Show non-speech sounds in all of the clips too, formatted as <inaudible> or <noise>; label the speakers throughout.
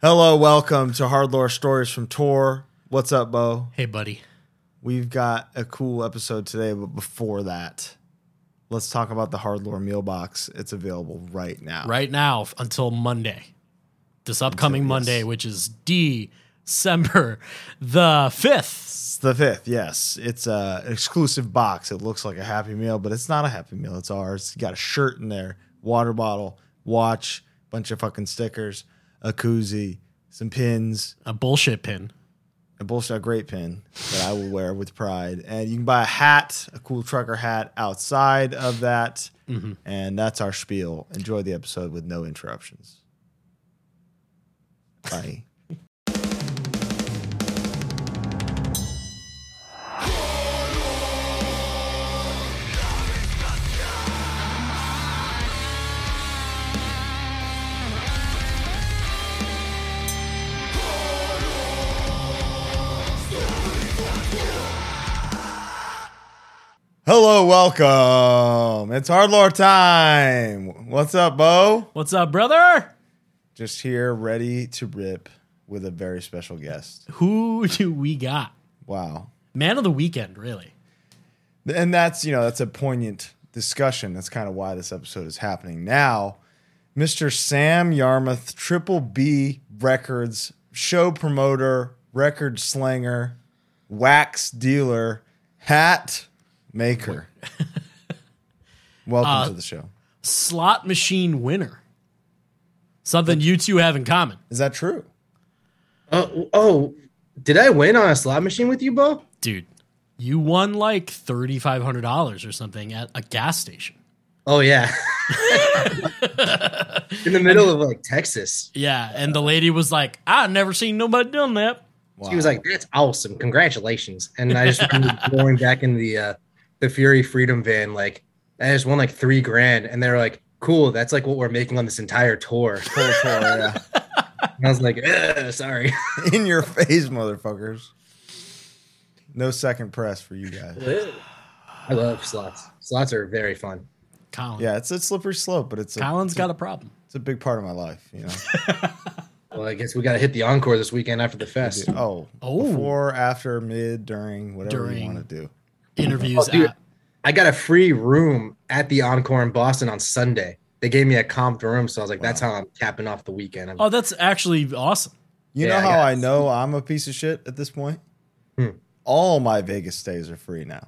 Speaker 1: Hello, welcome to Hard Lore Stories from Tor. What's up, Bo?
Speaker 2: Hey, buddy.
Speaker 1: We've got a cool episode today, but before that, let's talk about the Hard Lore Meal Box. It's available right now.
Speaker 2: Right now f- until Monday, this upcoming
Speaker 1: Until- yes.
Speaker 2: Monday, which is December <laughs> the 5th.
Speaker 1: It's the fifth, yes. It's a exclusive box. It looks like a Happy Meal, but it's not a Happy Meal. It's ours. You got a shirt in there, water bottle, watch, bunch of fucking stickers, a koozie, some pins,
Speaker 2: A bullshit pin.
Speaker 1: a bullshit great pin that I will wear with pride. And you can buy a hat, a cool trucker hat outside of that. And that's our spiel. Enjoy the episode with no interruptions. Bye. <laughs> Hello, welcome. It's hard lore time. What's up, Bo?
Speaker 2: What's up, brother?
Speaker 1: Just here, ready to rip with a very special guest.
Speaker 2: Who <laughs> do we got?
Speaker 1: Wow.
Speaker 2: Man of the weekend, really.
Speaker 1: And that's, you know, that's a poignant discussion. That's kind of why this episode is happening now. Mr. Sam Yarmouth, Triple B Records, show promoter, record slanger, wax dealer, hat maker. Welcome to the show.
Speaker 2: Slot machine winner. Something you two have in common.
Speaker 1: Is that true?
Speaker 3: Oh, oh, did I win on a slot machine with you, Bo?
Speaker 2: Dude, you won like $3,500 or something at a gas station. <laughs>
Speaker 3: Oh yeah. <laughs> In the middle of like Texas.
Speaker 2: Yeah. And the lady was like, i never seen nobody done that.
Speaker 1: Wow.
Speaker 3: She was like, "That's awesome. Congratulations." And I just remember <laughs> going back in the uh the Fury Freedom van like I just won like 3 grand and they're like, "Cool, that's like what we're making on this entire tour."
Speaker 1: Full tour, yeah.
Speaker 3: And I was like, "Ugh, "Sorry."
Speaker 1: <laughs>
Speaker 3: <sighs>
Speaker 1: in your face, motherfuckers. No second press for you guys.
Speaker 3: I love slots. Slots are very fun.
Speaker 2: Colin.
Speaker 1: Yeah, it's a slippery slope, but it's a,
Speaker 2: Colin's got a problem.
Speaker 1: it's a big part of my life, you know.
Speaker 3: Well, I guess we got to hit the encore this weekend after the fest.
Speaker 1: Oh,
Speaker 2: Oh.
Speaker 1: before, after, mid, during, whatever you
Speaker 2: During.
Speaker 1: want to do.
Speaker 2: Interviews
Speaker 3: Oh, dude.
Speaker 2: at
Speaker 3: I got a free room at the Encore in Boston on Sunday. They gave me a comped room, so I was like, "That's how I'm capping off the weekend." I'm-
Speaker 2: Oh, that's actually awesome.
Speaker 1: You
Speaker 3: Yeah, I
Speaker 1: know how
Speaker 3: got
Speaker 1: I know I'm a piece of shit at this point?
Speaker 3: Hmm.
Speaker 1: All my Vegas stays are free now.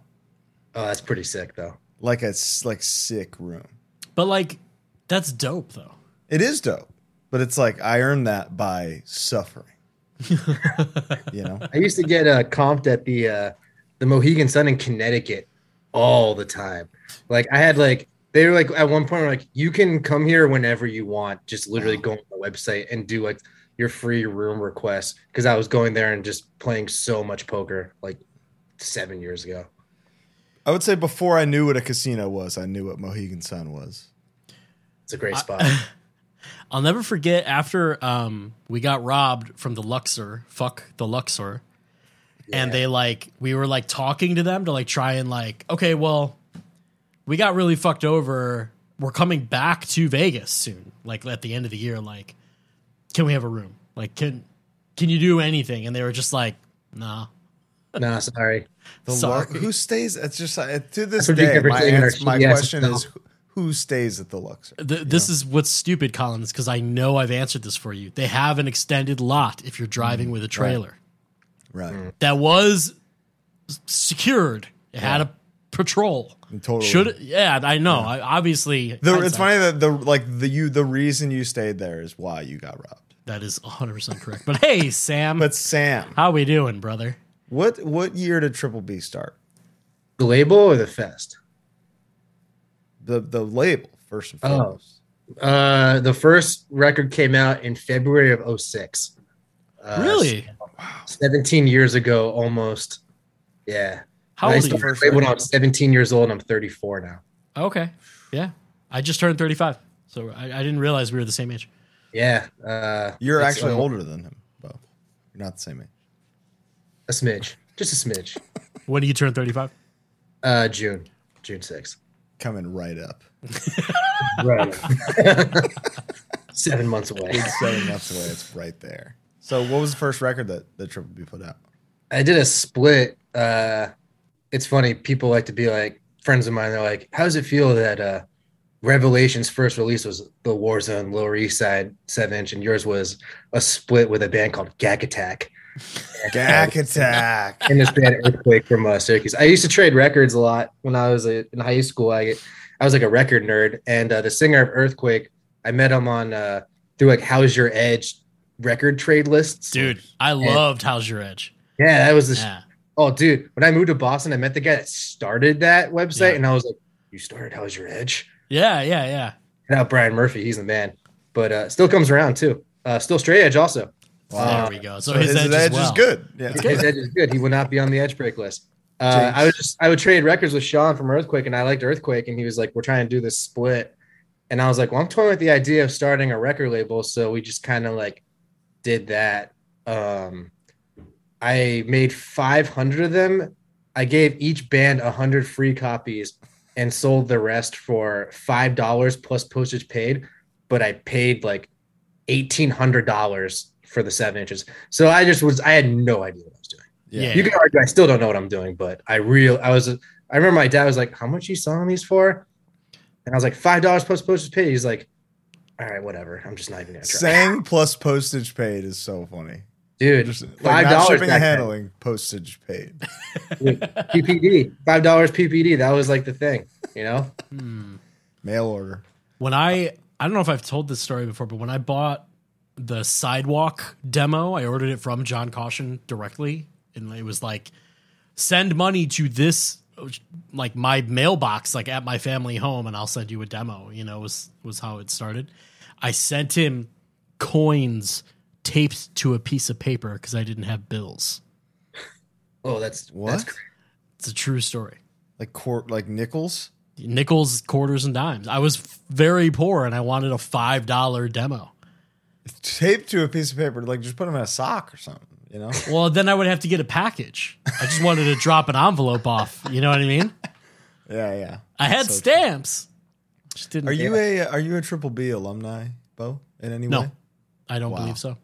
Speaker 3: oh, that's pretty sick, though.
Speaker 1: Like a s- like sick room.
Speaker 2: But like, that's dope though. <laughs>
Speaker 1: It is dope, but it's like I earned that by suffering. you
Speaker 2: <laughs>
Speaker 1: know,
Speaker 3: I used to get uh, comped at the uh, the Mohegan Sun in Connecticut all the time. Like I had like they were like at one point like you can come here whenever you want. Just literally go on the website and do like your free room request because I was going there and just playing so much poker like seven years ago.
Speaker 1: I would say before I knew what a casino was, I knew what Mohegan Sun was.
Speaker 3: It's a great spot.
Speaker 2: I'll never forget after um, we got robbed from the Luxor. Fuck the Luxor. And they like we were like talking to them to like try and like okay, well, we got really fucked over. We're coming back to Vegas soon, like at the end of the year. Like, can we have a room? Like, can can you do anything? And they were just like, nah.
Speaker 3: no, sorry.
Speaker 1: The
Speaker 2: Sorry.
Speaker 1: Lu- who stays? It's just uh, to this
Speaker 3: That's what you
Speaker 1: day.
Speaker 3: get for
Speaker 1: My,
Speaker 3: saying our
Speaker 1: ans- my
Speaker 3: shitty ass
Speaker 1: question
Speaker 3: self.
Speaker 1: is, who- who stays at the Luxor?
Speaker 2: Th this is what's stupid, Colin, is because I know I've answered this for you. They have an extended lot if you're driving with a trailer
Speaker 1: Right,
Speaker 3: Hmm.
Speaker 2: that was s- secured. It had a patrol.
Speaker 1: totally.
Speaker 2: Should yeah, I know. I obviously
Speaker 1: The- it's
Speaker 2: hindsight,
Speaker 1: funny that the like the you the reason you stayed there is why you got robbed.
Speaker 2: that is 100 percent correct. But hey, Sam,
Speaker 1: But Sam,
Speaker 2: how we doing, brother?
Speaker 1: what what year did Triple B start?
Speaker 3: The label or the fest?
Speaker 1: The the label first and
Speaker 3: Oh.
Speaker 1: foremost.
Speaker 3: Uh, the first record came out in February of 06. Uh,
Speaker 2: really?
Speaker 3: 17 years ago, almost. Yeah.
Speaker 2: How
Speaker 3: I
Speaker 2: old are
Speaker 3: started
Speaker 2: you?
Speaker 1: first
Speaker 3: label when
Speaker 1: record?
Speaker 3: I was 17 years old. and I'm 34 now.
Speaker 2: Okay, yeah. I just turned 35, so I, I didn't realize we were the same age.
Speaker 3: Yeah. Uh,
Speaker 1: You're
Speaker 3: it's,
Speaker 1: actually
Speaker 3: uh,
Speaker 1: older than him, Bo. You're not the same age.
Speaker 3: A smidge. Just a smidge.
Speaker 2: When do you turn 35?
Speaker 3: Uh, June. June 6th.
Speaker 1: Coming right up.
Speaker 3: Right. <laughs> seven months away.
Speaker 1: <laughs> It's seven months away. It's right there. So, what was the first record that that Triple B put out?
Speaker 3: I did a split. Uh, it's funny. People like to be like friends of mine. They're like, "How does it feel that uh, Revelation's first release was the Warzone Lower East Side seven inch, and yours was a split with a band called Gag Attack?"
Speaker 1: Gack Attack.
Speaker 3: And this
Speaker 2: <laughs>
Speaker 3: band Earthquake from uh, Syracuse. I used to trade records a lot when I was uh, in high school. I I was like a record nerd, and uh, the singer of Earthquake, I met him on uh, through like How's Your Edge record trade lists.
Speaker 2: Dude, I loved How's Your Edge.
Speaker 3: Yeah, that was the
Speaker 2: Yeah.
Speaker 3: Oh, dude, when I moved to Boston, I met the guy that started that website,
Speaker 2: Yeah.
Speaker 3: and I was like, "You started? How's your edge?"
Speaker 2: Yeah, yeah, yeah.
Speaker 3: Now Brian Murphy, he's the man, but uh, still comes around too. Uh, still straight edge also.
Speaker 1: <laughs> Wow.
Speaker 2: There we go. So, his, edge, is, well.
Speaker 1: good. Yeah. <laughs>
Speaker 3: His edge is good. He would not be on the edge break list. Uh, I was just I would trade records with Sean from Earthquake, and I liked Earthquake, and he was like, "We're trying to do this split," and I was like, "Well, I'm toying with the idea of starting a record label," so we just kind of like did that. Um, I made 500 of them. I gave each band 100 free copies and sold the rest for five dollars plus postage paid. But I paid like eighteen hundred dollars for the seven inches. So I just was I had no idea what I was doing.
Speaker 2: Yeah.
Speaker 3: You can argue I still don't know what I'm doing, but I real I was I remember my dad was like, "How much you selling these for?" And I was like, five dollars plus postage paid." He's like, "All right, whatever. I'm just not even gonna try."
Speaker 1: Sang plus postage paid is so funny.
Speaker 3: Dude,
Speaker 1: Just, like,
Speaker 3: five
Speaker 1: not
Speaker 3: dollars
Speaker 1: shipping and handling postage paid.
Speaker 3: PPD, five dollars PPD. That was like the thing, you know.
Speaker 2: Hmm.
Speaker 1: Mail order.
Speaker 2: When I, I don't know if I've told this story before, but when I bought the Sidewalk demo, I ordered it from John Caution directly. And it was like, send money to this, like my mailbox, like at my family home, and I'll send you a demo, you know, was, was how it started. I sent him coins taped to a piece of paper because I didn't have bills.
Speaker 3: Oh, that's
Speaker 1: What?
Speaker 3: That's crazy.
Speaker 2: It's a true story.
Speaker 1: like court like nickels? <laughs>
Speaker 2: nickels, quarters, and dimes. I was very poor and I wanted a five dollar demo.
Speaker 1: Taped to a piece of paper, like just put them in a sock or something, you <laughs> know?
Speaker 2: Well, then I would have to get a package. I just wanted to drop an envelope off. You know what I mean?
Speaker 1: Yeah, yeah.
Speaker 2: I had
Speaker 1: So-
Speaker 2: stamps. Just didn't.
Speaker 1: Are you a are you a triple B alumni, Bo, in any
Speaker 2: No,
Speaker 1: way?
Speaker 2: I don't
Speaker 1: Wow.
Speaker 2: believe so. Wow.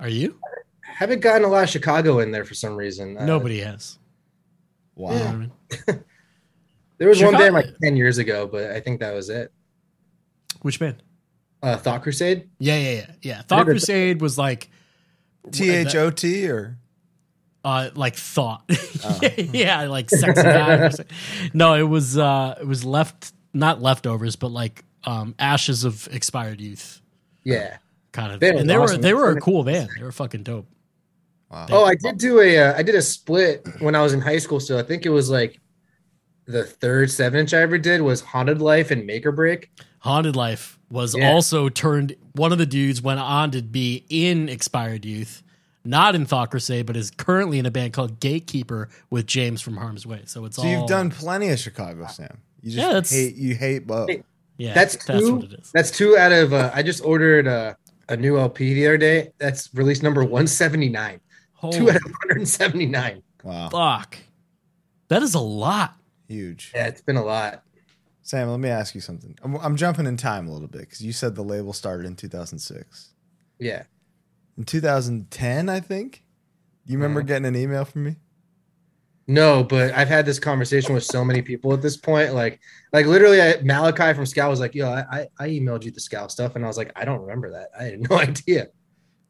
Speaker 2: Are you?
Speaker 3: haven't gotten a lot of Chicago in there for some reason. Uh,
Speaker 2: Nobody has.
Speaker 1: Wow.
Speaker 2: You know what I mean?
Speaker 3: There was one band
Speaker 2: Chicago-
Speaker 3: like ten years ago, but I think that was it.
Speaker 2: Which band?
Speaker 3: Uh, Thought Crusade.
Speaker 2: Yeah, yeah, yeah, yeah. Thought
Speaker 3: Never-
Speaker 2: Crusade was like
Speaker 1: T H O T or
Speaker 2: uh like thought <laughs> yeah like sexy guy or something. no it was uh it was left not leftovers but like um ashes of expired youth
Speaker 3: Yeah.
Speaker 2: kind of
Speaker 3: They were
Speaker 2: and they were
Speaker 3: awesome.
Speaker 2: they were a cool band they were fucking dope
Speaker 1: wow.
Speaker 3: Oh, I did do a uh, I did a split when I was in high school. So I think it was like the third seven inch I ever did was Haunted Life and Make or Break.
Speaker 2: haunted life was
Speaker 3: Yeah.
Speaker 2: also turned one of the dudes went on to be in expired youth not in thought crusade but is currently in a band called gatekeeper with james from harm's way so it's
Speaker 1: So
Speaker 2: all
Speaker 1: you've done plenty of Chicago, Sam. You just
Speaker 2: Yeah, that's-
Speaker 1: hate you hate Bo.
Speaker 2: yeah
Speaker 3: That's two-
Speaker 2: what it is
Speaker 3: That's two out of uh, I just ordered uh, a new LP the other day. That's release number one seventy nine. Two
Speaker 2: holy
Speaker 3: out of one hundred seventy nine.
Speaker 1: Wow.
Speaker 2: fuck that is a lot
Speaker 1: Huge.
Speaker 3: Yeah, it's been a lot.
Speaker 1: Sam, let me ask you something. I'm, I'm jumping in time a little bit because you said the label started in 2006.
Speaker 3: Yeah.
Speaker 1: In 2010, I think, you remember getting an email from me?
Speaker 3: No, but I've had this conversation with so many people at this point. Like, like literally, I, Malachi from Scout was like, "Yo, I, I, I emailed you the Scout stuff," and I was like, "I don't remember that. I had no <laughs> idea."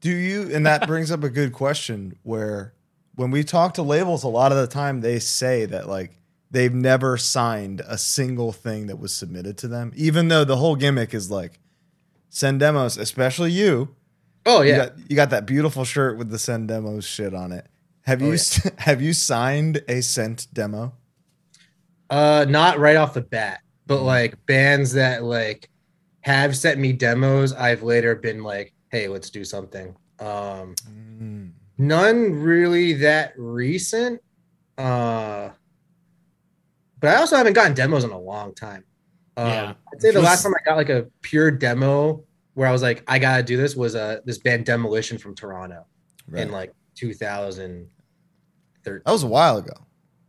Speaker 1: Do you? And
Speaker 3: <laughs>
Speaker 1: that brings up a good question where when we talk to labels, a lot of the time they say that like they've never signed a single thing that was submitted to them, even though the whole gimmick is like send demos, especially you.
Speaker 3: Oh
Speaker 1: You
Speaker 3: yeah,
Speaker 1: got, you got that beautiful shirt with the send demos shit on it. Have
Speaker 3: Oh,
Speaker 1: you
Speaker 3: yeah.
Speaker 1: s <laughs> have you signed a sent demo?
Speaker 3: Uh, not right off the bat, but
Speaker 2: Mm-hmm.
Speaker 3: like bands that like have sent me demos, I've later been like, "Hey, let's do something." Um, none really that recent. Uh, but I also haven't gotten demos in a long time.
Speaker 1: Uh, <laughs>
Speaker 3: Um,
Speaker 2: Yeah.
Speaker 3: I'd say the
Speaker 2: Just-
Speaker 3: last time I got like a pure demo where I was like, "I gotta do this," was uh this band Demolition from Toronto
Speaker 1: Right.
Speaker 3: in like 2013.
Speaker 1: that was a while ago.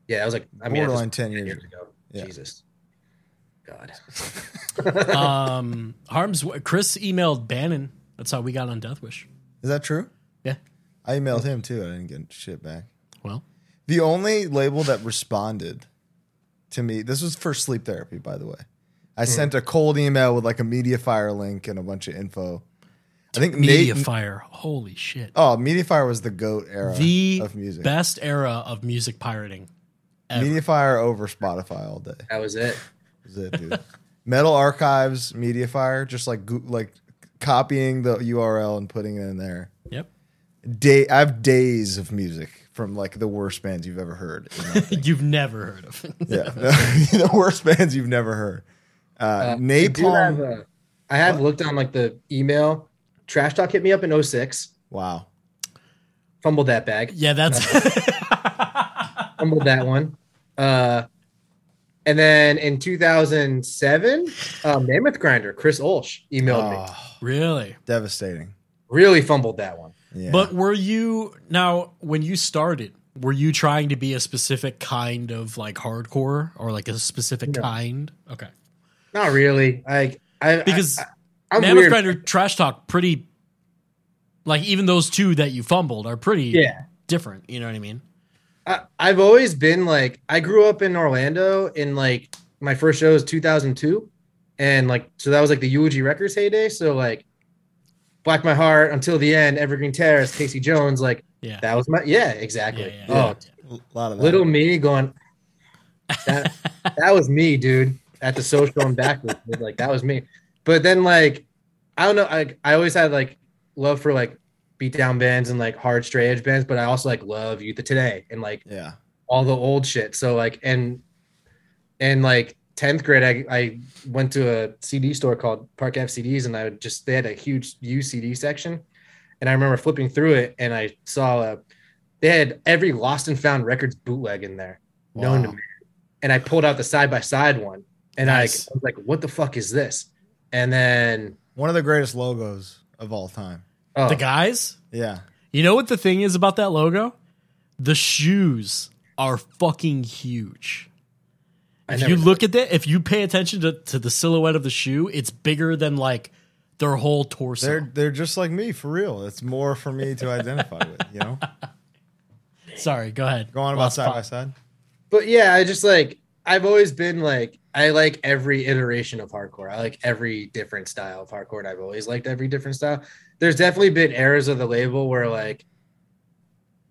Speaker 3: Yeah, I was like, I mean, at this
Speaker 1: Borderline 10
Speaker 3: point,
Speaker 1: years.
Speaker 3: years
Speaker 1: ago.
Speaker 3: ago.
Speaker 1: Yeah.
Speaker 3: Jesus.
Speaker 1: <laughs>
Speaker 3: God. <laughs>
Speaker 2: Um, Harm's Chris emailed Bannon. That's how we got on Death Wish.
Speaker 1: Is that true?
Speaker 2: Yeah.
Speaker 1: I emailed him too. I didn't get shit back.
Speaker 2: Well,
Speaker 1: The only label that responded to me, this was for sleep therapy, by the way.
Speaker 2: Hmm.
Speaker 1: I sent a cold email with like a MediaFire link and a bunch of info. I think
Speaker 2: Media
Speaker 1: Nate.
Speaker 2: Fire. Holy shit.
Speaker 1: Oh, MediaFire was the goat era
Speaker 2: the
Speaker 1: Oh, of music.
Speaker 2: best era of music pirating. <laughs> ever.
Speaker 1: MediaFire over Spotify all day.
Speaker 3: That was it.
Speaker 1: That's it,
Speaker 2: <laughs>
Speaker 1: dude. Metal Archives, MediaFire, just like goo- like copying the URL and putting it in there.
Speaker 2: Yep.
Speaker 1: Day, I have days of music from like the worst bands you've ever heard. in
Speaker 2: <laughs>
Speaker 1: my
Speaker 2: You've never heard of.
Speaker 3: <laughs>
Speaker 1: Yeah, <laughs> the worst bands you've never heard. Uh,
Speaker 3: I do have,
Speaker 1: Napalm.
Speaker 3: uh, I have looked on like the email. Trash Talk hit me up in 06.
Speaker 1: wow.
Speaker 3: Fumbled that bag.
Speaker 2: yeah, that's
Speaker 3: <laughs> Fumbled that one. Uh, and then in 2007, uh, Mammoth Grinder, Chris Olsch emailed me.
Speaker 1: Oh,
Speaker 2: really.
Speaker 1: devastating.
Speaker 3: Really fumbled that one.
Speaker 1: Yeah.
Speaker 2: But were you now when you started? Were you trying to be a specific kind of like hardcore or like a specific
Speaker 3: No.
Speaker 2: kind? Okay,
Speaker 3: Not really. Like I
Speaker 2: because
Speaker 3: I, I, am
Speaker 2: Mammoth
Speaker 3: weird.
Speaker 2: Grinder trash talk pretty. Like even those two that you fumbled are pretty
Speaker 3: Yeah.
Speaker 2: different. You know what I mean?
Speaker 3: I, I've always been like I grew up in Orlando in like my first show was 2002 and like so that was like the UG Records heyday so like Black My Heart until the end Evergreen Terrace Casey Jones like
Speaker 2: Yeah.
Speaker 3: that was my yeah
Speaker 2: yeah,
Speaker 3: exactly
Speaker 2: yeah,
Speaker 3: oh
Speaker 1: a lot of that.
Speaker 3: little me going
Speaker 2: <laughs>
Speaker 3: that, that was me dude at the social and backwards dude, like that was me but then like i don't know I, I always had like love for like beat down bands and like hard straight edge bands but i also like love youth of today and like
Speaker 1: Yeah.
Speaker 3: all the old shit so like and and like 10th grade I, I went to a cd store called park f cds and i would just they had a huge u cd section and i remember flipping through it and i saw a they had every lost and found records bootleg in there known to
Speaker 1: Wow.
Speaker 3: man and i pulled out the side by side one and I-
Speaker 2: Nice.
Speaker 3: I was like what the fuck is this and then
Speaker 1: One of the greatest logos of all time.
Speaker 3: oh,
Speaker 2: The guys,
Speaker 1: Yeah.
Speaker 2: You know what the thing is about that logo? The shoes are fucking huge.
Speaker 3: I
Speaker 2: If
Speaker 3: never
Speaker 2: you
Speaker 3: knew.
Speaker 2: look at that, if you pay attention to, to the silhouette of the shoe, it's bigger than like their whole torso.
Speaker 1: They're they're just like me for real. It's more for me to identify with, you know?
Speaker 2: Sorry, go ahead.
Speaker 1: Go on about
Speaker 2: Lost
Speaker 1: side by
Speaker 2: thought.
Speaker 1: side.
Speaker 3: but yeah, I just like I've always been like I like every iteration of hardcore. I like every different style of hardcore. And I've always liked every different style. There's definitely been eras of the label where like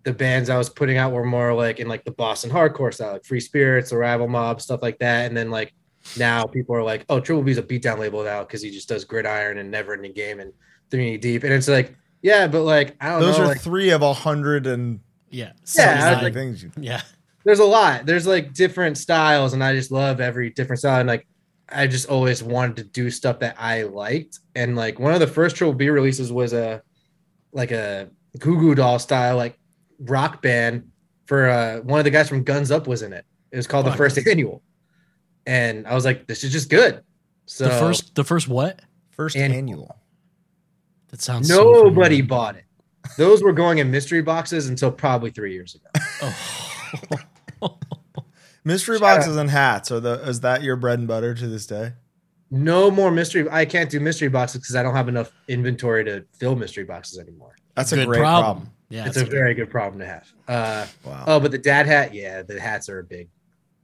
Speaker 3: the bands I was putting out were more like in like the Boston hardcore style, like Free Spirits, the Rival Mob, stuff like that. And then like now people are like, oh, Triple B's a beatdown label now because he just does gridiron and never in the game and three knee deep. And it's like, yeah, but like I don't
Speaker 1: Those
Speaker 3: know.
Speaker 1: are
Speaker 3: like,
Speaker 1: three of a hundred and
Speaker 2: Yeah.
Speaker 3: Yeah, I was
Speaker 2: Side-
Speaker 1: something things you
Speaker 2: yeah.
Speaker 3: there's a lot. There's like different styles, and I just love every different style. And like, I just always wanted to do stuff that I liked. And like, one of the first Triple B releases was a like a Goo Goo Doll style like rock band for uh, one of the guys from Guns Up was in it. It was called the
Speaker 2: Fuck.
Speaker 3: First Annual, and I was like, this is just good. So
Speaker 2: the first the first what?
Speaker 1: first
Speaker 3: And-
Speaker 1: annual.
Speaker 2: That sounds so
Speaker 3: nobody
Speaker 2: familiar.
Speaker 3: bought it. Those were going in mystery boxes until probably three years ago.
Speaker 2: Oh.
Speaker 1: Mystery
Speaker 3: Shout out.
Speaker 1: boxes and hats are the is that your bread and butter to this day?
Speaker 3: No more mystery. I can't do mystery boxes because I don't have enough inventory to fill mystery boxes anymore.
Speaker 1: That's a
Speaker 2: Good
Speaker 1: great problem.
Speaker 2: problem. Yeah.
Speaker 3: it's a
Speaker 2: that's good.
Speaker 3: very good problem to have. Uh,
Speaker 1: Wow.
Speaker 3: oh, but the dad hat, yeah, the hats are a big.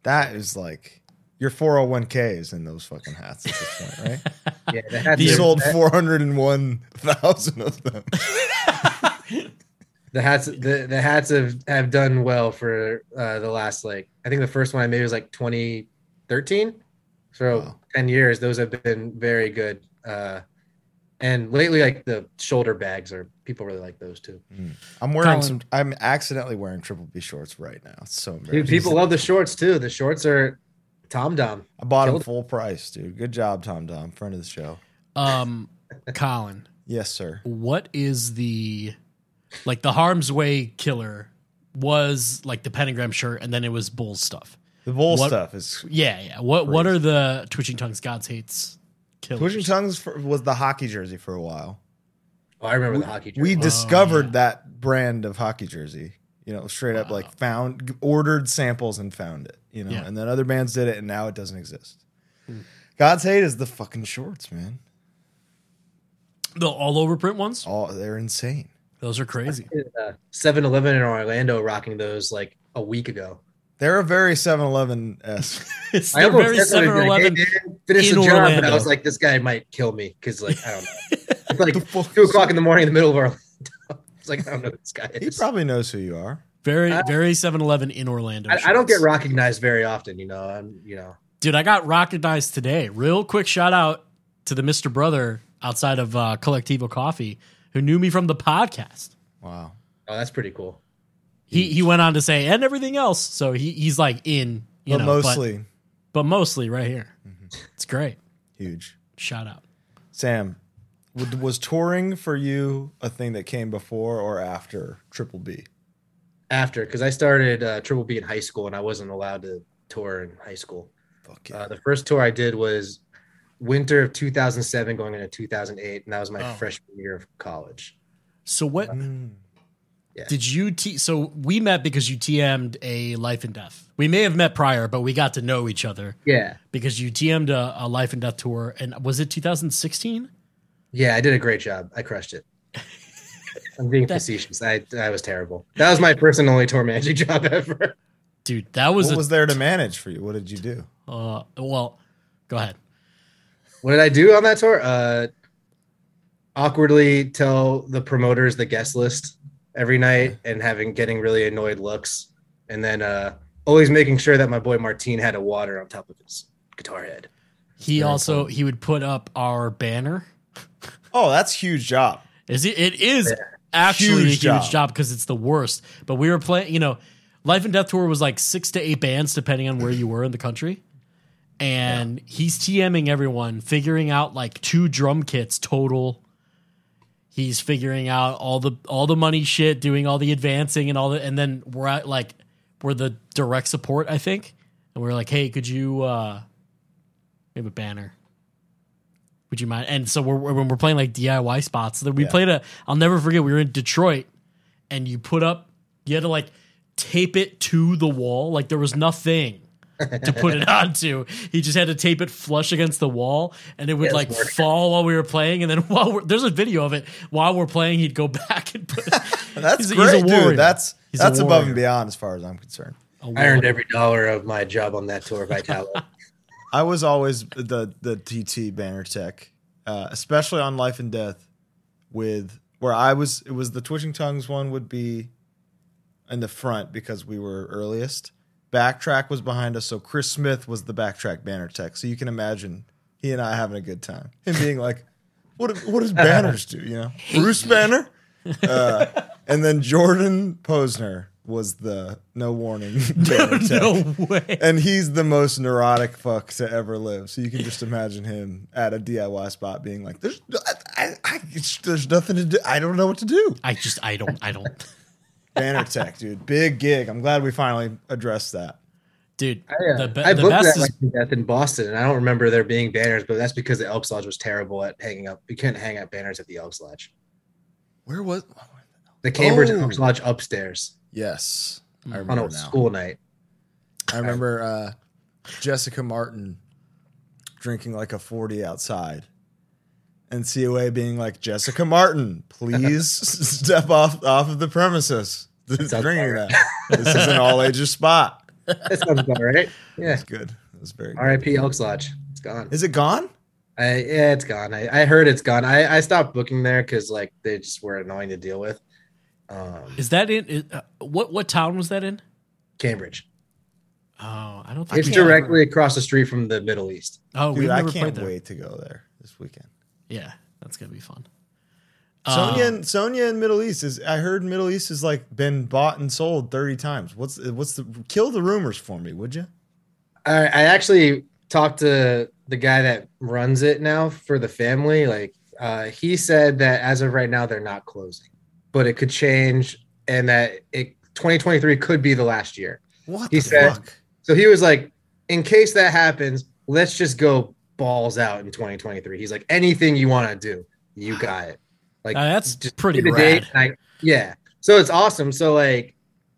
Speaker 1: That is like your 401k is in those fucking hats at this point,
Speaker 3: <laughs>
Speaker 1: right?
Speaker 3: Yeah,
Speaker 1: <laughs>
Speaker 3: the hats.
Speaker 1: You
Speaker 2: Yeah.
Speaker 3: are,
Speaker 1: sold 401,000 of them.
Speaker 3: <laughs> The hats. The, the hats have have done well for uh, the last like I think the first one I made was like 2013, so
Speaker 1: Wow.
Speaker 3: 10 years. Those have been very good. Uh, and lately, like the shoulder bags are people really like those too.
Speaker 1: I'm wearing
Speaker 2: Colin.
Speaker 1: some, I'm accidentally wearing triple B shorts right now. It's so embarrassing.
Speaker 3: Dude, people love the shorts too. The shorts are Tom Dom.
Speaker 1: I bought them
Speaker 3: killed-
Speaker 1: full price, dude. Good job, Tom Dom, friend of the show.
Speaker 2: um Colin,
Speaker 1: Yes, sir.
Speaker 2: what is the like the harm's way killer was like the pentagram shirt and then it was bull stuff.
Speaker 1: The bull
Speaker 2: What-
Speaker 1: stuff is
Speaker 2: Yeah, yeah. What what are the twitching tongues God's hates killers?
Speaker 1: Pushing Tongues for, was the hockey jersey for a while.
Speaker 3: Oh, I remember the hockey.
Speaker 1: We
Speaker 3: jersey.
Speaker 1: discovered
Speaker 2: yeah.
Speaker 1: that brand of hockey jersey. You know, straight up like found ordered samples and found it. You know,
Speaker 2: Yeah. Hmm.
Speaker 1: and then other bands did it, and now it doesn't exist. God's hate is the fucking shorts, man.
Speaker 2: The all over print ones.
Speaker 1: All they're insane.
Speaker 2: Those are crazy.
Speaker 3: 7 uh, Eleven in Orlando rocking those like a week ago.
Speaker 1: They're a very 7-Eleven esque.
Speaker 2: <laughs> It's
Speaker 3: I
Speaker 2: they're
Speaker 3: almost
Speaker 2: very
Speaker 3: definitely
Speaker 2: 7
Speaker 3: been like,
Speaker 2: Eleven.
Speaker 3: "Hey, man, finish
Speaker 2: in
Speaker 3: the job. And I
Speaker 2: Orlando.
Speaker 3: was like, this guy might kill me because, like, I
Speaker 2: <laughs>
Speaker 3: don't know. It's
Speaker 1: The <laughs>
Speaker 3: like
Speaker 1: fuck
Speaker 3: two
Speaker 1: is-
Speaker 3: o'clock in the morning in the middle of Orlando. <laughs> It's like, I don't know who this guy
Speaker 1: He
Speaker 3: is.
Speaker 1: probably knows who you are.
Speaker 2: Very,
Speaker 3: I-
Speaker 2: very 7 Eleven in Orlando.
Speaker 3: I, I don't get
Speaker 2: shirts.
Speaker 3: recognized very often, you know. I'm, you know,
Speaker 2: Dude, I got rocketized today. Real quick shout out to the Mr. Brother outside of uh, Collectivo Coffee who knew me from the podcast.
Speaker 1: Wow.
Speaker 3: oh, that's pretty cool.
Speaker 2: He he went on to say and everything else. So he, he's like in, you
Speaker 1: but
Speaker 2: know,
Speaker 1: mostly Mm-hmm.
Speaker 2: but mostly right here. It's great.
Speaker 1: huge.
Speaker 2: Shout out.
Speaker 1: Sam, w- was touring for you a thing that came before or after Triple B?
Speaker 3: After, because I started uh, Triple B in high school and I wasn't allowed to tour in high school.
Speaker 1: Fuck
Speaker 3: Uh, the first tour I did was winter of 2007 going into 2008, and that was my
Speaker 2: Oh.
Speaker 3: freshman year of college.
Speaker 2: So what
Speaker 1: Mm.
Speaker 2: did you t- so we met because you TM'd a life and death. We may have met prior, but we got to know each other
Speaker 3: Yeah.
Speaker 2: because you TM'd a, a life and death tour and was it 2016?
Speaker 3: Yeah, I did a great job. I crushed it. I'm being
Speaker 2: That-
Speaker 3: facetious. I, I was terrible. That was my first and only tour managing <laughs> job ever.
Speaker 2: Dude, that was,
Speaker 1: What
Speaker 2: a,
Speaker 1: was there to manage for you? What did you do?
Speaker 2: uh, well, go ahead.
Speaker 3: What did I do on that tour? Uh, awkwardly tell the promoters the guest list every night and having getting really annoyed looks, and then uh, always making sure that my boy Martine had a water on top of his guitar head.
Speaker 2: He
Speaker 1: Very
Speaker 2: also he would put up our banner.
Speaker 1: Oh, that's huge job.
Speaker 2: Is it? It is actually
Speaker 1: Huge
Speaker 2: a
Speaker 1: job.
Speaker 2: huge job because it's the worst. But we were playing. You know, Life and Death tour was like six to eight bands depending on where you were in the country. And he's TMing everyone, figuring out like two drum kits total. He's figuring out all the all the money shit, doing all the advancing and all the, and then we're at like we're the direct support, I think, and we're like, hey, could you uh, we have a banner. Would you mind? And so we're, we're- when we're playing like DIY spots, then we
Speaker 1: Yeah.
Speaker 2: played a. I'll never forget. We were in Detroit, and you put up. You had to like tape it to the wall. Like there was nothing to put
Speaker 3: <laughs>
Speaker 2: it onto. He just had to tape it flush against the wall, and it would
Speaker 3: Yeah,
Speaker 2: like
Speaker 3: it's work.
Speaker 2: fall while we were playing. And then <laughs> while we're, there's a video of it while we're playing, he'd go <laughs> back and put.
Speaker 1: That's
Speaker 2: He's a- he's a
Speaker 1: great,
Speaker 2: warrior.
Speaker 1: dude. That's
Speaker 2: He's a
Speaker 1: that's above and
Speaker 2: warrior.
Speaker 1: beyond as far as I'm concerned.
Speaker 3: I earned every dollar of my job on that tour, Vitalo.
Speaker 1: I was always the the TT banner tech, uh, especially on Life and Death, with where I was. It was the Twitching Tongues one would be in the front because we were earliest. Backtrack was behind us, so Chris Smith was the backtrack banner tech. So you can imagine he and I having a good time. Him being <laughs> like, "What what does banners do?" You know, Bruce Banner, uh, and then Jordan Posner was the no warning <laughs> banner tech
Speaker 2: no <laughs> way.
Speaker 1: and he's the most neurotic fuck to ever live. So you can just imagine him at a DIY spot being like, "There's, I, I, I, it's- there's nothing to do. I don't know what to do."
Speaker 2: I just I don't I don't
Speaker 1: <laughs> Banner Tech, dude, big gig. I'm glad we finally addressed that.
Speaker 2: dude.
Speaker 3: I, uh,
Speaker 2: the, be-
Speaker 3: I
Speaker 2: the
Speaker 3: booked
Speaker 2: best
Speaker 3: that
Speaker 2: is
Speaker 3: like, death in Boston, and I don't remember there being banners, but that's because the Elks Lodge was terrible at hanging up. We couldn't hang up banners at the Elks Lodge.
Speaker 1: Where was?
Speaker 3: The Cambridge
Speaker 1: Oh.
Speaker 3: Elks Lodge upstairs
Speaker 1: Yes, I
Speaker 2: Mm.
Speaker 1: remember
Speaker 3: Hmm. on a
Speaker 1: now.
Speaker 3: school night.
Speaker 1: I remember uh, Jessica Martin drinking like a 40 outside and COA being like, Jessica Martin,
Speaker 2: <laughs>
Speaker 1: please step off off of the premises. <laughs> This
Speaker 3: sounds
Speaker 1: drinking
Speaker 3: about
Speaker 1: that. This is an all ages
Speaker 2: <laughs>
Speaker 1: spot.
Speaker 3: That sounds about right. Yeah.
Speaker 1: That's good. That's very good.
Speaker 3: R.I.P. Elks Lodge. It's gone.
Speaker 1: Is it gone?
Speaker 3: I, yeah, it's gone. I, I heard it's gone. I, I stopped booking there because like they just were annoying to deal with. Um,
Speaker 2: Is that in? Is, uh, what what town was that in?
Speaker 3: Cambridge.
Speaker 2: Oh, I don't think
Speaker 3: It's
Speaker 2: we ever-
Speaker 3: directly across the street from the Middle East.
Speaker 2: Oh,
Speaker 1: Dude,
Speaker 2: we've
Speaker 1: I
Speaker 2: never played
Speaker 1: can't
Speaker 2: there.
Speaker 1: wait to go there this weekend.
Speaker 2: Yeah, that's gonna be fun.
Speaker 1: Sonia,
Speaker 2: Um,
Speaker 1: and Sonia in Middle East is. I heard Middle East has like been bought and sold thirty times. What's what's the kill the rumors for me, would you?
Speaker 3: I, I actually talked to the guy that runs it now for the family. Like, uh, he said that as of right now, they're not closing, but it could change, and that it 2023 could be the last year.
Speaker 1: What
Speaker 3: He
Speaker 1: the
Speaker 3: said-
Speaker 1: fuck?
Speaker 3: So he was like, in case that happens, let's just go balls out in 2023. He's like, anything you want to do,
Speaker 2: <sighs>
Speaker 3: you got it. Like,
Speaker 2: now that's
Speaker 3: just
Speaker 2: pretty
Speaker 3: the
Speaker 2: rad.
Speaker 3: date, like, yeah. So it's awesome. So like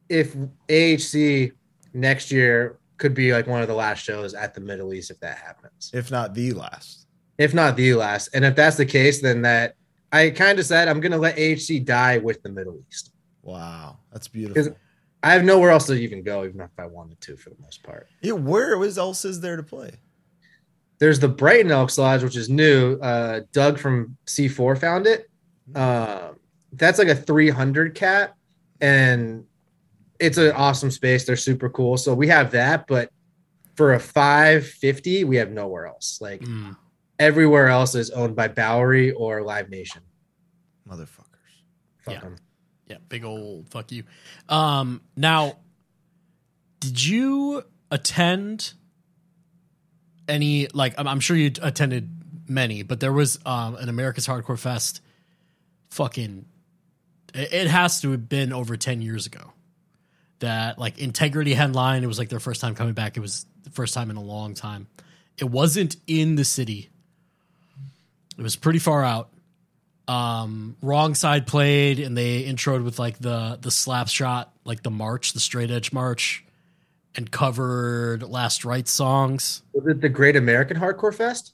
Speaker 3: if AHC next year could be like one of the last shows at the Middle East if that happens.
Speaker 1: if not the last.
Speaker 3: If not the last. And if that's the case, then that I kind of said I'm gonna let AHC die with the Middle East.
Speaker 1: Wow, that's beautiful.
Speaker 3: I have nowhere else to even go, even if I wanted to for the most part.
Speaker 1: Yeah, where was else is there to play?
Speaker 3: There's the Brighton Elks Lodge, which is new. Uh, Doug from C4 found it.
Speaker 2: Mm-hmm.
Speaker 3: Um, that's like a 300 cat, and it's an awesome space. They're super cool. So we have that, but for a 550, we have nowhere else. Like
Speaker 2: Mm.
Speaker 3: everywhere else is owned by Bowery or Live Nation.
Speaker 1: Motherfuckers.
Speaker 3: Fuck
Speaker 2: Yeah.
Speaker 3: 'em.
Speaker 2: Yeah, big old fuck you. Um, now, did you attend any? Like, I'm, I'm sure you attended many, but there was um, an America's Hardcore Fest. Fucking, it, it has to have been over ten years ago. That like Integrity headline. It was like their first time coming back. It was the first time in a long time. It wasn't in the city. It was pretty far out um wrong side played and they introed with like the the slap shot like the march the straight edge march and covered last right songs
Speaker 3: Was it the Great American Hardcore Fest?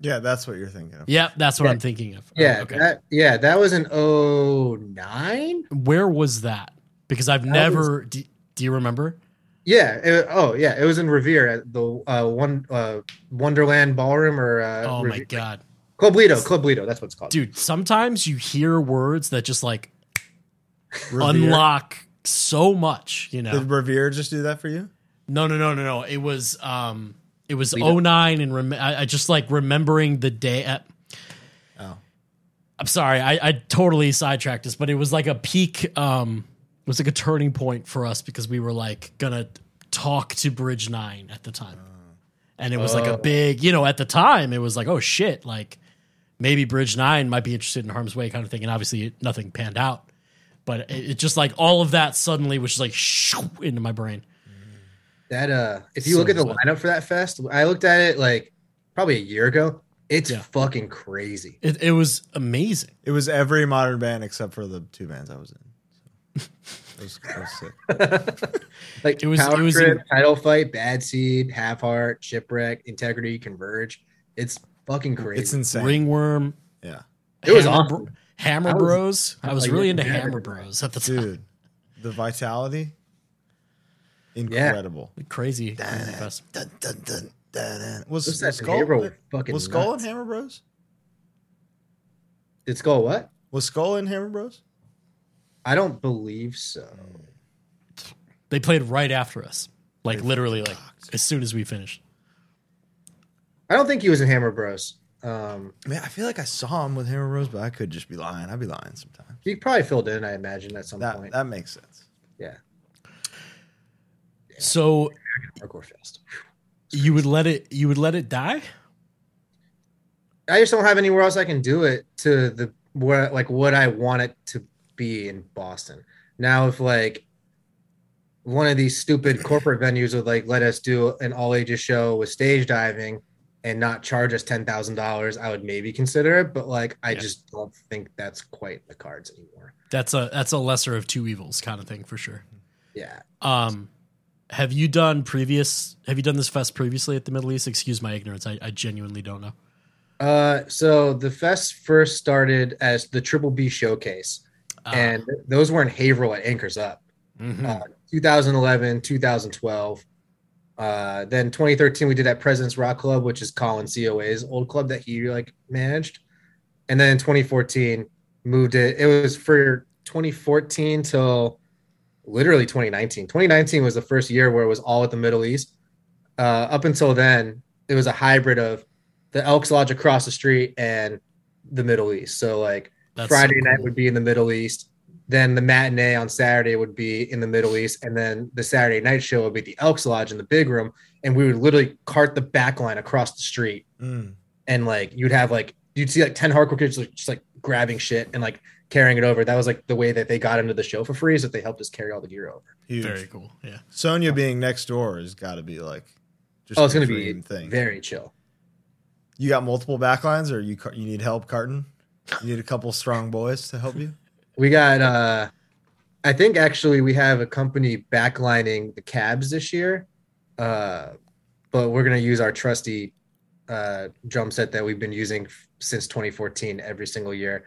Speaker 1: Yeah, that's what you're thinking of.
Speaker 2: yep that's what
Speaker 3: Yeah.
Speaker 2: i'm thinking of
Speaker 3: Yeah,
Speaker 2: Oh, okay
Speaker 3: that, yeah, that was oh an 09?
Speaker 2: where was that because i've never do, do you remember
Speaker 3: Yeah. it- oh, yeah. It was in Revere at the uh, one uh, Wonderland Ballroom or uh,
Speaker 2: oh my
Speaker 3: Revere-
Speaker 2: god
Speaker 3: Club Lido. Club Lido. That's what it's called.
Speaker 2: dude sometimes you hear words that just like
Speaker 1: Revere.
Speaker 2: unlock so much you know
Speaker 1: Did Revere just do that for you?
Speaker 2: No, no, no, no, no. It was um, it was
Speaker 3: Lead up.
Speaker 2: 09 and rem- I, I just like remembering the day. At-
Speaker 1: Oh.
Speaker 2: I'm sorry, I, I totally sidetracked this, but it was like a peak. Um, it was like a turning point for us because we were like gonna talk to Bridge Nine at the time, and it was like a
Speaker 3: Oh.
Speaker 2: big, you know, at the time it was like, oh shit, like maybe Bridge Nine might be interested in Harm's Way kind of thing, and obviously nothing panned out. But it, it just like all of that suddenly was just like shoo, into my brain.
Speaker 3: That uh, if you
Speaker 2: So
Speaker 3: look at the
Speaker 2: good.
Speaker 3: lineup for that fest, I looked at it like probably a year ago. It's
Speaker 2: Yeah. <laughs>
Speaker 3: fucking crazy.
Speaker 2: It, it was amazing.
Speaker 1: It was every modern band except for the two bands I was in. So. It was, that was <laughs> sick.
Speaker 3: Like
Speaker 2: It was-
Speaker 3: power
Speaker 2: it was
Speaker 3: trip, title fight, bad seed, half heart, shipwreck, integrity, converge. It's fucking crazy.
Speaker 1: It's insane.
Speaker 2: Ringworm.
Speaker 1: Yeah.
Speaker 3: It was
Speaker 2: Hammer,
Speaker 3: awesome.
Speaker 2: Bro- Hammer
Speaker 3: I was-
Speaker 2: Bros. I
Speaker 3: I
Speaker 2: was
Speaker 3: like
Speaker 2: really
Speaker 3: it.
Speaker 2: into
Speaker 3: Yeah.
Speaker 2: Hammer Bros at the time.
Speaker 1: Dude, the vitality incredible.
Speaker 2: Crazy. crazy fest.
Speaker 1: Dun, dun, dun, dun, dun. Was,
Speaker 3: What's
Speaker 1: was,
Speaker 3: that
Speaker 1: Skull,
Speaker 3: behavioral fucking
Speaker 1: was Skull
Speaker 3: nuts.
Speaker 1: and Hammer Bros?
Speaker 3: It's called what?
Speaker 1: Was Skull and Hammer Bros?
Speaker 3: I don't believe so.
Speaker 2: They played right after us. Like
Speaker 1: They
Speaker 2: literally like
Speaker 1: fucked.
Speaker 2: as soon as we finished.
Speaker 3: I don't think he was in Hammer Bros. Um,
Speaker 1: Man, I feel like I saw him with Hammer Bros, but I could just be lying. I'd be lying sometimes.
Speaker 3: he probably filled in, I imagine, at some
Speaker 1: That
Speaker 3: point.
Speaker 1: that makes sense.
Speaker 3: yeah,
Speaker 2: So
Speaker 3: hardcore fest.
Speaker 2: you would let it you would let it die?
Speaker 3: I just don't have anywhere else I can do it to the where like what I want it to be in Boston. Now, if like one of these stupid corporate venues would like let us do an all ages show with stage diving and not charge us ten thousand dollars, I would maybe consider it. But like, I
Speaker 2: Yeah.
Speaker 3: just don't think that's quite in the cards anymore.
Speaker 2: That's a that's a lesser of two evils kind of thing for sure.
Speaker 3: Yeah,
Speaker 2: Um have you done previous have you done this fest previously at the Middle East? Excuse my ignorance. I, I genuinely don't know.
Speaker 3: Uh, so the fest first started as the Triple B Showcase,
Speaker 2: Uh,
Speaker 3: and th- those were in Haverhill at Anchors Up,
Speaker 2: mhm.
Speaker 3: uh, 2011, 2012. Uh, then 2013 we did at President's Rock Club, which is Colin COA's old club that he like managed, and then in 2014 moved it. It was for 2014 till literally 2019. 2019 was the first year where it was all at the Middle East. Uh, up until then, it was a hybrid of the Elks Lodge across the street and the Middle East. So like
Speaker 2: That's so
Speaker 3: Friday night
Speaker 2: cool.
Speaker 3: would be in the Middle East, then the matinee on Saturday would be in the Middle East, and then the Saturday night show would be at the Elks Lodge in the big room, and we would literally cart the back line across the street
Speaker 1: Mm.
Speaker 3: and like you'd have like you'd see like 10 hardcore kids like, just like grabbing shit and like carrying it over that was like the way that they got into the show for free is that they helped us carry all the gear over
Speaker 1: Huge.
Speaker 2: very cool. Yeah.
Speaker 1: Sonya being next door has got to be like just
Speaker 3: oh it's
Speaker 1: the
Speaker 3: going to
Speaker 1: dream
Speaker 3: be
Speaker 1: thing.
Speaker 3: very chill
Speaker 1: you got multiple backlines, or you car- you need help carting? You need a couple strong boys to help you.
Speaker 3: we got uh i think actually we have a company backlining the cabs this year Uh, but we're gonna use our trusty uh, drum set that we've been using f- since 2014 every single year.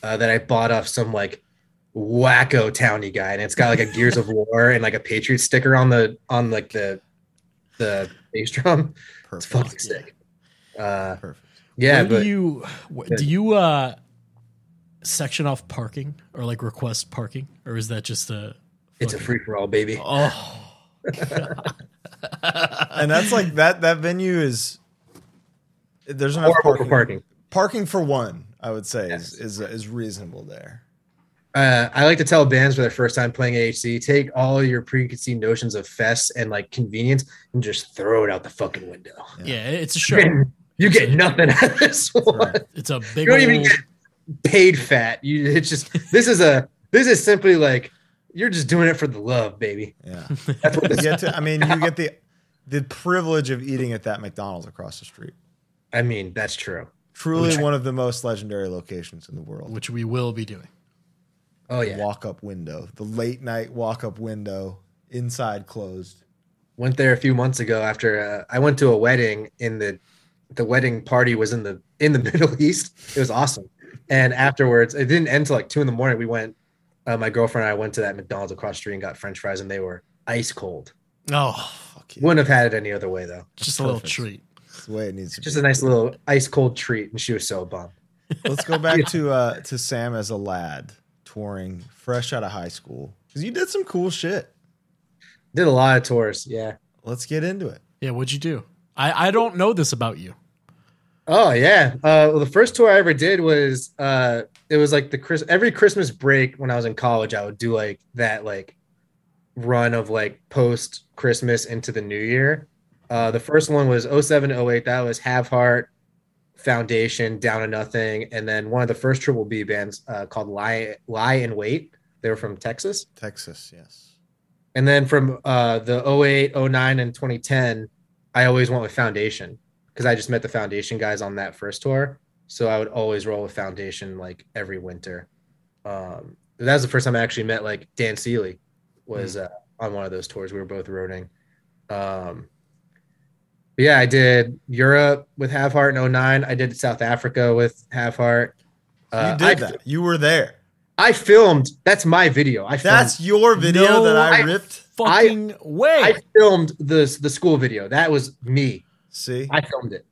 Speaker 3: Uh, that I bought off some like wacko towny guy, and it's got like a
Speaker 2: <laughs>
Speaker 3: Gears of War and like a Patriot sticker on the on like the the bass drum. <laughs> It's
Speaker 1: Perfect.
Speaker 3: fucking
Speaker 2: Yeah.
Speaker 3: sick. Uh,
Speaker 1: Perfect.
Speaker 3: yeah,
Speaker 2: When
Speaker 3: but
Speaker 2: do you wh- do you uh section off parking or like request parking or is that just a
Speaker 3: it's a
Speaker 2: fucking-
Speaker 3: free for all, baby.
Speaker 2: oh
Speaker 3: <laughs>
Speaker 1: And that's like that. That venue is there's enough
Speaker 3: Horrible
Speaker 1: parking.
Speaker 3: for parking.
Speaker 1: Parking for one, I would say,
Speaker 3: Yes.
Speaker 1: is, is is reasonable there.
Speaker 3: Uh, I like to tell bands for their first time playing AHC, take all your preconceived notions of fest and like convenience and just throw it out the fucking
Speaker 1: <laughs>
Speaker 3: window.
Speaker 2: yeah it's a
Speaker 3: You
Speaker 2: show
Speaker 3: get- You get nothing <laughs> out of this one.
Speaker 1: Right.
Speaker 2: it's a
Speaker 3: You
Speaker 2: big
Speaker 3: don't even
Speaker 2: old-
Speaker 3: get paid fat. You it's just this is a this is simply like you're just doing it for the love, baby. <laughs>
Speaker 1: <laughs> Yeah.
Speaker 3: That's what
Speaker 1: You
Speaker 3: this,
Speaker 1: get to, I mean, you get the the privilege of eating at that McDonald's across the street.
Speaker 3: I mean, that's true.
Speaker 1: Truly one of the most legendary locations in the world.
Speaker 2: which we will be doing
Speaker 3: Oh yeah.
Speaker 1: Walk up window, the late night walk up window, inside closed.
Speaker 3: went there a few months ago after uh, I went to a wedding in the the wedding party was in the in the <laughs> Middle East. It was awesome. And afterwards, it didn't end till like two in the morning. We went, uh, my girlfriend and I went to that McDonald's across the street and got French fries, and they were ice cold.
Speaker 2: oh
Speaker 1: Fuck yeah.
Speaker 3: Wouldn't have had it any other way though.
Speaker 2: just a little
Speaker 1: Perfect.
Speaker 2: treat
Speaker 1: It's the way it needs to
Speaker 3: Just
Speaker 1: be.
Speaker 3: a nice little ice cold treat, and she was so bummed.
Speaker 1: Let's go back to uh, to Sam as a lad touring fresh out of high school because you did some cool shit.
Speaker 3: Did a lot of tours, yeah.
Speaker 1: Let's get into it.
Speaker 2: yeah what'd you do I I don't know this about you
Speaker 3: Oh yeah. Uh, well, the first tour I ever did was uh, it was like the Chris every Christmas break when I was in college, I would do like that like run of like post Christmas into the new year. Uh, the first one was 07 to 08. That was Have Heart, Foundation, Down to Nothing, and then one of the first Triple B bands uh, called Lie Lie and Wait. They were from Texas.
Speaker 1: Texas, yes.
Speaker 3: And then from uh, the 08, 09, and 2010, I always went with Foundation because I just met the Foundation guys on that first tour. So I would always roll with Foundation like every winter. Um, that was the first time I actually met like Dan Seeley was
Speaker 1: Mm.
Speaker 3: uh, on one of those tours. We were both roading. Um, but yeah, I did Europe with Half Heart in 09. I did South Africa with Half Heart. Uh,
Speaker 1: you did
Speaker 3: I,
Speaker 1: that. You were there.
Speaker 3: I filmed. That's my video. I filmed.
Speaker 1: That's your video
Speaker 2: No,
Speaker 1: that I,
Speaker 3: I-
Speaker 1: ripped.
Speaker 2: fucking way
Speaker 3: I filmed the the school video. That was me.
Speaker 1: See,
Speaker 3: I filmed it.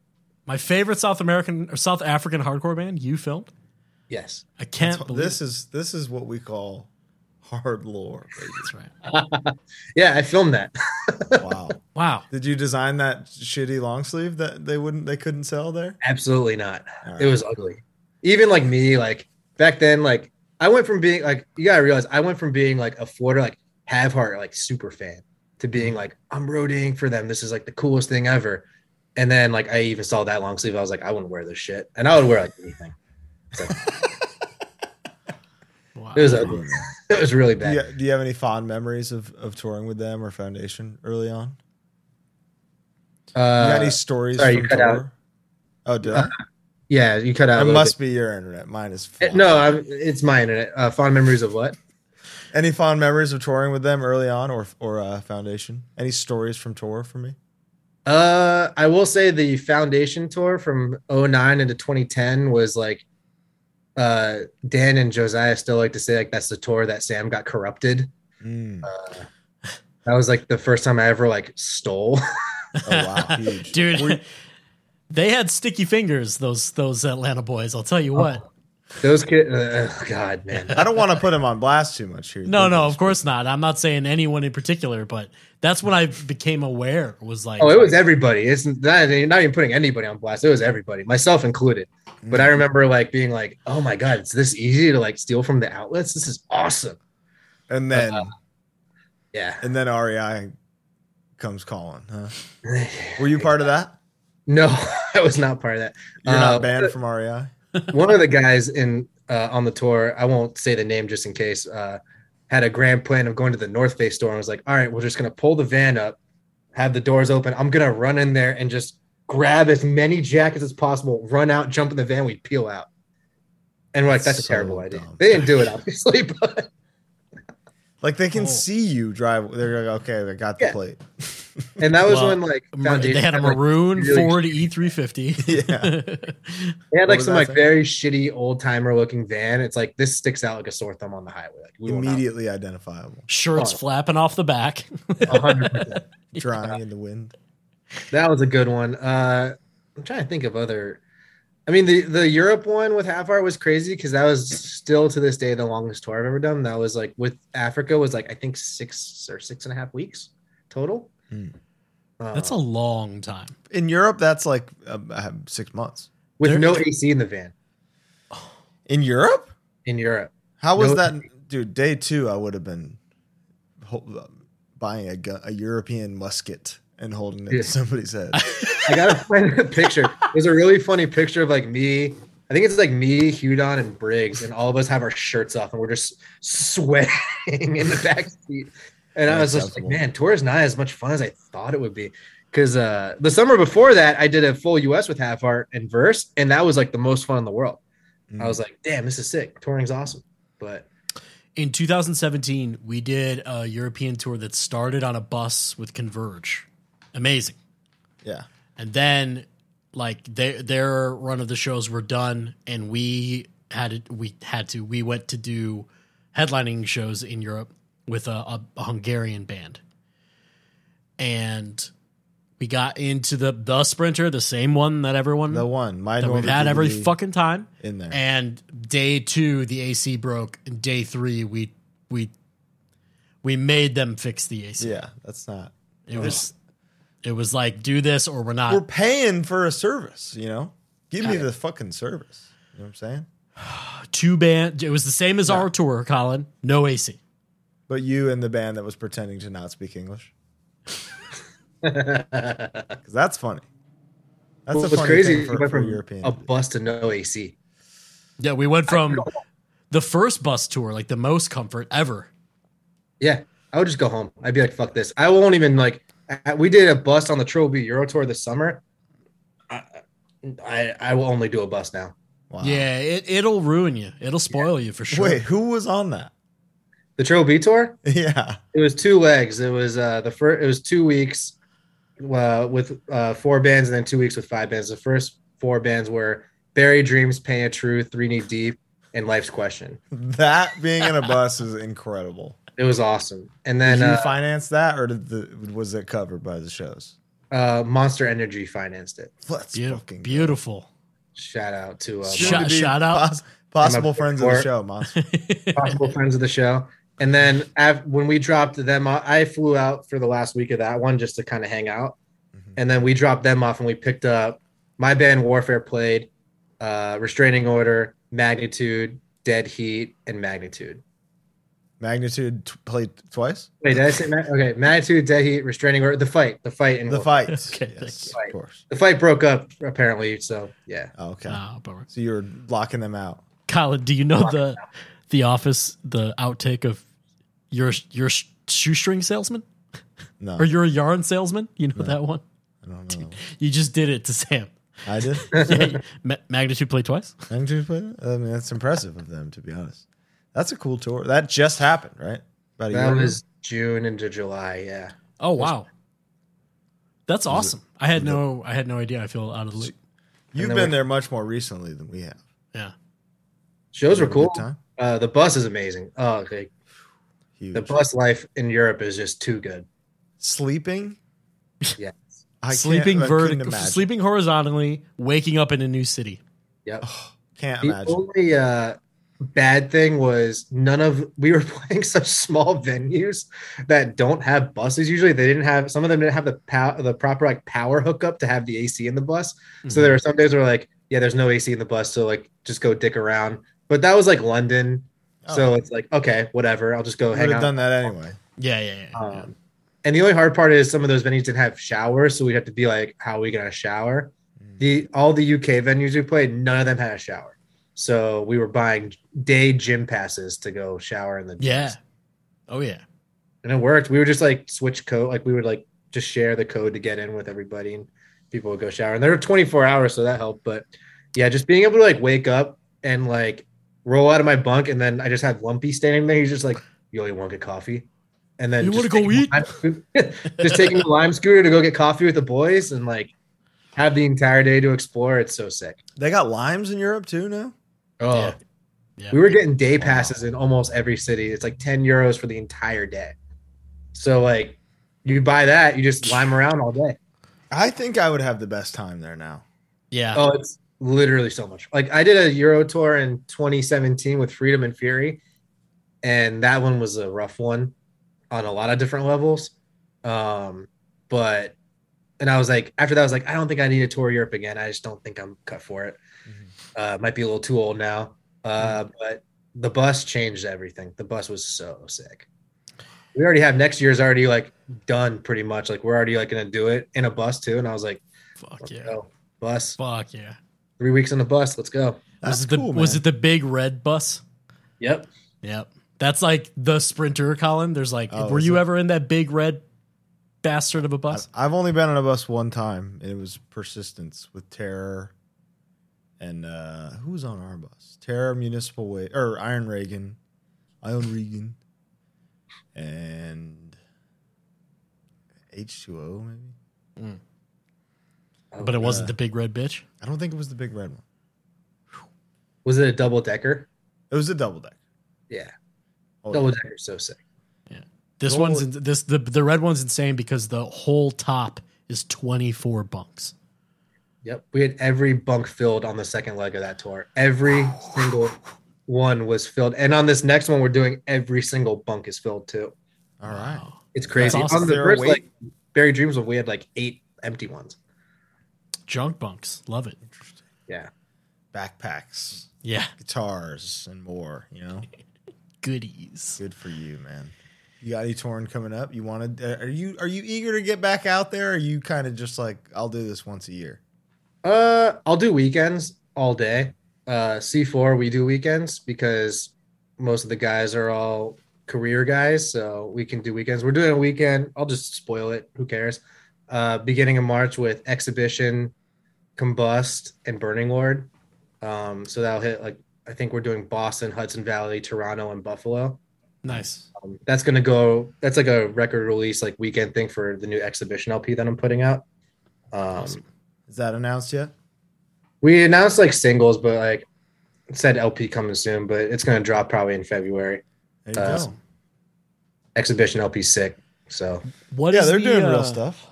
Speaker 2: my favorite South American or South African hardcore band you filmed
Speaker 3: Yes.
Speaker 2: I can't believe
Speaker 1: this is this is what we call hard lore.
Speaker 2: that's
Speaker 3: <laughs>
Speaker 2: right
Speaker 3: Yeah, I filmed that. <laughs>
Speaker 1: wow.
Speaker 2: wow
Speaker 1: Did you design that shitty long sleeve that they wouldn't they couldn't sell there?
Speaker 3: Absolutely not.
Speaker 1: All right.
Speaker 3: It was ugly. Even like me, like back then, like I went from being like you gotta realize I went from being like a Florida like have heart like super fan to being like I'm roading for them. This is like the coolest thing ever. And then like I even saw that long sleeve. I was like I wouldn't wear this shit, and I would wear like anything.
Speaker 2: wow
Speaker 3: It was ugly. <laughs> it was really
Speaker 1: Do
Speaker 3: bad.
Speaker 1: you, do you have any fond memories of, of touring with them or Foundation early on? You got
Speaker 3: Uh,
Speaker 1: any stories
Speaker 3: sorry,
Speaker 1: from
Speaker 3: you cut
Speaker 1: tour?
Speaker 3: out. Uh,
Speaker 1: Oh, did I?
Speaker 3: yeah, you cut out. a
Speaker 1: It
Speaker 3: little
Speaker 1: must be your internet. Mine is
Speaker 3: bit.
Speaker 1: fine.
Speaker 3: Uh, no. I'm, it's my internet. Uh, fond memories of what?
Speaker 1: Any fond memories of touring with them early on, or or uh, Foundation? Any stories from tour for me?
Speaker 3: Uh, I will say the foundation tour from 09 into 2010 was like, uh, Dan and Josiah still like to say like that's the tour that Sam got corrupted.
Speaker 1: Mm.
Speaker 3: That was like the first time I ever like stole. <laughs>
Speaker 1: Oh wow,
Speaker 2: <laughs>
Speaker 1: huge
Speaker 2: dude.
Speaker 1: Were you-
Speaker 2: they had sticky fingers, those those Atlanta boys. I'll tell you
Speaker 3: Oh,
Speaker 2: what.
Speaker 3: Those kids, uh, oh,
Speaker 1: <laughs>
Speaker 3: God, man.
Speaker 1: I don't want to put him on blast too much here.
Speaker 2: No, no, of course not. I'm not saying anyone in particular, but that's when I became aware. Was like,
Speaker 3: Oh, it was everybody. It's not, you're not even putting anybody on blast. It was everybody, myself included. But I
Speaker 1: Mm.
Speaker 3: remember like being like, oh my God, it's this easy to like steal from the outlets. This is awesome.
Speaker 1: And then
Speaker 3: uh,
Speaker 1: <laughs>
Speaker 3: Yeah. <laughs>
Speaker 1: and then REI comes calling. Huh? Were you part of that?
Speaker 3: No, <laughs> I was not part of that.
Speaker 1: You're
Speaker 3: Uh,
Speaker 1: not banned from E REI.
Speaker 3: one of the guys in uh, on the tour, I won't say the name just in case, uh, had a grand plan of going to the North Face store and was like, "All right, we're just gonna pull the van up, have the doors open. I'm gonna run in there and just grab as many jackets as possible, run out, jump in the van, we peel out." And we're like, "That's a
Speaker 1: So
Speaker 3: terrible idea."
Speaker 1: dumb.
Speaker 3: They didn't do it, obviously, <laughs> but
Speaker 1: Like they can
Speaker 2: Oh.
Speaker 1: see you drive. They're like, okay, I got the
Speaker 3: Yeah.
Speaker 1: plate.
Speaker 3: and that was
Speaker 2: Well,
Speaker 3: when like
Speaker 2: Mar-
Speaker 3: Foundation
Speaker 2: they had a
Speaker 3: had, like,
Speaker 2: maroon
Speaker 3: really
Speaker 2: Ford E <laughs>
Speaker 3: <laughs>
Speaker 2: E350.
Speaker 1: Yeah.
Speaker 3: They had
Speaker 1: What
Speaker 3: like
Speaker 1: was
Speaker 3: some
Speaker 1: that
Speaker 3: like
Speaker 1: thing?
Speaker 3: very shitty old timer looking van. It's like this sticks out like a sore thumb on the highway. Like we <laughs> immediately,
Speaker 1: Immediately identifiable.
Speaker 2: Shirts
Speaker 3: Oh.
Speaker 2: flapping off the back.
Speaker 3: hundred percent.
Speaker 1: Drying in the wind.
Speaker 3: That was a good one. Uh, I'm trying to think of other. I mean, the the Europe one with half hour was crazy because that was still to this day the longest tour I've ever done. That was like with Africa was like I think six or six and a half weeks total.
Speaker 1: Hmm.
Speaker 3: Uh,
Speaker 2: <laughs> That's a long time.
Speaker 1: In Europe, that's like uh,
Speaker 3: um,
Speaker 1: uh, six months.
Speaker 3: with
Speaker 2: there-
Speaker 3: no AC in the van
Speaker 1: In Europe?
Speaker 3: in Europe.
Speaker 1: How was
Speaker 3: No-
Speaker 1: that? Dude, day two, I would have been ho- buying a, gun, a European musket and holding it
Speaker 3: Yeah.
Speaker 1: to somebody's
Speaker 2: <laughs>
Speaker 1: head.
Speaker 3: I gotta find a picture. There's a really funny picture of like me. I think it's like me, Hudon, and Briggs, and all of us have our shirts off, and we're just sweating in the back seat. And I was just like,
Speaker 1: Unacceptable.
Speaker 3: man, tour is not as much fun as I thought it would be. Because uh, the summer before that, I did a full US with Half Art and Verse, and that was like the most fun in the world.
Speaker 1: Mm.
Speaker 3: I was like, damn, this is sick. Touring's awesome. But
Speaker 2: In 2017, we did a European tour that started on a bus with Converge. Amazing.
Speaker 1: yeah.
Speaker 2: And then like their their run of the shows were done and we had it we had to we went to do headlining shows in Europe with a, a, a Hungarian band. And we got into the the sprinter, the same one that everyone
Speaker 1: The one. My
Speaker 2: that we've
Speaker 1: Northern
Speaker 2: had every
Speaker 1: DVD
Speaker 2: fucking time.
Speaker 1: in there.
Speaker 2: And day two, the AC broke. And day three, we we we made them fix the AC.
Speaker 1: yeah, that's not.
Speaker 2: It was it was like do this or we're not.
Speaker 1: We're paying for a service, you know? Give me the fucking service. You know what I'm saying?
Speaker 2: two band. It was the same as our tour, Colin. No AC.
Speaker 1: But you and the band that was pretending to not speak English. Because that's funny. That's
Speaker 3: <laughs> what
Speaker 1: a
Speaker 3: was
Speaker 1: funny thing
Speaker 3: crazy is
Speaker 1: for,
Speaker 3: we went
Speaker 1: for
Speaker 3: from
Speaker 1: European.
Speaker 3: a bus to no AC.
Speaker 2: Yeah, we went from the first bus tour, like the most comfort ever.
Speaker 3: Yeah, I would just go home. I'd be like, "Fuck this." I won't even like. I- We did a bus on the Triple B Euro Tour this summer. I, I I will only do a bus now.
Speaker 1: wow.
Speaker 2: Yeah, it it'll ruin you. It'll spoil you for sure.
Speaker 1: Wait, who was on that? <laughs>
Speaker 3: The Triple B Tour.
Speaker 1: Yeah.
Speaker 3: It was two legs. It was uh the first. It was two weeks, uh, with uh four bands and then two weeks with five bands. The first four bands were Barry Dreams, Pain of Truth, Three Knee Deep, and Life's Question.
Speaker 1: That being in a bus is incredible.
Speaker 3: It was awesome. And then
Speaker 1: Did you
Speaker 3: uh,
Speaker 1: finance that or did the was it covered by the shows?
Speaker 3: uh Monster Energy financed it.
Speaker 1: Let's
Speaker 2: Beau-
Speaker 1: fucking go.
Speaker 2: beautiful.
Speaker 3: Shout out to uh,
Speaker 2: Shout-
Speaker 1: Soon to be
Speaker 2: shout out.
Speaker 1: pos- possible
Speaker 3: I'm a-
Speaker 1: friends of the
Speaker 3: or-
Speaker 1: show,
Speaker 2: <laughs>
Speaker 3: <laughs>
Speaker 1: monster.
Speaker 3: possible friends of the show. And then av- when we dropped them, off, I flew out for the last week of that one just to kind of hang out.
Speaker 1: Mhm.
Speaker 3: And then we dropped them off and we picked up my band Warfare played uh, Restraining Order, Magnitude, Dead Heat, and Magnitude.
Speaker 1: Magnitude t- played twice.
Speaker 3: Wait, did I say Mag- okay? Magnitude, Dead Heat, Restraining Order, the fight, the fight, and
Speaker 1: The fight.
Speaker 2: <laughs> Okay,
Speaker 1: yes,
Speaker 3: thank you.
Speaker 1: of course.
Speaker 3: the fight broke up apparently. So yeah,
Speaker 1: Oh, okay.
Speaker 2: Ah, bummer.
Speaker 1: So you were blocking them out.
Speaker 2: Colin, do you know the the office the outtake of your your sh- shoestring salesman
Speaker 1: No,
Speaker 2: or you're a yarn salesman? You know that one.
Speaker 1: I don't know.
Speaker 2: You just did it
Speaker 1: <laughs>
Speaker 2: to Sam.
Speaker 1: I
Speaker 3: <laughs>
Speaker 1: did.
Speaker 2: Yeah, you- Ma- Magnitude play twice.
Speaker 1: Magnitude played. it? I mean, that's impressive of them to be honest. That's a cool tour. That just happened, right? About a
Speaker 3: that
Speaker 1: year ago?
Speaker 3: was June into July. Yeah,
Speaker 2: Oh wow, that's awesome. I had no I had no idea. I feel out of the loop.
Speaker 1: You've
Speaker 3: then
Speaker 1: been
Speaker 3: we-
Speaker 1: there much more recently than we have.
Speaker 2: Yeah,
Speaker 3: shows
Speaker 1: You
Speaker 3: were
Speaker 1: have a good
Speaker 3: cool.
Speaker 1: time?
Speaker 3: Uh, the bus is amazing. Oh, okay.
Speaker 1: Huge.
Speaker 3: The bus life in Europe is just too good.
Speaker 1: Sleeping.
Speaker 3: Yeah.
Speaker 1: I
Speaker 2: sleeping
Speaker 1: can't- I couldn't
Speaker 2: vertically,
Speaker 1: imagine.
Speaker 2: sleeping horizontally, waking up in a new city.
Speaker 3: Yep.
Speaker 1: Can't
Speaker 3: the
Speaker 1: imagine.
Speaker 3: only uh, bad thing was none of we were <laughs> playing such small venues that don't have buses. Usually, they didn't have some of them didn't have the pow- the proper like power hookup to have the AC in the bus.
Speaker 1: Mm-hmm.
Speaker 3: So there were some days where like, yeah, there's no AC in the bus, so like just go dick around. But that was like London, so it's like okay, whatever. I'll just go
Speaker 1: I would
Speaker 3: hang
Speaker 1: have
Speaker 3: out.
Speaker 1: Oh. done that anyway.
Speaker 2: Mm-hmm. Yeah, yeah, yeah. yeah.
Speaker 3: Um, and the only hard part is some of those venues didn't have showers, so we'd have to be like, how are we gonna shower? The all the UK venues we played, none of them had a shower. So we were buying day gym passes to go shower in the gyms.
Speaker 2: Yeah. Oh yeah.
Speaker 3: And it worked. We would just like switch code, like we would like just share the code to get in with everybody and people would go shower. And they were 24 hours, so that helped. But yeah, just being able to like wake up and like roll out of my bunk and then I just had Lumpy standing there. He's just like, You only want to get coffee? and then
Speaker 2: You
Speaker 3: just
Speaker 2: wanna go
Speaker 3: taking
Speaker 2: eat?
Speaker 3: lime scooter- <laughs> just taking the lime scooter to go get coffee with the boys and like have the entire day to explore. It's so sick.
Speaker 1: They got limes in Europe too now.
Speaker 3: Oh,
Speaker 2: Yeah. Yeah.
Speaker 3: we were getting day passes in almost every city. It's like ten euros for the entire day. So like, you buy that, you just lime around all day.
Speaker 1: I think I would have the best time there now.
Speaker 2: yeah.
Speaker 3: Oh, it's literally so much. Like I did a Euro tour in 2017 with Freedom and Fury, and that one was a rough one on a lot of different levels. Um, but and I was like, after that, I was like, I don't think I need to tour Europe again. I just don't think I'm cut for it. Uh, might be a little too old now. Uh, but the bus changed everything. The bus was so sick. We already have next year's already like done pretty much. Like we're already like gonna do it in a bus too. And I was like,
Speaker 2: Fuck
Speaker 3: let's
Speaker 2: yeah.
Speaker 3: go. Bus
Speaker 2: Fuck yeah.
Speaker 3: three weeks on the bus. Let's go.
Speaker 1: That's
Speaker 2: was it the
Speaker 1: cool,
Speaker 2: was
Speaker 1: man.
Speaker 2: it the big red bus?
Speaker 3: Yep.
Speaker 2: Yep. That's like the sprinter column. There's like
Speaker 1: Oh,
Speaker 2: were
Speaker 1: is
Speaker 2: you
Speaker 1: it?
Speaker 2: ever in that big red bastard of a
Speaker 1: I-
Speaker 2: bus?
Speaker 1: I've only been on a bus one time, and it was Persistence with Terror, and uh, who was on our bus? Terror Municipal Way or Iron Reagan, Iron Regan, and H two O maybe.
Speaker 3: Oh,
Speaker 2: but it wasn't
Speaker 1: uh,
Speaker 2: the big red bitch.
Speaker 1: I don't think it was the big red one.
Speaker 3: Was it a double decker?
Speaker 1: It was a double deck.
Speaker 3: Yeah,
Speaker 1: Oh,
Speaker 3: double decker so sick.
Speaker 2: This
Speaker 1: Roll
Speaker 2: one's in, this the the red one's insane because the whole top is 24 bunks.
Speaker 3: Yep, we had every bunk filled on the second leg of that tour. Every single one was filled, and on this next one, we're doing every single bunk is filled too.
Speaker 1: All right.
Speaker 2: Wow.
Speaker 3: It's crazy.
Speaker 2: awesome.
Speaker 3: On the
Speaker 1: Is there a
Speaker 3: first
Speaker 1: weight?
Speaker 3: like Barry Dreams one, we had like eight empty ones.
Speaker 2: Junk bunks. Love it.
Speaker 1: Interesting.
Speaker 3: Yeah,
Speaker 1: Backpacks,
Speaker 2: Yeah.
Speaker 1: guitars, and more. You know,
Speaker 2: Goodies.
Speaker 1: good for you, man. You got any touring coming up? You wanted? Uh, are you are you eager to get back out there? Or are you kind of just like I'll do this once a year?
Speaker 3: uh, I'll do weekends all day. Uh, C four we do weekends because most of the guys are all career guys, so we can do weekends. We're doing a weekend. I'll just spoil it. Who cares? Uh, beginning of March with exhibition, combust, and burning lord. Um, so that'll hit like I think we're doing Boston, Hudson Valley, Toronto, and Buffalo.
Speaker 2: Nice.
Speaker 3: Um, that's gonna go. That's like a record release like weekend thing for the new exhibition LP that I'm putting out. Um,
Speaker 2: Awesome.
Speaker 1: Is that announced yet?
Speaker 3: We announced like singles, but like it said LP coming soon, but it's gonna drop probably in February.
Speaker 1: There you
Speaker 3: Uh,
Speaker 1: go.
Speaker 3: Exhibition LP sick. So
Speaker 2: What
Speaker 1: Yeah,
Speaker 2: is
Speaker 1: they're
Speaker 2: the,
Speaker 1: doing
Speaker 2: uh,
Speaker 1: real stuff.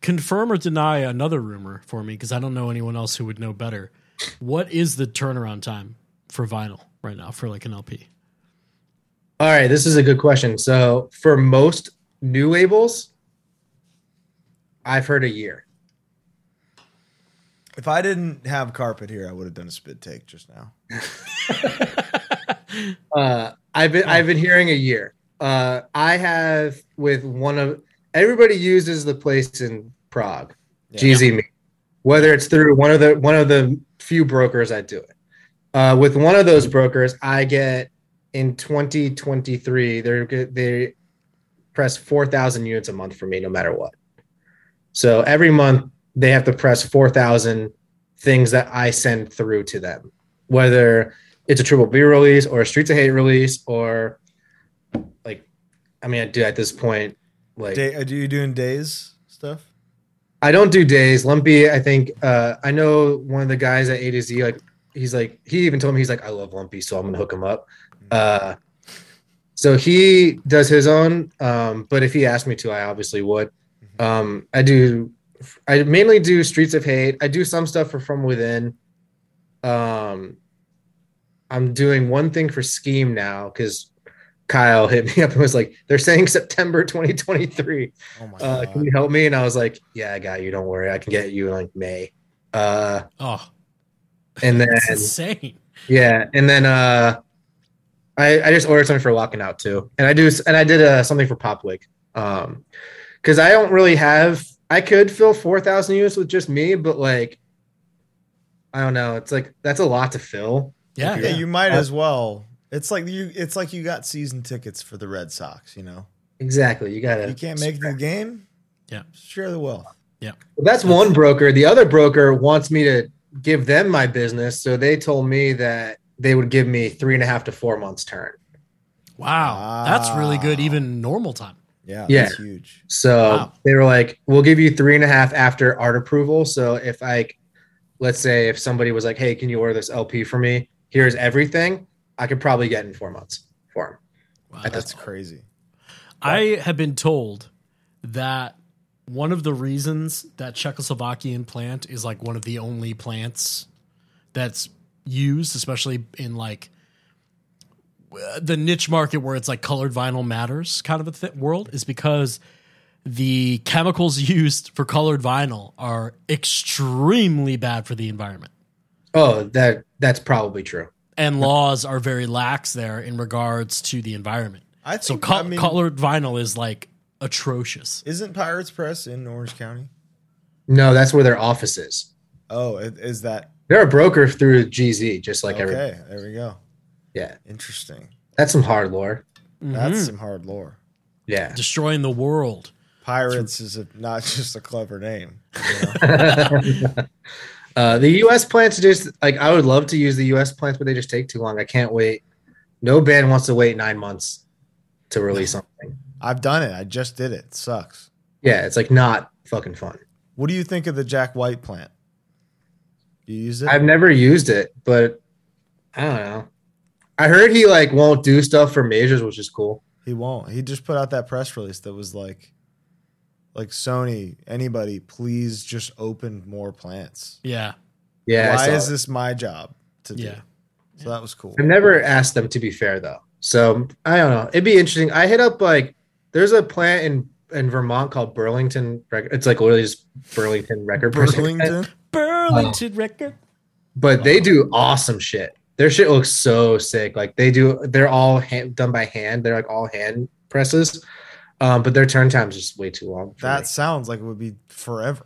Speaker 2: Confirm or deny another rumor for me because I don't know anyone else who would know better. What is the turnaround time for vinyl right now for like an LP?
Speaker 3: all right, this is a good question. So for most new labels, I've heard a year.
Speaker 1: If I didn't have carpet here, I would have done a spit take just now.
Speaker 3: Uh, I've been I've been hearing a year. Uh, I have with one of everybody uses the place in Prague,
Speaker 1: Yeah.
Speaker 3: GZ me, whether it's through one of the one of the few brokers I do it. Uh, with one of those brokers, I get in 2023 they're g- they press 4,000 units a month for me no matter what. So every month they have to press 4,000 things that I send through to them, whether it's a triple B release or a Streets of Hate release or like, I mean, I do at this point, like
Speaker 1: Day, are you doing days stuff?
Speaker 3: I don't do days. Lumpy, I think uh, I know one of the guys at A to Z. Like he's like he even told me he's like I love Lumpy, so I'm gonna hook him up. Uh, so he does his own, um, but if he asked me to, I obviously would. Um, I do. I mainly do Streets of Hate. I do some stuff for From Within. Um, I'm doing one thing for Scheme now because Kyle hit me up and was like, "They're saying September 2023."
Speaker 1: Oh my
Speaker 3: uh,
Speaker 1: god!
Speaker 3: can you help me? And I was like, yeah, I got you. Don't worry. I can get you in like May. Uh,
Speaker 2: Oh,
Speaker 1: <laughs>
Speaker 3: and then,
Speaker 2: that's insane.
Speaker 3: yeah. And then, uh, I, I just ordered something for locking out too. And I do, and I did uh, something for Popwick. Um, cause I don't really have, I could fill 4,000 units with just me, but like, I don't know. It's like, that's a lot to fill.
Speaker 2: Yeah.
Speaker 1: yeah,
Speaker 2: yeah.
Speaker 1: you might
Speaker 3: Uh,
Speaker 1: as well. It's like you. It's like you got season tickets for the Red Sox. You know,
Speaker 3: Exactly. You gotta,
Speaker 1: you can't make it to the game.
Speaker 2: Yeah.
Speaker 1: share the wealth.
Speaker 3: Well, that's one broker. The other broker wants me to give them my business, so they told me that they would give me three and a half to four months turn.
Speaker 2: Wow, that's really good.
Speaker 1: Wow.
Speaker 2: Even normal time.
Speaker 1: Yeah,
Speaker 3: Yeah.
Speaker 1: that's huge.
Speaker 3: So
Speaker 2: Wow.
Speaker 3: they were like, "We'll give you three and a half after art approval." So if I, let's say, if somebody was like, "Hey, can you order this LP for me? Here's everything," I could probably get in four months for him.
Speaker 2: Wow,
Speaker 1: That's crazy.
Speaker 2: I have been told that one of the reasons that Czechoslovakian plant is like one of the only plants that's used, especially in like uh, the niche market where it's like colored vinyl matters kind of a th- world, is because the chemicals <laughs> used for colored vinyl are extremely bad for the environment.
Speaker 3: Oh, that that's probably true.
Speaker 2: And laws are very lax there in regards to the environment.
Speaker 1: I think,
Speaker 2: So col-
Speaker 1: I mean,
Speaker 2: colored vinyl is like atrocious.
Speaker 1: isn't Pirates Press in Orange County?
Speaker 3: No, that's where their office is.
Speaker 1: Oh, i- is that
Speaker 3: They're a broker through GZ, just like
Speaker 1: okay?
Speaker 3: every.
Speaker 1: there we go.
Speaker 3: Yeah,
Speaker 1: Interesting.
Speaker 3: that's some hard lore.
Speaker 1: That's
Speaker 3: Mm-hmm.
Speaker 2: Mhm.
Speaker 1: some hard lore.
Speaker 3: Yeah,
Speaker 2: destroying the world.
Speaker 1: Pirates is a, not <laughs> just a clever name.
Speaker 3: <laughs> uh, the U.S. plants just like I would love to use the U.S. plants, but they just take too long. I can't wait. No band wants to wait nine months to release something.
Speaker 1: I've done it. I just did it. it. Sucks.
Speaker 3: Yeah, it's like not fucking fun.
Speaker 1: What do you think of the Jack White plant? You use it?
Speaker 3: I've never used it, but I don't know. I heard he like won't do stuff for majors, which is cool.
Speaker 1: he won't. He just put out that press release that was like, like Sony, anybody, please just open more plants.
Speaker 2: Yeah.
Speaker 3: Yeah, I
Speaker 1: Why
Speaker 3: saw
Speaker 1: is
Speaker 3: it.
Speaker 1: this my job to do?
Speaker 2: Yeah.
Speaker 1: So that was cool.
Speaker 3: I've never asked them to be fair though, so I don't know. It'd be interesting. I hit up like there's a plant in in Vermont called Burlington. Rec- It's like literally just Burlington Record. <laughs>
Speaker 1: Burlington.
Speaker 2: Burlington record.
Speaker 3: but they do awesome shit. Their shit looks so sick. Like they do, they're all hand, done by hand. They're like all hand presses, um, but their turn time's just way too long. for me.
Speaker 1: That sounds like it would be forever.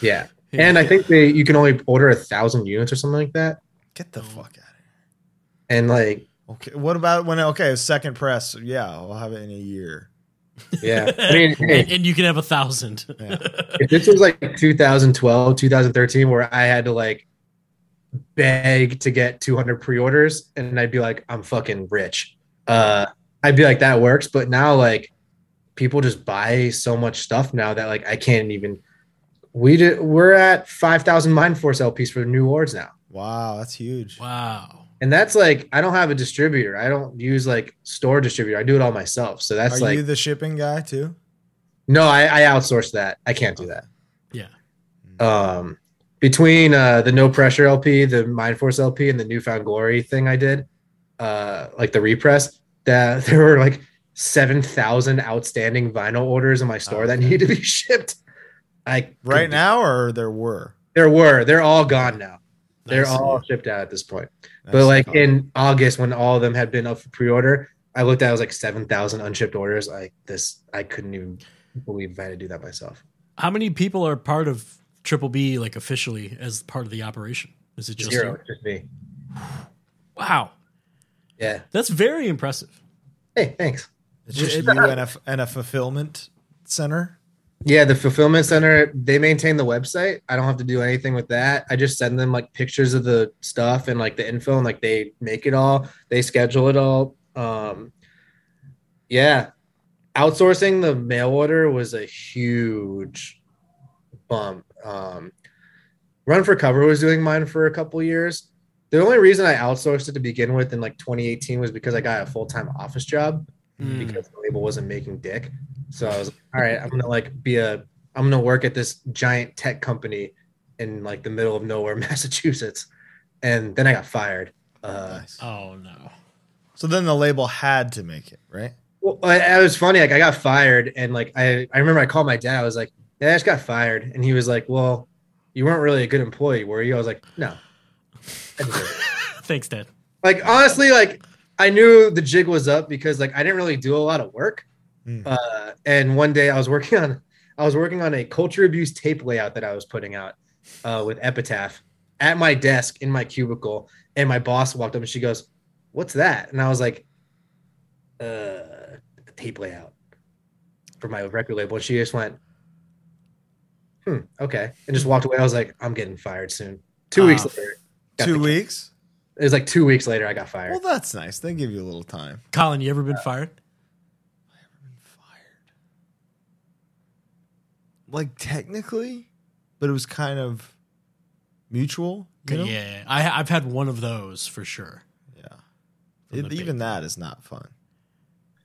Speaker 3: yeah. And I think they you can only order a thousand units or something like that.
Speaker 1: Get
Speaker 2: Mm.
Speaker 1: the fuck out of here.
Speaker 3: And like,
Speaker 1: Okay. What about when? Okay, second press. Yeah, we'll have it in a year.
Speaker 3: yeah.
Speaker 2: <laughs>
Speaker 3: I mean, hey,
Speaker 2: and, and you can have a thousand.
Speaker 1: Yeah.
Speaker 3: if this was like 2012, 2013, where I had to like beg to get 200 pre-orders, and I'd be like, I'm fucking rich. Uh, I'd be like, that works. But now, like, people just buy so much stuff now that like I can't even. We did. We're at 5,000 Mind Force LPs for new awards now,
Speaker 1: Wow, that's huge.
Speaker 2: <laughs> Wow.
Speaker 3: and that's like I don't have a distributor. I don't use like store distributor. I do it all myself. So that's
Speaker 1: Are
Speaker 3: like
Speaker 1: you the shipping guy too?
Speaker 3: no, I, I outsource that. I can't do that.
Speaker 2: Yeah.
Speaker 3: um between uh the no pressure lp the mind force lp and the newfound glory thing i did uh like the repress that <laughs> there were like 7000 outstanding vinyl orders in my store that needed to be <laughs> shipped i
Speaker 1: Right
Speaker 3: couldn't-
Speaker 1: now, or there were?
Speaker 3: there were they're all gone now they're
Speaker 2: Nice.
Speaker 3: all shipped out at this point but
Speaker 1: That's
Speaker 3: like
Speaker 1: fun.
Speaker 3: in august when all of them had been up for pre-order i looked at it was like 7000 unshipped orders like this i couldn't even believe i had to do that myself
Speaker 2: How many people are part of Triple B like officially as part of the operation? Is it just
Speaker 3: zero
Speaker 2: you?
Speaker 3: just me
Speaker 2: Wow.
Speaker 3: yeah
Speaker 2: That's very impressive.
Speaker 3: hey thanks
Speaker 1: it's
Speaker 3: <laughs>
Speaker 1: just you and a, f- and a fulfillment center.
Speaker 3: Yeah, the fulfillment center, they maintain the website. I don't have to do anything with that. I just send them like pictures of the stuff and like the info and like they make it all, they schedule it all. Um yeah. Outsourcing the mail order was a huge bump. Um Run for Cover was doing mine for a couple years. The only reason I outsourced it to begin with in like 2018 was because I got a full-time office job
Speaker 2: Mm.
Speaker 3: because the label wasn't making dick. So I was like, all right, I'm gonna like be a I'm gonna work at this giant tech company in like the middle of nowhere, <laughs> Massachusetts. And then I got fired. Uh
Speaker 1: nice.
Speaker 2: Oh no.
Speaker 1: So then the label had to make it, right?
Speaker 3: well I, I was funny, like I got fired and like I, I remember I called my dad, I was like, Yeah, I just got fired. And he was like, Well, you weren't really a good employee, were you? I was like, No. I deserve
Speaker 2: <laughs>
Speaker 3: it."
Speaker 2: Thanks, Dad.
Speaker 3: like honestly like i knew the jig was up because like i didn't really do a lot of work
Speaker 1: Mm.
Speaker 3: uh, and one day i was working on i was working on a culture abuse tape layout that i was putting out uh, with epitaph at my desk in my cubicle and my boss walked up and she goes what's that and i was like uh a tape layout for my record label and she just went hmm okay and just walked away i was like i'm getting fired soon two weeks
Speaker 2: Ah.
Speaker 3: later got
Speaker 1: Two
Speaker 3: the-
Speaker 1: weeks.
Speaker 3: It was like two weeks later, I got fired.
Speaker 1: Well, that's nice. They give you a little time.
Speaker 2: Colin, you ever
Speaker 1: Uh,
Speaker 2: been fired?
Speaker 1: Like technically, but it was kind of mutual. You know?
Speaker 2: Yeah, I, I've had one of those for sure.
Speaker 1: Yeah.
Speaker 2: From
Speaker 1: It-
Speaker 2: the
Speaker 1: even that is not fun.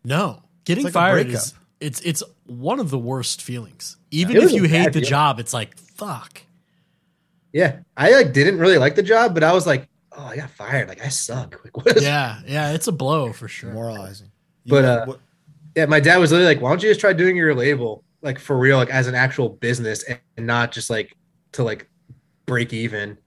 Speaker 2: No, getting
Speaker 1: like a
Speaker 2: fired
Speaker 1: breakup.
Speaker 2: is it's it's one of the worst feelings. Even
Speaker 3: It
Speaker 2: if
Speaker 3: was
Speaker 2: you
Speaker 3: a
Speaker 2: hate
Speaker 3: bad
Speaker 2: the
Speaker 3: feeling.
Speaker 2: job, it's like fuck.
Speaker 3: Yeah, I like didn't really like the job, but I was like, oh, I got fired. Like I suck. Like <laughs> what? Is yeah.
Speaker 2: Yeah, yeah, it's a blow for sure.
Speaker 1: Demoralizing. You
Speaker 3: But,
Speaker 1: got-
Speaker 3: uh,
Speaker 1: what-
Speaker 3: my dad was literally like, why don't you just try doing your label like for real, like as an actual business, and not just like to like break even,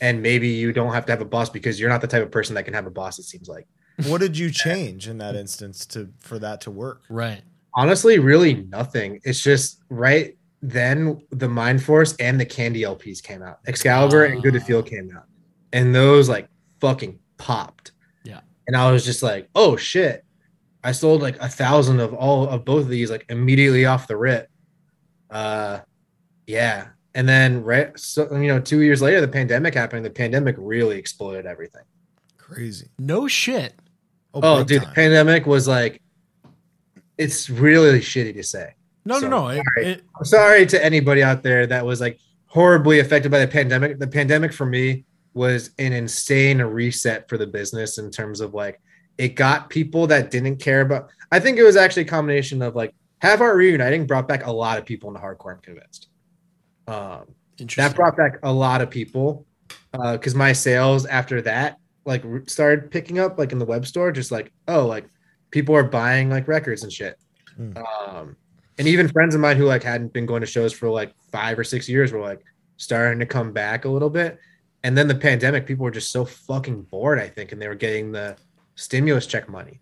Speaker 3: and maybe you don't have to have a boss because you're not the type of person that can have a boss. It seems like
Speaker 1: what did
Speaker 3: <laughs>
Speaker 1: you change in that instance to for that to work?
Speaker 2: Right.
Speaker 3: honestly, really nothing. It's just right then the Mind Force and the Candy LPs came out, Excalibur and Good to Feel came out, and those like fucking popped.
Speaker 2: Yeah.
Speaker 3: and I was just like, oh shit, I sold like a thousand of all of both of these like immediately off the rip. Uh, yeah, and then right, so you know, two years later, the pandemic happened. The pandemic really exploded everything.
Speaker 1: Crazy.
Speaker 2: No shit.
Speaker 3: Oh,
Speaker 1: big
Speaker 3: dude, the
Speaker 1: time.
Speaker 3: pandemic was like, it's really shitty to say.
Speaker 2: No,
Speaker 3: So,
Speaker 2: no, no. It,
Speaker 3: right.
Speaker 2: it,
Speaker 3: I'm sorry to anybody out there that was like horribly affected by the pandemic. The pandemic for me was an insane reset for the business in terms of like it got people that didn't care about. I think it was actually a combination of like Have Art reuniting brought back a lot of people into hardcore. I'm convinced. Um,
Speaker 2: interesting.
Speaker 3: that brought back a lot of people because my sales after that like r- started picking up like in the web store just like oh like people are buying like records and shit
Speaker 1: Mm.
Speaker 3: um and even friends of mine who like hadn't been going to shows for like five or six years were like starting to come back a little bit and then the pandemic people were just so fucking bored i think and they were getting the stimulus check money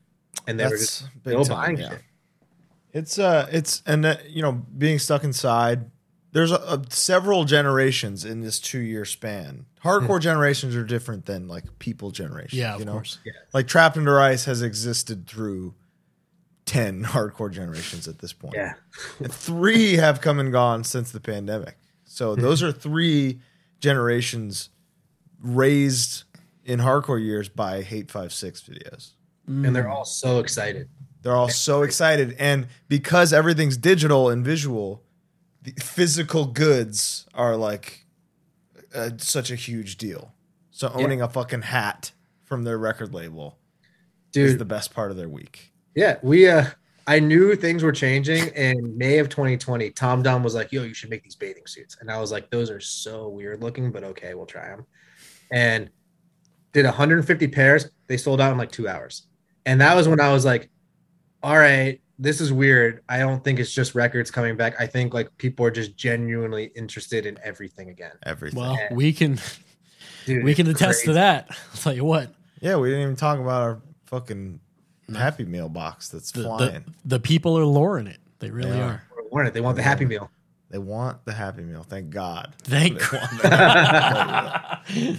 Speaker 3: and they were just
Speaker 1: That's big
Speaker 3: still
Speaker 1: time,
Speaker 3: buying
Speaker 1: yeah.
Speaker 3: shit.
Speaker 1: It's uh, it's and that, you know, being stuck inside. There's a, a, several generations in this two year span. Hardcore generations are different than like people generations.
Speaker 2: Hmm. yeah, of
Speaker 1: you know?
Speaker 2: course.
Speaker 1: Like Trapped Under Ice has existed through ten <laughs> hardcore generations at this point.
Speaker 3: yeah
Speaker 1: And three have come and gone since the pandemic. So
Speaker 2: Hmm.
Speaker 1: those are three generations raised in hardcore years by Hate Five Six videos.
Speaker 2: Hmm.
Speaker 3: and they're
Speaker 2: Mm.
Speaker 3: all so excited
Speaker 1: They're all so excited. And because everything's digital and visual, the physical goods are like uh, such a huge deal. So owning a fucking hat from their record label is
Speaker 3: dude
Speaker 1: the best part of their week.
Speaker 3: Yeah, we uh I knew things were changing in May of 2020. Tom Dom was like, "Yo, you should make these bathing suits." And I was like, "Those are so weird looking, but okay, we'll try them." And did 150 pairs. They sold out in like 2 hours. And that was when I was like, "All right, this is weird. I don't think it's just records coming back. I think like people are just genuinely interested in everything again."
Speaker 1: Everything.
Speaker 2: Well, we can
Speaker 3: Dude,
Speaker 2: we
Speaker 3: it's
Speaker 2: can attest
Speaker 3: crazy.
Speaker 2: to that. I'll tell you what.
Speaker 1: yeah, we didn't even talk about our fucking Happy Meal box that's
Speaker 2: The, the,
Speaker 1: flying.
Speaker 2: the people are luring it. They really
Speaker 1: They are.
Speaker 2: are.
Speaker 3: They want it. They want the Happy Meal.
Speaker 1: they want the Happy Meal. Thank
Speaker 2: <laughs>
Speaker 1: God.
Speaker 2: Thank
Speaker 1: They want that.
Speaker 2: God.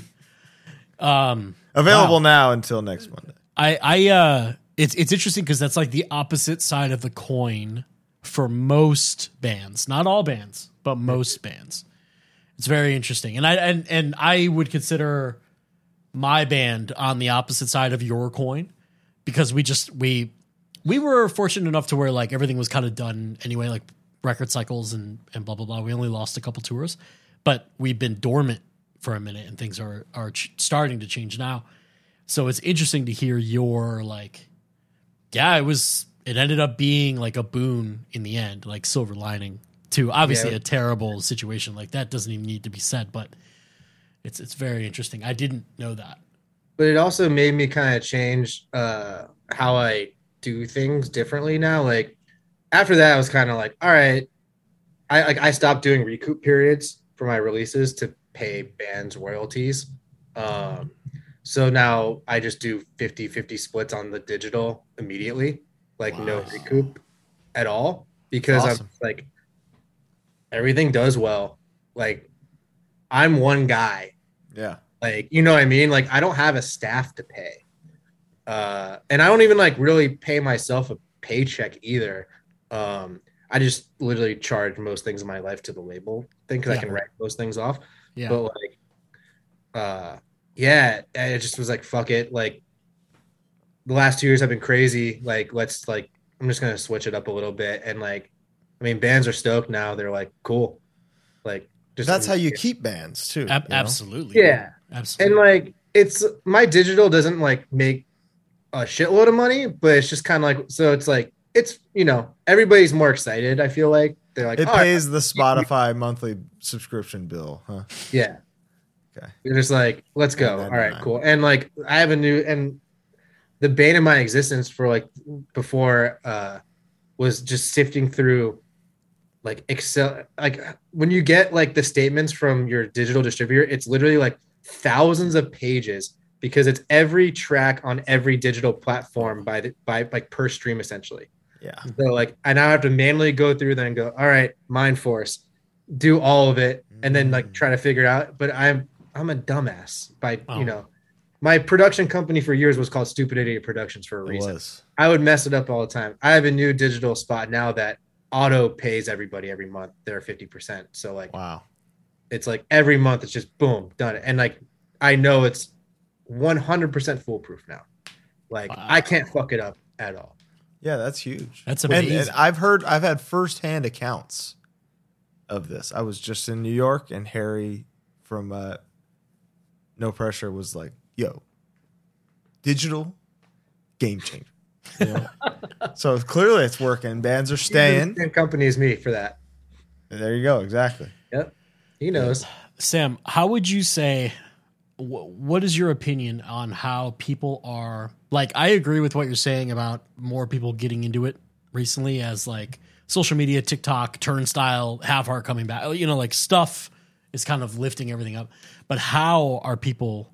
Speaker 2: um
Speaker 1: Available
Speaker 2: Wow.
Speaker 1: now until next Monday.
Speaker 2: I I uh it's it's interesting because that's like the opposite side of the coin for most bands. Not all bands, but most bands. It's very interesting. And I and and I would consider my band on the opposite side of your coin because we just we we were fortunate enough to where like everything was kind of done anyway, like record cycles and and blah blah blah. We only lost a couple tours, but we've been dormant for a minute and things are are ch- starting to change now. So it's interesting to hear your like yeah, it was it ended up being like a boon in the end, like silver lining to obviously
Speaker 3: Yeah.
Speaker 2: a terrible situation like that doesn't even need to be said, but it's it's very interesting. I didn't know that.
Speaker 3: but it also made me kind of change uh how I do things differently now. Like after that, I was kind of like, all right, I like I stopped doing recoup periods for my releases to pay bands royalties. Um, so now I just do 50 50 splits on the digital immediately, like no
Speaker 2: Wow.
Speaker 3: recoup at all because
Speaker 1: Awesome.
Speaker 3: I'm like everything does well. Like I'm one guy
Speaker 1: Yeah.
Speaker 3: like you know what i mean like i don't have a staff to pay uh and i don't even like really pay myself a paycheck either um i just literally charge most things in my life to the label thing because i
Speaker 2: Yeah.
Speaker 3: can write those things off
Speaker 2: Yeah.
Speaker 3: but like uh yeah, and it just was like fuck it. Like the last two years have been crazy. Like let's like I'm just gonna switch it up a little bit and like I mean bands are stoked now. They're like cool, like just
Speaker 1: That's how you keep bands too.
Speaker 2: Ab-
Speaker 1: you know?
Speaker 2: Absolutely.
Speaker 3: yeah. And
Speaker 2: Absolutely.
Speaker 3: like it's my digital doesn't like make a shitload of money, but it's just kind of like so it's like it's you know everybody's more excited. I feel like they're like
Speaker 1: It
Speaker 3: "All right,
Speaker 1: pays the Spotify monthly subscription bill, huh?
Speaker 3: Yeah.
Speaker 1: Okay.
Speaker 3: You're just like, let's
Speaker 1: And
Speaker 3: go.
Speaker 1: then
Speaker 3: All right,
Speaker 1: nine.
Speaker 3: cool. And like, I have a new and the bane of my existence for like before uh was just sifting through like Excel. Like when you get like the statements from your digital distributor, it's literally like thousands of pages because it's every track on every digital platform by the by like per stream essentially.
Speaker 1: Yeah.
Speaker 3: So like I now have to manually go through then go, all right, mind force, do all of it, and then like try
Speaker 1: Mm.
Speaker 3: to figure it out. But I'm I'm a dumbass by
Speaker 2: Oh.
Speaker 3: you know my production company for years was called Stupid Idiot Productions for a
Speaker 1: It
Speaker 3: reason.
Speaker 1: was.
Speaker 3: I would mess it up all the time. I have a new digital spot now that auto pays everybody every month. They're 50%. So like
Speaker 1: Wow.
Speaker 3: it's like every month it's just boom, done it. And like I know it's 100% foolproof now. Like I can't fuck it up at all.
Speaker 1: Yeah, that's huge.
Speaker 2: That's
Speaker 1: And- And,
Speaker 2: amazing.
Speaker 1: I've heard, I've had firsthand accounts of this. I was just in New York, and Harry from uh, No Pressure was like, "Yo, digital game changer." You
Speaker 3: <laughs>
Speaker 1: know? so clearly, it's working. Bands are staying.
Speaker 3: Same company as me for that.
Speaker 1: There you go. Exactly. <laughs>
Speaker 3: Yep. He knows.
Speaker 2: Sam, how would you say? wh- What is your opinion on how people are like? I agree with what you're saying about more people getting into it recently, as like social media, TikTok, turnstile, half heart coming back. You know, like stuff is kind of lifting everything up. But how are people,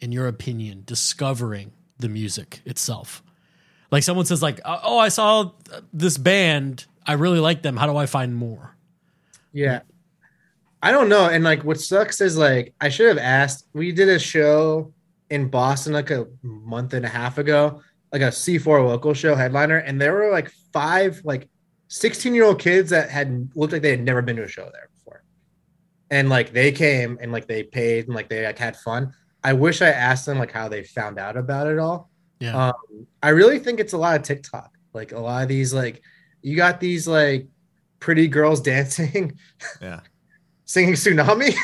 Speaker 2: in your opinion, discovering the music itself? Like someone says, like, oh, I saw uh, this band, I really like them. How do I find more?
Speaker 3: Yeah. I don't know. And like what sucks is like I should have asked. We did a show in Boston like a month and a half ago, like a C4 local show headliner, and there were like five like 16 year old kids that had looked like they had never been to a show there before. And like they came and like they paid and like they like had fun. I wish I asked them like how they found out about it all.
Speaker 2: Yeah.
Speaker 3: Um, I really think it's a lot of TikTok. Like a lot of these like you got these like pretty girls <laughs> dancing
Speaker 1: Yeah.
Speaker 3: singing <laughs> tsunami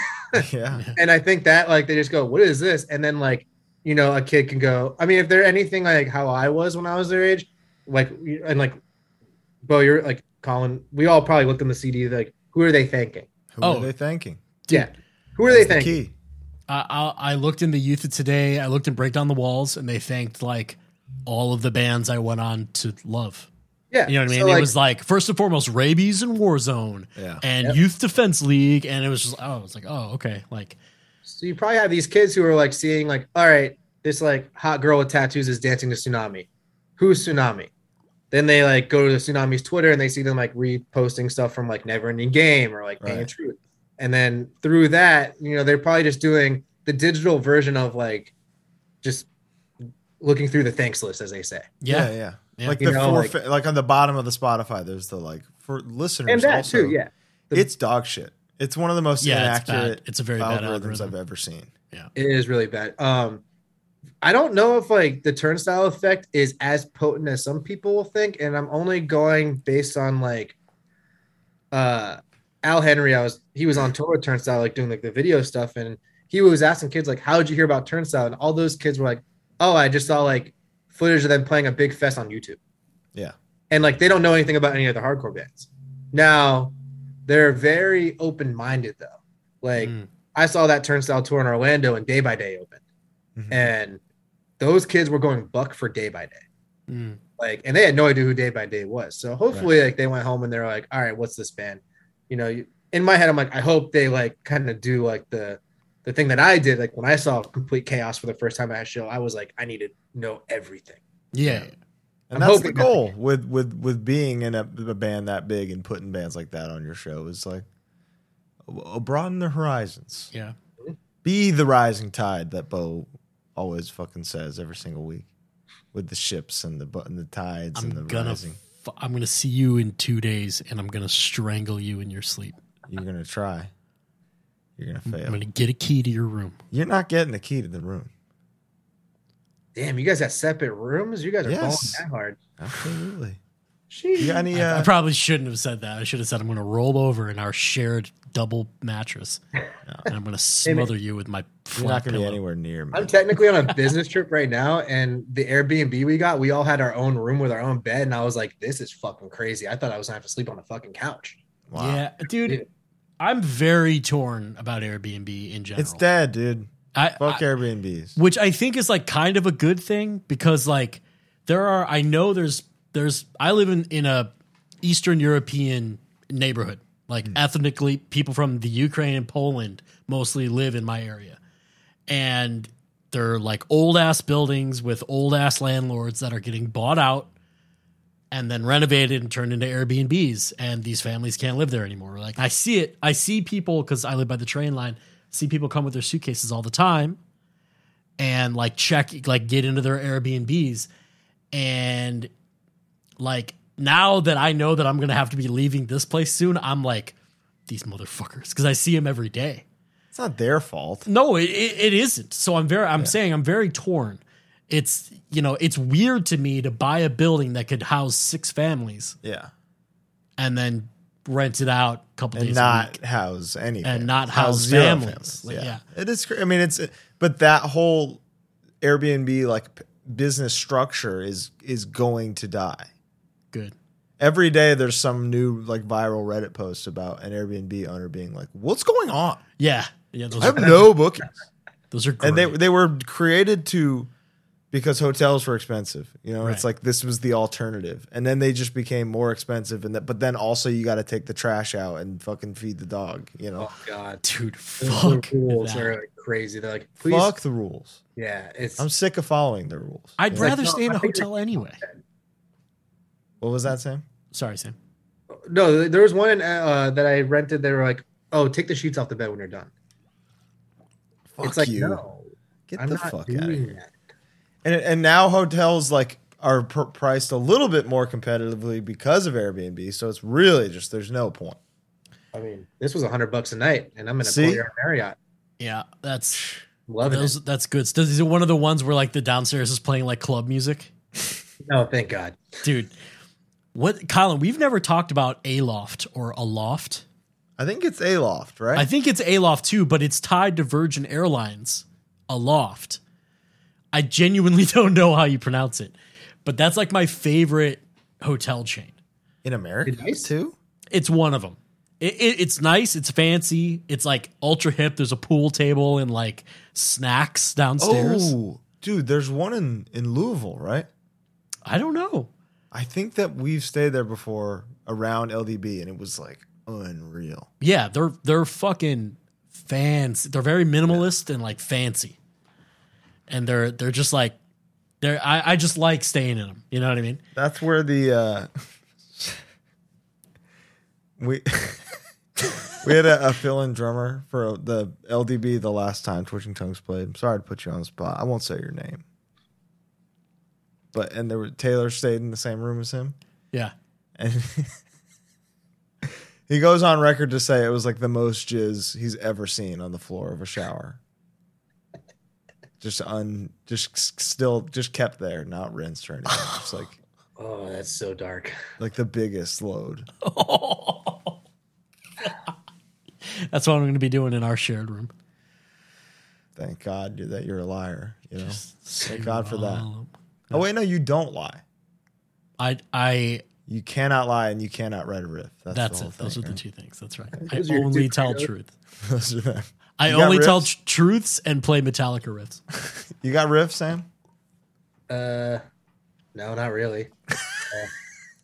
Speaker 1: Yeah.
Speaker 3: and i think that like they just go what is this and then like you know a kid can go i mean if they're anything like how i was when i was their age like you- and like bo you're like colin we all probably looked on the cd like who are they thanking
Speaker 1: Who
Speaker 2: Oh.
Speaker 1: are they thanking?
Speaker 3: yeah who are
Speaker 1: That's
Speaker 3: they
Speaker 1: the
Speaker 3: thanking
Speaker 1: key.
Speaker 2: I, I I looked into Youth of Today. I looked in Break Down the Walls, and they thanked like all of the bands I went on to love.
Speaker 3: yeah
Speaker 2: You know what I mean?
Speaker 3: So,
Speaker 2: it
Speaker 3: like,
Speaker 2: was like first and foremost Rabies and Warzone,
Speaker 1: Yeah.
Speaker 2: and
Speaker 3: Yep.
Speaker 2: Youth Defense League, and it was just oh, it's like oh okay, like
Speaker 3: so you probably have these kids who are like seeing like all right this like hot girl with tattoos is dancing to tsunami who's tsunami then they like go to the tsunami's twitter and they see them like reposting stuff from like never ending game or like Pain
Speaker 1: Right.
Speaker 3: and truth and then through that you know they're probably just doing the digital version of like just looking through the thanks list as they say
Speaker 2: yeah,
Speaker 1: Yeah. yeah.
Speaker 2: Yeah.
Speaker 1: Like
Speaker 3: You
Speaker 1: the
Speaker 3: know,
Speaker 1: four,
Speaker 3: like-
Speaker 1: fa- like on the bottom of the Spotify, there's the like for listeners
Speaker 3: and that
Speaker 1: also.
Speaker 3: too yeah The-
Speaker 1: It's dog shit. It's one of the most
Speaker 2: yeah, it's
Speaker 1: inaccurate
Speaker 2: bad. It's a very bad
Speaker 1: algorithms
Speaker 2: algorithm.
Speaker 1: I've ever seen.
Speaker 3: It is really bad. Um, I don't know if like the turnstile effect is as potent as some people will think, and I'm only going based on like uh Al Henry. I was he was on tour with Turnstile, like doing like the video stuff, and he was asking kids like, "How did you hear about Turnstile?" And all those kids were like, "Oh, I just saw like footage of them playing a big fest on YouTube."
Speaker 1: Yeah.
Speaker 3: and like they don't know anything about any of the hardcore bands. Now, they're very open minded though, like.
Speaker 2: Mm.
Speaker 3: I saw that turnstile tour in Orlando and day by day opened.
Speaker 1: Mhm.
Speaker 3: And those kids were going buck for day by day.
Speaker 2: Mm.
Speaker 3: Like, and they had no idea who day by day was. So hopefully, like, they went home and they're like, all right, what's this band? You know, you- in my head, I'm like, I hope they like kind of do like the the thing that I did. Like when I saw complete chaos for the first time at a show, I was like, I need to know everything.
Speaker 2: yeah,
Speaker 1: And
Speaker 3: I'm
Speaker 1: that's the
Speaker 3: hoping-
Speaker 1: goal with with with being in a, a band that big and putting bands like that on your show is like uh, broaden their horizons.
Speaker 2: yeah.
Speaker 1: Be the rising tide that Bo always fucking says every single week with the ships and the bu- and the tides and the
Speaker 2: I'm gonna
Speaker 1: rising.
Speaker 2: f- I'm gonna see you in two days, and I'm gonna strangle you in your sleep.
Speaker 1: You're gonna try. You're gonna
Speaker 2: I'm
Speaker 1: fail.
Speaker 2: gonna get a key to your room.
Speaker 1: You're not getting the key to the room.
Speaker 3: Damn, you guys got separate rooms. You guys are
Speaker 1: Yes.
Speaker 3: balling that hard.
Speaker 1: Absolutely.
Speaker 3: Sheesh.
Speaker 1: You got any?
Speaker 2: I, I
Speaker 1: Uh,
Speaker 2: probably shouldn't have said that. I should have said I'm gonna roll over in our shared double
Speaker 1: <laughs>
Speaker 2: mattress, and I'm gonna smother you with my
Speaker 1: you're not
Speaker 2: flat
Speaker 1: gonna be
Speaker 2: pillow.
Speaker 1: anywhere near me.
Speaker 3: I'm technically on a business trip right now, and the Airbnb we got, we all had our own room with our own bed, and I was like, "This is fucking crazy." I thought I was gonna have to sleep on a fucking couch.
Speaker 1: Wow.
Speaker 2: Yeah, dude,
Speaker 3: Yeah.
Speaker 2: I'm very torn about Airbnb in general.
Speaker 1: It's dead, dude.
Speaker 2: I,
Speaker 1: Fuck
Speaker 2: I-
Speaker 1: Airbnbs.
Speaker 2: which I think is like kind of a good thing because like there are I know there's there's I live in in a Eastern European neighborhood. Like ethnically people from the Ukraine and Poland mostly live in my area. And they're like old ass buildings with old ass landlords that are getting bought out and then renovated and turned into Airbnbs. And these families can't live there anymore. Like I see it. I see people because I live by the train line. See people come with their suitcases all the time and like check like get into their Airbnbs. And like now that I know that I'm gonna have to be leaving this place soon, I'm like these motherfuckers because I see them every day.
Speaker 1: It's not their fault.
Speaker 2: No, it, it, it isn't. So I'm very I'm saying I'm very torn. It's you know it's weird to me to buy a building that could house six families
Speaker 1: Yeah.
Speaker 2: and then rent it out a couple
Speaker 1: and
Speaker 2: days a
Speaker 1: not
Speaker 2: week.
Speaker 1: house anything
Speaker 2: And not house
Speaker 1: zero
Speaker 2: families. Like,
Speaker 1: yeah.
Speaker 2: yeah.
Speaker 1: it is. cra- I mean, it's but that whole Airbnb like p- business structure is is going to die.
Speaker 2: Good.
Speaker 1: Every day there's some new like viral Reddit post about an Airbnb owner being like, "What's going on?
Speaker 2: Yeah. Yeah. Those
Speaker 1: I have
Speaker 2: are,
Speaker 1: no bookings."
Speaker 2: those are great.
Speaker 1: And they they were created to because hotels were expensive. You know, it's
Speaker 2: Right.
Speaker 1: like this was the alternative, and then they just became more expensive. And that, but then also you got to take the trash out and fucking feed the dog. You know,
Speaker 3: Oh god,
Speaker 2: Dude,
Speaker 1: <laughs>
Speaker 3: The-
Speaker 2: fuck.
Speaker 3: The rules
Speaker 2: that.
Speaker 3: are like, crazy. They're like, please,
Speaker 1: fuck the rules.
Speaker 3: yeah, it's
Speaker 1: I'm sick of following the rules.
Speaker 2: I'd
Speaker 1: Yeah.
Speaker 2: rather
Speaker 3: no,
Speaker 2: stay in
Speaker 3: I
Speaker 2: a
Speaker 3: think
Speaker 2: hotel anyway.
Speaker 1: What was that, Sam?
Speaker 2: Sorry, Sam.
Speaker 3: no. There was one uh, that I rented. They were like, "Oh, take the sheets off the bed when you're done."
Speaker 1: Fuck
Speaker 3: it's like,
Speaker 1: you.
Speaker 3: no,
Speaker 1: Get
Speaker 3: I'm
Speaker 1: the
Speaker 3: not
Speaker 1: fuck out of
Speaker 3: doing
Speaker 1: here.
Speaker 3: that.
Speaker 1: And and now hotels like are pr- priced a little bit more competitively because of Airbnb. So it's really just there's no point.
Speaker 3: I mean, this was hundred bucks a night, and I'm in a
Speaker 1: See?
Speaker 3: four-year Marriott.
Speaker 2: Yeah, that's
Speaker 3: Loving it.
Speaker 2: those, that's good. Does- Is it one of the ones where like the downstairs is playing like club music?
Speaker 3: No, thank God.
Speaker 2: Dude, what Colin, we've never talked about Aloft or Aloft.
Speaker 1: I think it's Aloft, right?
Speaker 2: I think it's Aloft too, but it's tied to Virgin Airlines. Aloft. I genuinely <laughs> don't know how you pronounce it, but that's like my favorite hotel chain.
Speaker 1: In America
Speaker 3: It is?
Speaker 1: too.
Speaker 2: It's one of them. It, it, it's nice. It's fancy. It's like ultra hip. There's a pool table and like snacks downstairs.
Speaker 1: Oh, dude, there's one in in Louisville, right?
Speaker 2: I don't know.
Speaker 1: I think that we've stayed there before around LDB, and it was like unreal.
Speaker 2: Yeah, they're they're fucking fans. They're very minimalist and like fancy, and they're they're just like they're. I, I just like staying in them. You know what I mean?
Speaker 1: That's where the uh, <laughs> we <laughs> we had a, a fill-in drummer for the LDB the last time Twitching Tongues played. I'm sorry to put you on the spot. I won't say your name, but and there were Taylor stayed in the same room as him,
Speaker 2: Yeah.
Speaker 1: and <laughs> he goes on record to say it was like the most jizz he's ever seen on the floor of a shower. Just un, just s- still, just kept there, not rinsed or anything. Just like
Speaker 3: Oh, that's so dark.
Speaker 1: like the biggest load.
Speaker 2: <laughs> That's what I'm going to be doing in our shared room.
Speaker 1: Thank God you're, that you're a liar. You know.
Speaker 2: Thank
Speaker 1: God for that. Oh wait, no, you don't lie.
Speaker 2: I I
Speaker 1: You cannot lie, and you cannot write a riff. That's,
Speaker 2: that's
Speaker 1: the
Speaker 2: it.
Speaker 1: whole
Speaker 2: Those are
Speaker 1: thing,
Speaker 2: the two things. That's right. I
Speaker 3: Those are your
Speaker 2: only
Speaker 3: two
Speaker 2: tell
Speaker 3: creative-
Speaker 2: truth.
Speaker 1: right? <laughs> Those are them.
Speaker 2: I
Speaker 1: You got
Speaker 2: only tell
Speaker 1: riffs?
Speaker 2: tr- truths and play Metallica riffs.
Speaker 1: You got riff, Sam?
Speaker 3: Uh, no, not really.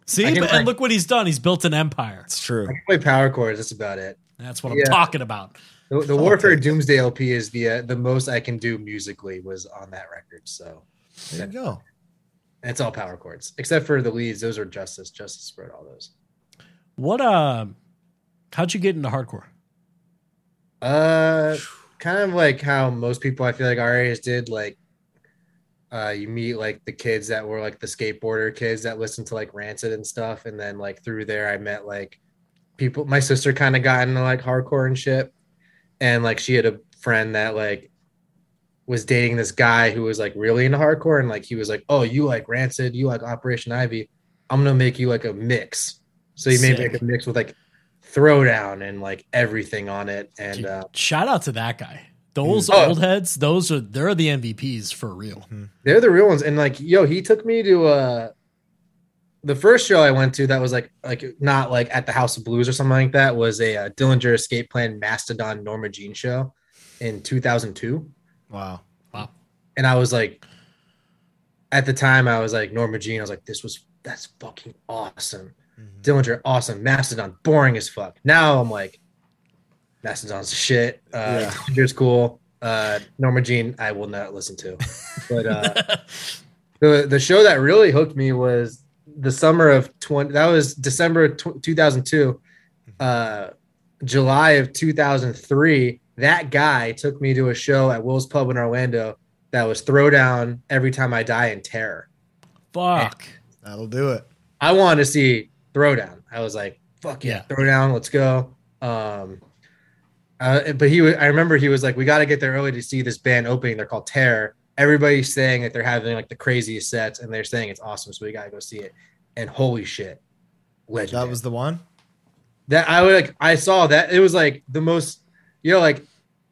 Speaker 2: See,
Speaker 3: I can
Speaker 2: But- and
Speaker 3: like-
Speaker 2: look what he's done. He's built an empire.
Speaker 1: It's true.
Speaker 3: I can play power chords. That's about it.
Speaker 2: That's what I'm
Speaker 3: Yeah.
Speaker 2: talking about.
Speaker 3: The, the Warfare Doomsday LP is the uh, the most I can do musically was on that record. So
Speaker 1: There you go.
Speaker 3: and it's all power chords except for the leads. Those are Justice. Justice wrote all those.
Speaker 2: What um how'd you get into hardcore?
Speaker 3: Uh, kind of like how most people I feel like our areas did. Like, uh, you meet like the kids that were like the skateboarder kids that listened to like Rancid and stuff, and then like through there I met like people. My sister kind of got into like hardcore and shit, and like she had a friend that like was dating this guy who was like really into hardcore and like he was like, "Oh, you like Rancid, you like Operation Ivy. I'm going to make you like a mix." So he made
Speaker 2: Sick.
Speaker 3: like a mix with like Throwdown and like everything on it and
Speaker 2: Dude,
Speaker 3: uh,
Speaker 2: shout out to that guy. Those
Speaker 3: Oh.
Speaker 2: old heads, those are they're the MVPs for real.
Speaker 3: They're the real ones. And like, yo, he took me to uh the first show I went to that was like like not like at the House of Blues or something like that was a uh, Dillinger Escape Plan Mastodon Norma Jean show in 2002
Speaker 1: Wow.
Speaker 3: and I was like at the time I was like Norma Jean I was like this was that's fucking awesome.
Speaker 1: Mhm.
Speaker 3: Dillinger awesome, Mastodon boring as fuck. Now I'm like Mastodon's the shit. Uh
Speaker 1: Yeah.
Speaker 3: Dillinger's cool. Uh Norma Jean I will not listen to. But uh the the show that really hooked me was the summer of 20 that was december of tw- 2002 uh july of 2003 that guy took me to a show at will's pub in orlando that was throwdown every time i die in terror
Speaker 2: Fuck.
Speaker 1: That'll do it.
Speaker 3: i wanted to see throwdown i was like fuck yeah, throwdown let's go um uh, but he, wa- I remember he was like, "We got to get there early to see this band opening. They're called Terror. Everybody's saying that they're having like the craziest sets, and they're saying it's awesome. So we got to go see it. And holy shit, legendary!
Speaker 1: That was the one.
Speaker 3: that I would like. I saw that it was like the most, you know, like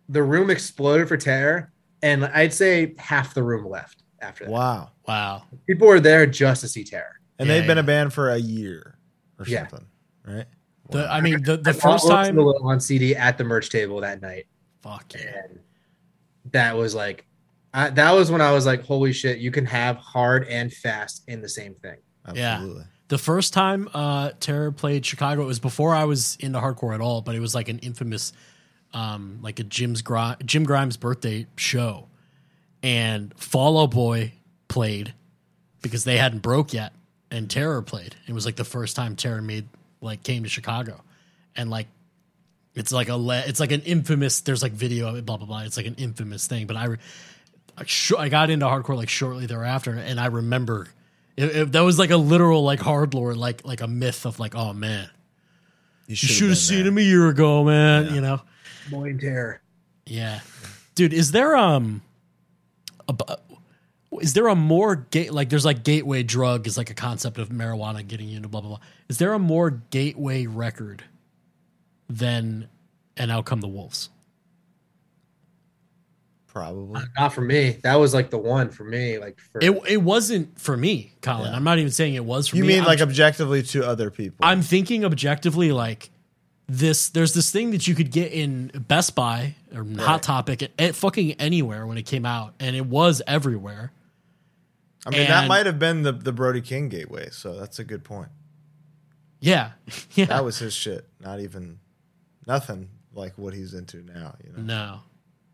Speaker 3: the room exploded for Terror, and I'd say half the room left after that.
Speaker 1: Wow.
Speaker 2: Wow.
Speaker 3: People were there just to see Terror.
Speaker 1: And
Speaker 2: Yeah,
Speaker 1: they've been
Speaker 2: yeah.
Speaker 1: a band for a year or
Speaker 3: Yeah.
Speaker 1: something, right?
Speaker 2: The, I mean, the, the
Speaker 3: I
Speaker 2: first
Speaker 3: bought Lost
Speaker 2: time.
Speaker 3: in the Low on CD at the merch table that night.
Speaker 2: Fuck yeah.
Speaker 3: and that was like I, that was when i was like holy shit you can have hard and fast in the same thing
Speaker 2: Yeah.
Speaker 1: Absolutely.
Speaker 2: The first time uh, Terror played Chicago, it was before I was into hardcore at all, but it was like an infamous, um, like a Jim's Gri- Jim Grimes birthday show, and Fall Out Boy played because they hadn't broke yet, and Terror played. It was like the first time Terror made like came to Chicago, and like it's like a le- it's like an infamous. There's like video of it, blah blah blah. It's like an infamous thing, but I. Re- I sh- I got into hardcore like shortly thereafter, and I remember it, it- that was like a literal like hard lore, like like a myth of like, oh man, you should have seen him a year ago, man. You know,
Speaker 3: boy and terror
Speaker 2: yeah, dude. Is there um, a, bu- is there a more gate like there's like gateway drug is like a concept of marijuana getting you into blah blah blah. Is there a more gateway record than and out come the wolves?
Speaker 1: Probably.
Speaker 3: not for me that was like the one for me like for
Speaker 2: It it wasn't for me, Colin.
Speaker 1: Yeah.
Speaker 2: I'm not even saying it was for
Speaker 1: You
Speaker 2: me.
Speaker 1: mean
Speaker 2: I'm
Speaker 1: like objectively to other people?
Speaker 2: I'm thinking objectively like this there's this thing that you could get in Best Buy or Hot Topic at, at fucking anywhere when it came out and it was everywhere.
Speaker 1: I mean, that
Speaker 2: and-
Speaker 1: might have been the, the Brody King gateway. So that's a good point.
Speaker 2: Yeah. <laughs> yeah.
Speaker 1: That was his shit. Not even nothing like what he's into now. You know.
Speaker 2: no.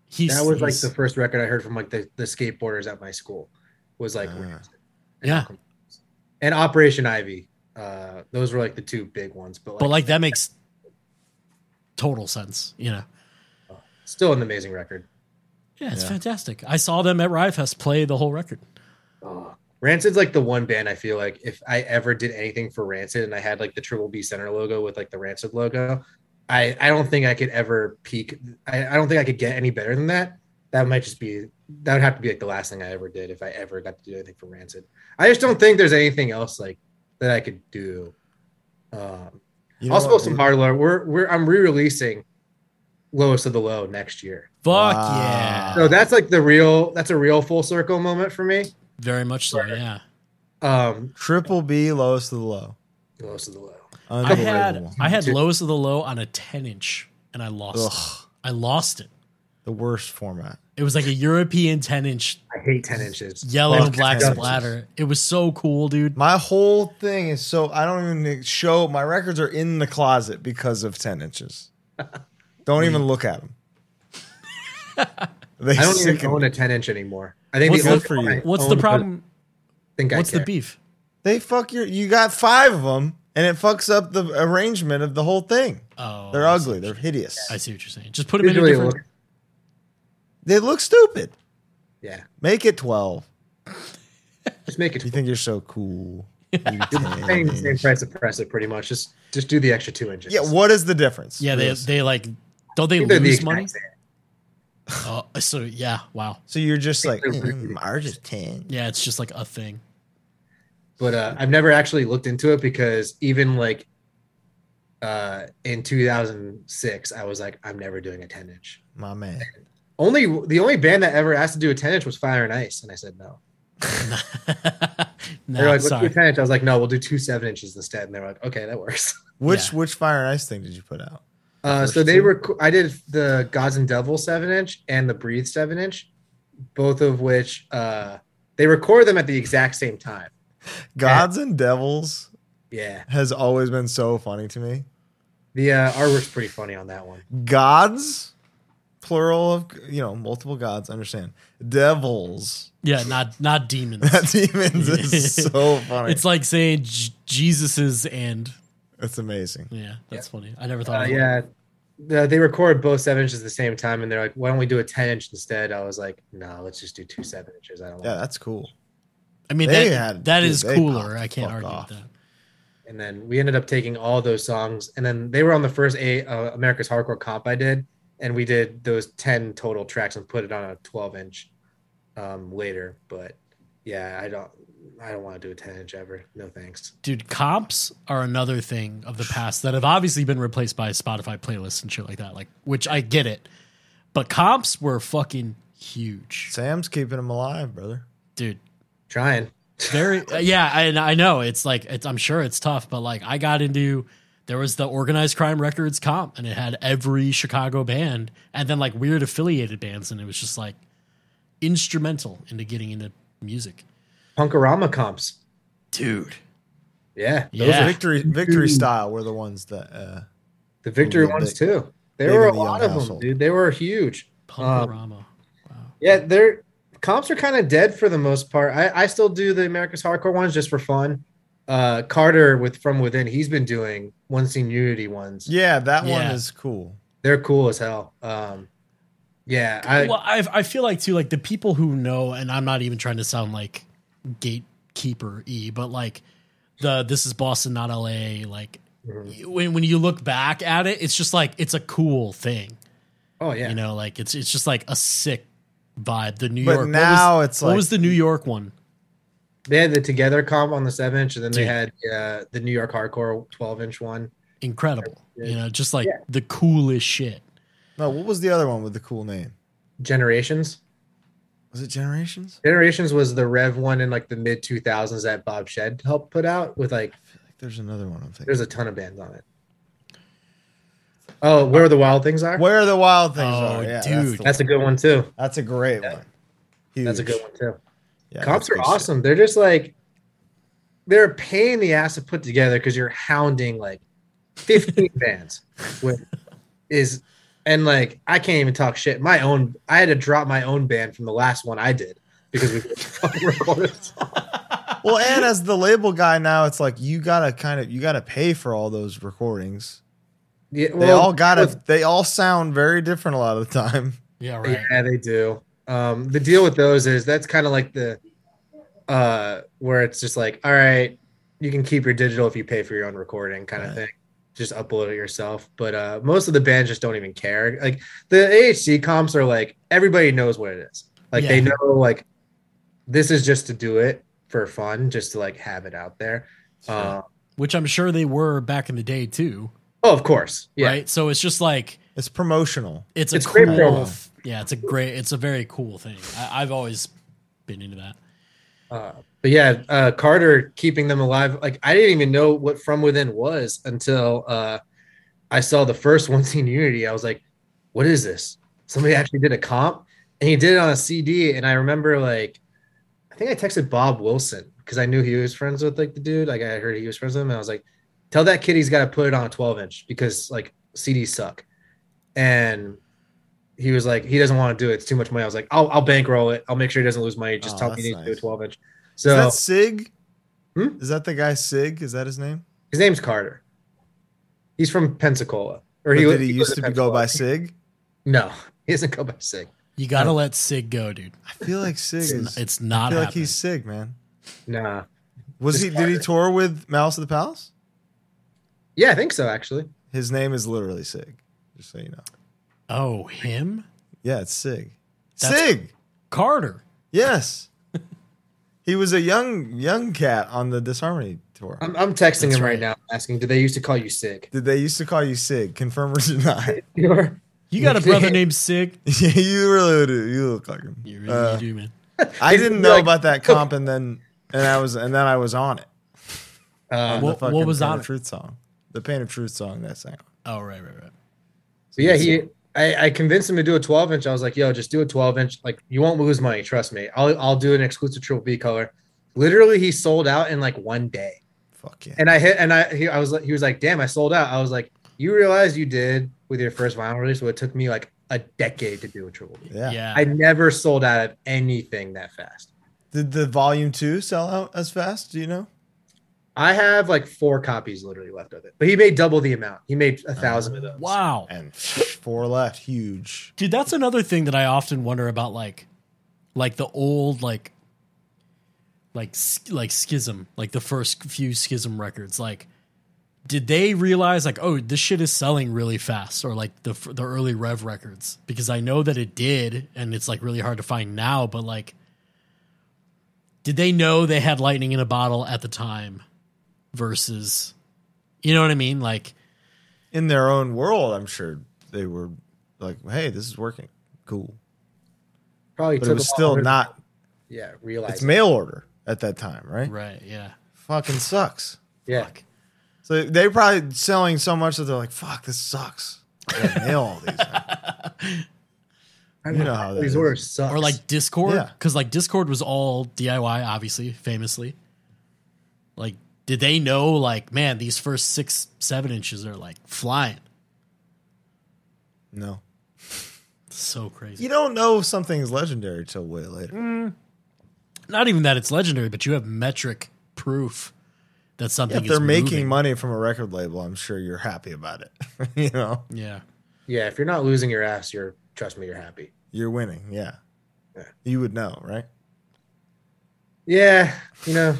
Speaker 2: He's
Speaker 3: that was like
Speaker 2: he's-
Speaker 3: the first record i heard from like the, the skateboarders at my school was like
Speaker 1: Ah.
Speaker 3: Rancid.
Speaker 2: Yeah.
Speaker 3: and operation ivy uh those were like the two big ones but like,
Speaker 2: but like that makes total sense, you know.
Speaker 3: still an amazing record
Speaker 2: Yeah, it's
Speaker 1: Yeah.
Speaker 2: fantastic. I saw them at Riot Fest play the whole record.
Speaker 3: rancid's like the one band i feel like if i ever did anything for rancid and i had like the triple b center logo with like the rancid logo I, I don't think I could ever peak. I, I don't think I could get any better than that. That might just be that would have to be like the last thing I ever did if I ever got to do anything for Rancid. I just don't think there's anything else like that I could do. Um,
Speaker 1: You know
Speaker 3: also,
Speaker 1: what?
Speaker 3: some hard lore. We're we're I'm re-releasing Lowest of the Low next year.
Speaker 2: Fuck
Speaker 1: Wow. Ah.
Speaker 2: yeah.
Speaker 3: So that's like the real that's a real full circle moment for me.
Speaker 2: Very much so, yeah.
Speaker 3: Um,
Speaker 1: Triple B, lowest of the low.
Speaker 3: Lowest of the Low.
Speaker 2: I had
Speaker 1: Unbelievable.
Speaker 2: I had lowest of the low on a 10 inch and I lost. it.
Speaker 1: Ugh,
Speaker 2: I lost it.
Speaker 1: the worst format.
Speaker 2: It was like a European 10 inch
Speaker 3: I hate ten inches.
Speaker 2: yellow
Speaker 1: Fuck
Speaker 2: and black
Speaker 1: Texas.
Speaker 2: splatter. It was so cool, dude.
Speaker 1: My whole thing is so I don't even show my records are in the closet because of ten inches.
Speaker 3: <laughs>
Speaker 1: Don't even look at them. They
Speaker 3: I don't even
Speaker 1: sicken
Speaker 3: own
Speaker 1: me.
Speaker 3: a ten inch anymore. I think
Speaker 2: What's
Speaker 1: the-
Speaker 3: the, only
Speaker 1: for
Speaker 3: one I
Speaker 1: you.
Speaker 2: What's
Speaker 3: own
Speaker 2: the
Speaker 3: was-
Speaker 2: problem?
Speaker 3: think I
Speaker 2: What's
Speaker 3: care.
Speaker 2: the beef?
Speaker 1: They fuck your. You got five of them, and it fucks up the arrangement of the whole thing.
Speaker 2: Oh,
Speaker 1: They're
Speaker 2: I see-
Speaker 1: ugly. They're hideous.
Speaker 2: I see what you're saying. Just put them in a
Speaker 3: Usually it
Speaker 2: different.
Speaker 3: looks-
Speaker 1: They look stupid.
Speaker 3: yeah.
Speaker 1: Make it twelve.
Speaker 3: Just
Speaker 2: <laughs>
Speaker 3: make it.
Speaker 1: You think you're so cool?
Speaker 3: You're paying the same price to press it, pretty much. Just just do the extra two inches.
Speaker 1: Yeah. What is the difference?
Speaker 2: yeah, they
Speaker 1: Really?
Speaker 2: they like Don't they
Speaker 3: think they're the
Speaker 2: lose
Speaker 3: exact
Speaker 2: money?
Speaker 3: same.
Speaker 2: Uh, so yeah, wow.
Speaker 1: So you're just like
Speaker 3: they're pretty-
Speaker 1: mm, ours is ten.
Speaker 2: Yeah, it's just like a thing. <laughs>
Speaker 3: But uh, I've never actually looked into it because even like uh, in 2006, I was like, I'm never doing a 10 inch.
Speaker 1: My man.
Speaker 3: Only the only band that ever asked to do a 10 inch was Fire and Ice, and I said no.
Speaker 2: no,
Speaker 3: They're like, let's do a
Speaker 2: sorry.
Speaker 3: 10 inch. I was like, no, we'll do two seven inches instead. And they were like, okay, that works.
Speaker 1: Which
Speaker 2: Yeah.
Speaker 1: which Fire and Ice thing did you put out?
Speaker 3: Uh,
Speaker 1: First
Speaker 3: so they
Speaker 1: two.
Speaker 3: were. I did the Gods and Devils seven inch and the Breathe seven inch, both of which uh, they record them at the exact same time.
Speaker 1: Gods and Devils
Speaker 3: Yeah,
Speaker 1: has always been so funny to me.
Speaker 3: the uh, artwork's pretty funny on that one.
Speaker 1: Gods, plural of you know multiple gods. Understand? Devils, <laughs>
Speaker 2: Yeah, not not demons.
Speaker 1: that demons
Speaker 2: <laughs>
Speaker 1: is so funny.
Speaker 2: it's like saying J- Jesus's and
Speaker 1: it's amazing.
Speaker 2: yeah, that's funny. I never thought.
Speaker 3: Uh,
Speaker 2: of that.
Speaker 3: yeah, the, they record both seven inches at the same time, and they're like, "Why don't we do a ten inch instead?" I was like, "No, let's just do two seven inches." I don't.
Speaker 1: Yeah,
Speaker 3: Want
Speaker 1: that's cool.
Speaker 2: I mean
Speaker 1: They
Speaker 2: that
Speaker 1: had-
Speaker 2: that
Speaker 1: dude,
Speaker 2: is
Speaker 1: they popped
Speaker 2: cooler.
Speaker 1: the
Speaker 2: I can't
Speaker 1: fuck
Speaker 2: argue
Speaker 1: off.
Speaker 2: with that.
Speaker 3: And then we ended up taking all those songs, and then they were on the first a uh, America's Hardcore comp I did, and we did those ten total tracks and put it on a twelve inch um, later. But yeah, I don't, I don't want to do a ten inch ever. No thanks.
Speaker 2: Dude, comps are another thing of the past that have obviously been replaced by Spotify playlists and shit like that. Like, which I get it, but comps were fucking huge,
Speaker 1: Sam's keeping him alive, brother.
Speaker 2: dude.
Speaker 3: Trying.
Speaker 2: very uh, yeah I, and I know it's like it's, i'm sure it's tough but like i got into there was the organized crime records comp and it had every chicago band and then like weird affiliated bands and it was just like instrumental into getting into music
Speaker 3: Punkorama comps.
Speaker 2: dude
Speaker 3: Yeah,
Speaker 1: Those
Speaker 2: yeah
Speaker 1: victory victory style were the ones that. Uh,
Speaker 3: the victory
Speaker 1: Yeah,
Speaker 3: ones
Speaker 1: big-
Speaker 3: too. There
Speaker 1: big
Speaker 3: were
Speaker 1: in
Speaker 3: a
Speaker 1: the
Speaker 3: lot
Speaker 1: young
Speaker 3: of them,
Speaker 1: household.
Speaker 3: dude. They were huge.
Speaker 2: Punkorama.
Speaker 3: Yeah, they're comps are kind of dead for the most part. I, I still do the America's Hardcore ones just for fun. Uh, Carter with From Within, he's been doing one scene unity ones.
Speaker 1: yeah, that one
Speaker 2: Yeah.
Speaker 1: is cool.
Speaker 3: They're cool as hell. Um, yeah, I
Speaker 2: well I, I feel like too like the people who know and i'm not even trying to sound like gatekeeper e but like the this is boston not la like
Speaker 3: mm-hmm.
Speaker 2: when, when you look back at it it's just like it's a cool thing
Speaker 3: oh yeah,
Speaker 2: You know, like it's it's just like a sick vibe. The New
Speaker 1: But
Speaker 2: York. what was-
Speaker 1: now it's
Speaker 2: what
Speaker 1: like-
Speaker 2: was the New York one?
Speaker 3: they had the Together comp on the seven inch, and then they
Speaker 2: Dude.
Speaker 3: had uh, the New York Hardcore twelve inch one.
Speaker 2: Incredible. You know, just like the coolest shit.
Speaker 1: No, what was the other one with the cool name?
Speaker 3: Generations.
Speaker 1: Was it Generations?
Speaker 3: Generations was the Rev one in like the mid two thousands that Bob Shed helped put out with like
Speaker 1: Like, There's another one I'm thinking.
Speaker 3: there's a ton of bands on it. Oh, where the wild things are.
Speaker 1: Where the Wild Things
Speaker 2: Oh,
Speaker 1: Are. Yeah,
Speaker 2: dude.
Speaker 1: That's, the-
Speaker 3: That's a good one too.
Speaker 1: that's a great
Speaker 3: Yeah.
Speaker 1: one. Huge.
Speaker 3: That's a good one too.
Speaker 1: Yeah,
Speaker 3: Comps
Speaker 1: that's
Speaker 3: are
Speaker 1: good shit.
Speaker 3: awesome. They're just like they're a pain in the ass to put together because you're hounding like 15 bands with is and like I can't even talk shit. My own I had to drop my own band from the last one I did because we <laughs> fucking recorded a song.
Speaker 1: Well, and as the label guy now, it's like you gotta kind of you gotta pay for all those recordings.
Speaker 3: Yeah,
Speaker 1: They
Speaker 3: well,
Speaker 1: all gotta they all sound very different a lot of the time.
Speaker 2: Yeah, right.
Speaker 3: Yeah, they do. Um, the deal with those is that's kind of like the uh where it's just like, all right, you can keep your digital if you pay for your own recording kind of
Speaker 1: Right.
Speaker 3: thing. Just upload it yourself. But uh most of the bands just don't even care. Like the AHC comps are like everybody knows what it is. Like they
Speaker 2: Yeah.
Speaker 3: know like this is just to do it for fun, just to like have it out there. Uh,
Speaker 2: Which I'm sure they were back in the day too.
Speaker 3: oh, of course. Yeah.
Speaker 2: Right. So it's just like
Speaker 1: It's promotional.
Speaker 2: it's a
Speaker 3: It's great
Speaker 2: cool.
Speaker 3: promo.
Speaker 2: th- yeah, it's a great. It's a very cool thing. I, I've always been into that.
Speaker 3: Uh, but yeah, uh, Carter keeping them alive. Like I didn't even know what From Within was until uh, I saw the first <laughs> one scene Unity. I was like, "What is this?" Somebody actually did a comp, and he did it on a CD. And I remember like, I think I texted Bob Wilson because I knew he was friends with like the dude. Like I heard he was friends with him, and I was like, "Tell that kid he's got to put it on a 12 inch because like CDs suck." And he was like, "He doesn't want to do it. It's too much money." I was like, "I'll, I'll bankroll it. I'll make sure he doesn't lose money. Just
Speaker 1: Oh,
Speaker 3: tell me he
Speaker 1: that's
Speaker 3: needs to do
Speaker 1: nice.
Speaker 3: a 12 inch."
Speaker 1: is
Speaker 3: So
Speaker 1: that Sig?
Speaker 3: Hmm?
Speaker 1: Is that the guy Sig? Is that his name?
Speaker 3: His name's Carter. He's from Pensacola. Or
Speaker 1: Or
Speaker 3: he,
Speaker 1: did
Speaker 3: li-
Speaker 1: he,
Speaker 3: he
Speaker 1: used
Speaker 3: lives
Speaker 1: to
Speaker 3: in
Speaker 1: be go by
Speaker 3: Pensacola.
Speaker 1: Sig?
Speaker 3: No, <laughs> he doesn't go by Sig.
Speaker 2: You gotta let Sig go, dude.
Speaker 1: I feel like Sig
Speaker 2: It's, n-
Speaker 1: is.
Speaker 2: it's
Speaker 1: I
Speaker 2: not.
Speaker 1: feel like
Speaker 2: happening.
Speaker 1: he's Sig, man.
Speaker 3: Nah.
Speaker 1: Was
Speaker 3: Just
Speaker 1: he? Did he
Speaker 3: Carter.
Speaker 1: tour with Mouse of the Palace?
Speaker 3: Yeah, I think so. Actually,
Speaker 1: His name is literally Sig. Just so you know.
Speaker 2: Oh, him?
Speaker 1: Yeah, it's Sig.
Speaker 2: That's-
Speaker 1: Sig.
Speaker 2: Carter.
Speaker 1: Yes. he was a young young cat on the Disharmony tour.
Speaker 3: I'm, I'm texting
Speaker 2: That's
Speaker 3: him right,
Speaker 2: right.
Speaker 3: now, asking, "Did they used to call you <laughs> sick?"
Speaker 1: Did they used to call you Sig? Confirm or deny? <laughs>
Speaker 3: You're-
Speaker 2: You got a brother named Sig?
Speaker 1: yeah, you really do. You look like him.
Speaker 2: You really
Speaker 1: Uh,
Speaker 2: do, man.
Speaker 1: I
Speaker 3: It's
Speaker 1: didn't know
Speaker 3: like-
Speaker 1: about that comp, and then and I was and then I was on it.
Speaker 3: Um,
Speaker 1: The
Speaker 2: What- what
Speaker 1: fucking
Speaker 2: was
Speaker 1: Pain
Speaker 2: on
Speaker 1: Of
Speaker 2: it?
Speaker 1: Truth song, the Pain of Truth song that sang.
Speaker 2: Oh, right, right, right.
Speaker 3: But yeah, he. I, I convinced him to do a 12 inch. I was like, "Yo, just do a 12 inch. Like, you won't lose money. Trust me. I'll I'll do an exclusive triple B color." Literally, he sold out in like one day.
Speaker 1: Fuck yeah.
Speaker 3: And I hit. And I he, I was like, he was like, "Damn, I sold out." I was like, "You realize you did with your first vinyl release? Well, it took me like a decade to do a triple B.
Speaker 1: yeah.
Speaker 2: yeah.
Speaker 3: I never sold out of anything that fast.
Speaker 1: Did the volume two sell out as fast? Do you know?
Speaker 3: I have like four copies literally left of it, but he made double the amount. He made
Speaker 1: Uh-huh.
Speaker 3: a thousand of those.
Speaker 2: wow.
Speaker 1: And <sniffs> four left, huge.
Speaker 2: dude that's another thing that i often wonder about like like the old like like sch- like schism like the first few schism records like did they realize like oh this shit is selling really fast or like the f- the early rev records because i know that it did and it's like really hard to find now but like did they know they had lightning in a bottle at the time versus you know what i mean like
Speaker 1: In their own world, I'm sure they were like, "Hey, this is working, cool."
Speaker 3: Probably
Speaker 1: But
Speaker 3: took
Speaker 1: it was
Speaker 3: a while
Speaker 1: still
Speaker 3: to-
Speaker 1: not.
Speaker 3: Yeah, realize.
Speaker 1: It's
Speaker 3: it.
Speaker 1: mail order at that time, right?
Speaker 2: right yeah
Speaker 1: Fucking sucks.
Speaker 3: yeah,
Speaker 2: fuck
Speaker 1: So they're probably selling so much that they're like, "Fuck, this sucks." I gotta <laughs> mail all these. out."
Speaker 3: I
Speaker 1: You know how that
Speaker 3: these
Speaker 1: is.
Speaker 3: orders suck.
Speaker 2: or like Discord,
Speaker 1: Yeah.
Speaker 2: because like Discord was all DIY, obviously, famously. Like, did they know? Like, man, these first six, seven inches are like flying.
Speaker 1: No,
Speaker 2: So crazy.
Speaker 1: you don't know if something is legendary till way later.
Speaker 2: Not even that it's legendary, but you have metric proof that something
Speaker 1: if they're
Speaker 2: is
Speaker 1: making
Speaker 2: moving.
Speaker 1: money from a record label, I'm sure you're happy about it. <laughs> you know,
Speaker 2: Yeah,
Speaker 3: yeah, if you're not losing your ass, you're trust me, you're happy.
Speaker 1: you're winning. Yeah.
Speaker 3: Yeah.
Speaker 1: You would know, right?
Speaker 3: Yeah, you know,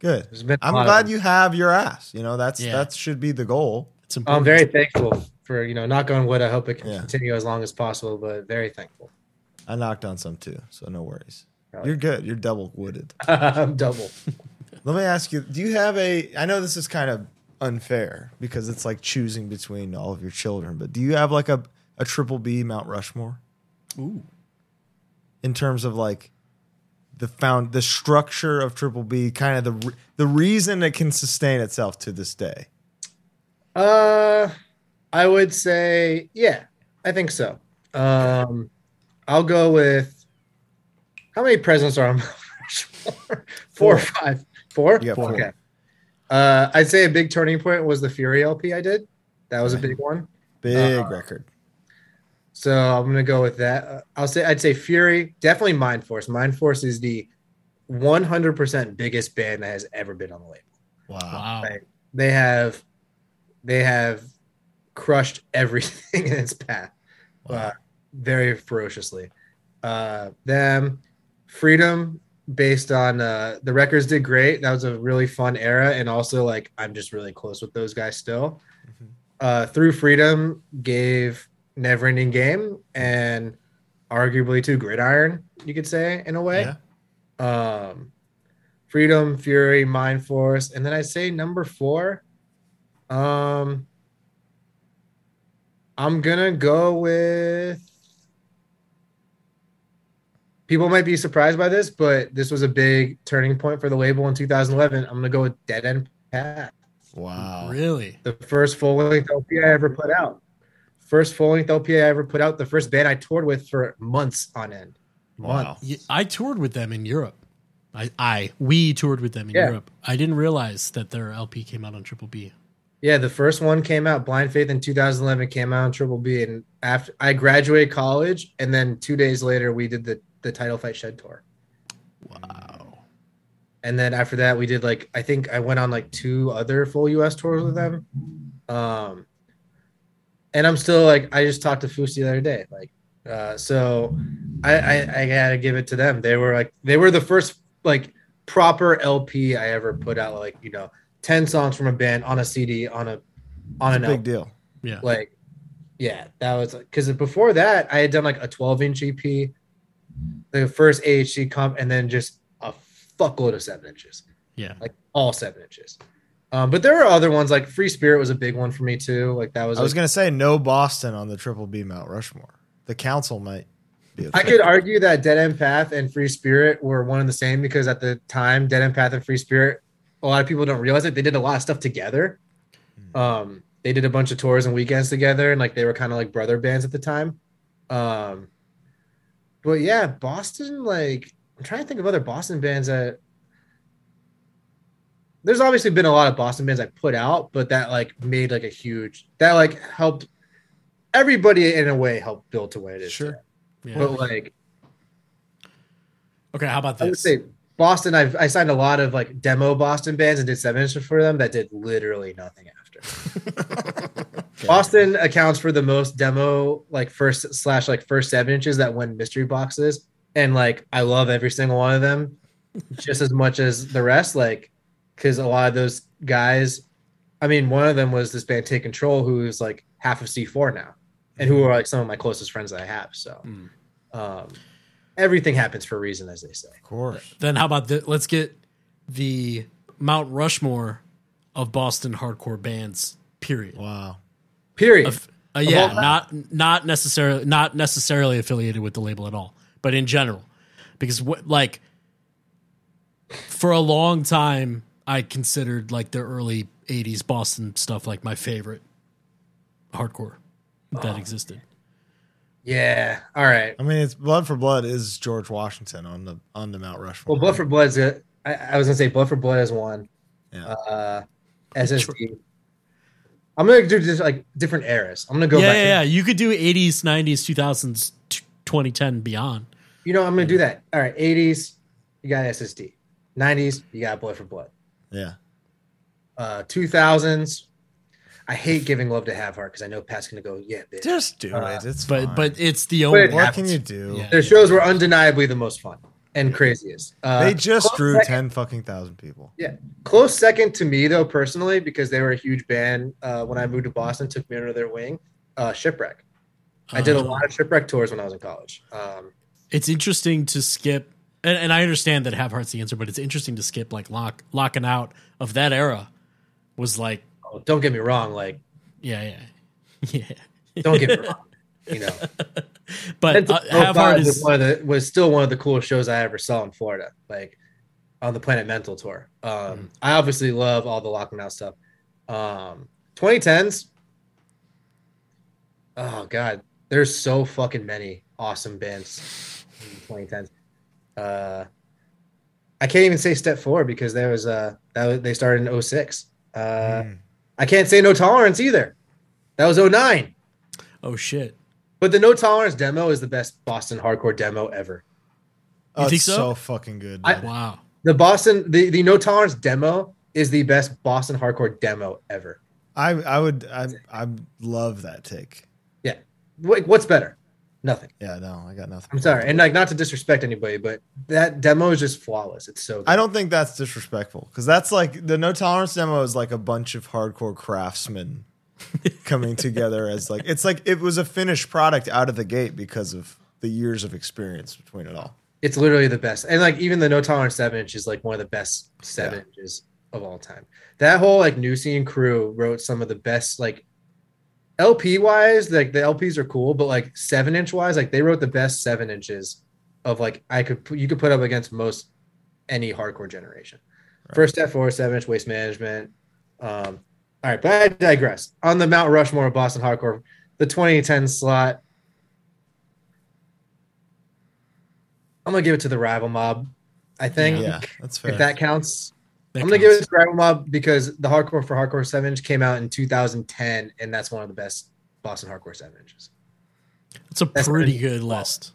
Speaker 1: Good.
Speaker 3: there's been. a
Speaker 1: I'm
Speaker 3: lot of
Speaker 1: glad
Speaker 3: them.
Speaker 1: you have your ass. You know, that's
Speaker 2: Yeah.
Speaker 1: that should be the goal.
Speaker 2: it's important.
Speaker 3: I'm very thankful for you know, knock on wood. I hope it can
Speaker 1: Yeah.
Speaker 3: continue as long as possible, but very thankful. <laughs>
Speaker 1: I knocked on some too, so no worries.
Speaker 3: Oh,
Speaker 1: You're good. You're double wooded.
Speaker 3: I'm double.
Speaker 1: Let me ask you, do you have a I know this is kind of unfair because it's like choosing between all of your children, but do you have like a, a triple B Mount Rushmore
Speaker 2: Ooh,
Speaker 1: in terms of like the found the structure of triple B, kind of the re- the reason it can sustain itself to this day?
Speaker 3: Uh, I would say, yeah, I think so. Um, I'll go with how many presents are on my <laughs> Four,
Speaker 1: Four.
Speaker 3: four or five, four.
Speaker 1: You got four.
Speaker 3: Okay. Uh, I'd say a big turning point was the Fury LP I did. That was a
Speaker 1: Okay.
Speaker 3: big one.
Speaker 1: Big
Speaker 3: Uh,
Speaker 2: Uh-huh.
Speaker 1: record.
Speaker 3: So I'm gonna go with that. Uh, I'll say I'd say Fury, definitely Mind Force. Mind Force is the 100% biggest band that has ever been on the label.
Speaker 2: wow.
Speaker 3: Right. they have they have crushed everything <laughs> in its path
Speaker 1: Wow.
Speaker 3: uh, very ferociously uh them freedom based on uh the records did great that was a really fun era and also like i'm just really close with those guys still
Speaker 1: Mhm.
Speaker 3: uh through freedom gave never ending game and arguably to gridiron you could say in a way
Speaker 1: Yeah.
Speaker 3: um freedom fury mind force and then i say number four um i'm gonna go with people might be surprised by this but this was a big turning point for the label in 2011 i'm gonna go with dead end path
Speaker 1: Wow.
Speaker 2: Really?
Speaker 3: the first full length LP I ever put out. First full length LP I ever put out. The first band I toured with for months on end.
Speaker 1: Wow.
Speaker 2: Y- I toured with them in Europe. I, I, we toured with them in
Speaker 3: Yeah.
Speaker 2: Europe. I didn't realize that their LP came out on Triple B.
Speaker 3: Yeah, the first one came out. Blind Faith in 2011 came out on Triple B, and after I graduated college, and then two days later we did the the title fight shed tour,
Speaker 2: Wow.
Speaker 3: and then after that we did like I think I went on like two other full U.S. tours with them, um, and I'm still like I just talked to Fusi the other day, like uh, so I, I I gotta give it to them. They were like they were the first like proper LP I ever put out, like you know ten songs from a band on a CD on a on
Speaker 1: It's a
Speaker 3: an
Speaker 1: big deal.
Speaker 2: Yeah.
Speaker 3: like yeah, that was because before that I had done like a 12 inch EP, the first AHC comp, and then just a fuckload of seven inches,
Speaker 2: Yeah.
Speaker 3: like all seven inches. Um, but there were other ones like Free Spirit was a big one for me too. Like that was,
Speaker 1: I was
Speaker 3: like-
Speaker 1: gonna say no Boston on the triple B Mount Rushmore. The council might. Be a
Speaker 3: I could argue that Dead End Path and Free Spirit were one and the same because at the time, Dead End Path and Free Spirit, a lot of people don't realize it. They did a lot of stuff together. Um, they did a bunch of tours and weekends together, and like they were kind of like brother bands at the time. Um, but yeah, Boston. Like I'm trying to think of other Boston bands that. There's obviously been a lot of Boston bands I put out, but that like made like a huge that like helped everybody in a way helped build to what it is.
Speaker 1: Sure.
Speaker 3: today.
Speaker 2: Yeah.
Speaker 3: But like
Speaker 2: okay, how about
Speaker 3: I would
Speaker 2: this?
Speaker 3: say Boston. I've I signed a lot of like demo Boston bands and did seven inches for them that did literally nothing after. Boston accounts for the most demo like first slash like first seven inches that win mystery boxes, and like I love every single one of them just as much as the rest. Like because a lot of those guys, I mean, one of them was this band Take Control, who's like half of C four now, and who are like some of my closest friends that I have. So.
Speaker 2: Mm.
Speaker 3: Um, Everything happens for a reason, as they say.
Speaker 1: of course.
Speaker 2: Then how about this? Let's get the Mount Rushmore of Boston hardcore bands. Period.
Speaker 1: Wow.
Speaker 3: Period.
Speaker 2: Of- uh, yeah,
Speaker 3: all-
Speaker 2: not not necessarily not necessarily affiliated with the label at all, but in general, because what like for a long time I considered like the early '80s Boston stuff like my favorite hardcore that existed.
Speaker 3: Yeah. All right.
Speaker 1: I mean, it's blood for blood is George Washington on the on the Mount Rushmore.
Speaker 3: Well, Blood for Blood's a, I, I was gonna say Blood for Blood is one.
Speaker 1: Yeah.
Speaker 3: Uh, SSD. I'm gonna do just like different eras. I'm gonna go
Speaker 2: yeah,
Speaker 3: back.
Speaker 2: yeah,
Speaker 3: and-
Speaker 2: yeah. You could do '80s, '90s, 2000s, t- 2010, beyond.
Speaker 3: You know, I'm gonna do that. All right. 80s, you got SSD. 90s, you got Blood for Blood.
Speaker 1: yeah.
Speaker 3: Uh, 2000s. I hate giving love to Have Heart because I know Pat's gonna go. Yeah, bitch.
Speaker 1: Just do
Speaker 3: Uh,
Speaker 1: it. It's
Speaker 2: But
Speaker 1: fine.
Speaker 2: but it's the only.
Speaker 3: it
Speaker 1: what
Speaker 3: happens.
Speaker 1: can you do?
Speaker 2: Yeah.
Speaker 3: Their shows were undeniably the most fun and craziest. Uh,
Speaker 1: They just
Speaker 3: close
Speaker 1: drew
Speaker 3: second-
Speaker 1: ten fucking thousand people.
Speaker 3: Yeah, close second to me though personally because they were a huge band. Uh, when I moved to Boston, took me under their wing. Uh, Shipwreck. I did a
Speaker 2: Uh,
Speaker 3: lot of shipwreck tours when I was in college. Um,
Speaker 2: it's interesting to skip and, and I understand that have heart's the answer, but it's interesting to skip like lock locking out of that era was like
Speaker 3: oh, don't get me wrong, like
Speaker 2: yeah, yeah. <laughs> Yeah.
Speaker 3: don't get me wrong. You know,
Speaker 2: but uh, have
Speaker 3: Profile
Speaker 2: heart
Speaker 3: was
Speaker 2: is
Speaker 3: one of the, was still one of the coolest shows I ever saw in Florida, like on the Planet Mental tour. Um,
Speaker 2: Mm.
Speaker 3: I obviously love all the locking out stuff. Um, 2010s. Oh God, there's so fucking many awesome bands in the 2010s. Uh, I can't even say step four because there was uh that was, they started in 06. Uh,
Speaker 1: Mm.
Speaker 3: I can't say no tolerance either. That was 09.
Speaker 2: oh shit.
Speaker 3: But the No Tolerance demo is the best Boston hardcore demo ever.
Speaker 1: Oh,
Speaker 2: think
Speaker 1: it's
Speaker 2: so?
Speaker 1: so? fucking good.
Speaker 3: I-
Speaker 1: man.
Speaker 2: Wow.
Speaker 3: The Boston, the, the No Tolerance demo is the best Boston hardcore demo ever.
Speaker 1: I I would I I love that take.
Speaker 3: Like, what's better? Nothing.
Speaker 1: Yeah, no, I got nothing.
Speaker 3: I'm sorry, and like not to disrespect anybody, but that demo is just flawless. It's so. Good.
Speaker 1: I don't think that's disrespectful because that's like the no tolerance demo is like a bunch of hardcore craftsmen coming together as like it's like it was a finished product out of the gate because of the years of experience between it all.
Speaker 3: It's literally the best, and like even the No Tolerance seven inch is like one of the best seven
Speaker 1: Yeah.
Speaker 3: inches of all time. That whole like New Scene crew wrote some of the best like LP wise. Like the LPs are cool, but like seven inch wise, like they wrote the best seven inches of like I could put- you could put up against most any hardcore generation. First step forward, seven inch waste management. Um, all right, but I digress. On the Mount Rushmore of Boston hardcore, the 2010 slot. I'm gonna give it to the rival mob. I think
Speaker 1: Yeah, that's fair.
Speaker 3: if that counts.
Speaker 2: That
Speaker 3: I'm gonna give it
Speaker 2: counts.
Speaker 3: to Rival Mob because the Hardcore for Hardcore Seven Inch came out in 2010, and that's one of the best Boston Hardcore Seven Inches.
Speaker 2: It's a
Speaker 3: that's
Speaker 2: pretty
Speaker 3: pretty-
Speaker 2: good list.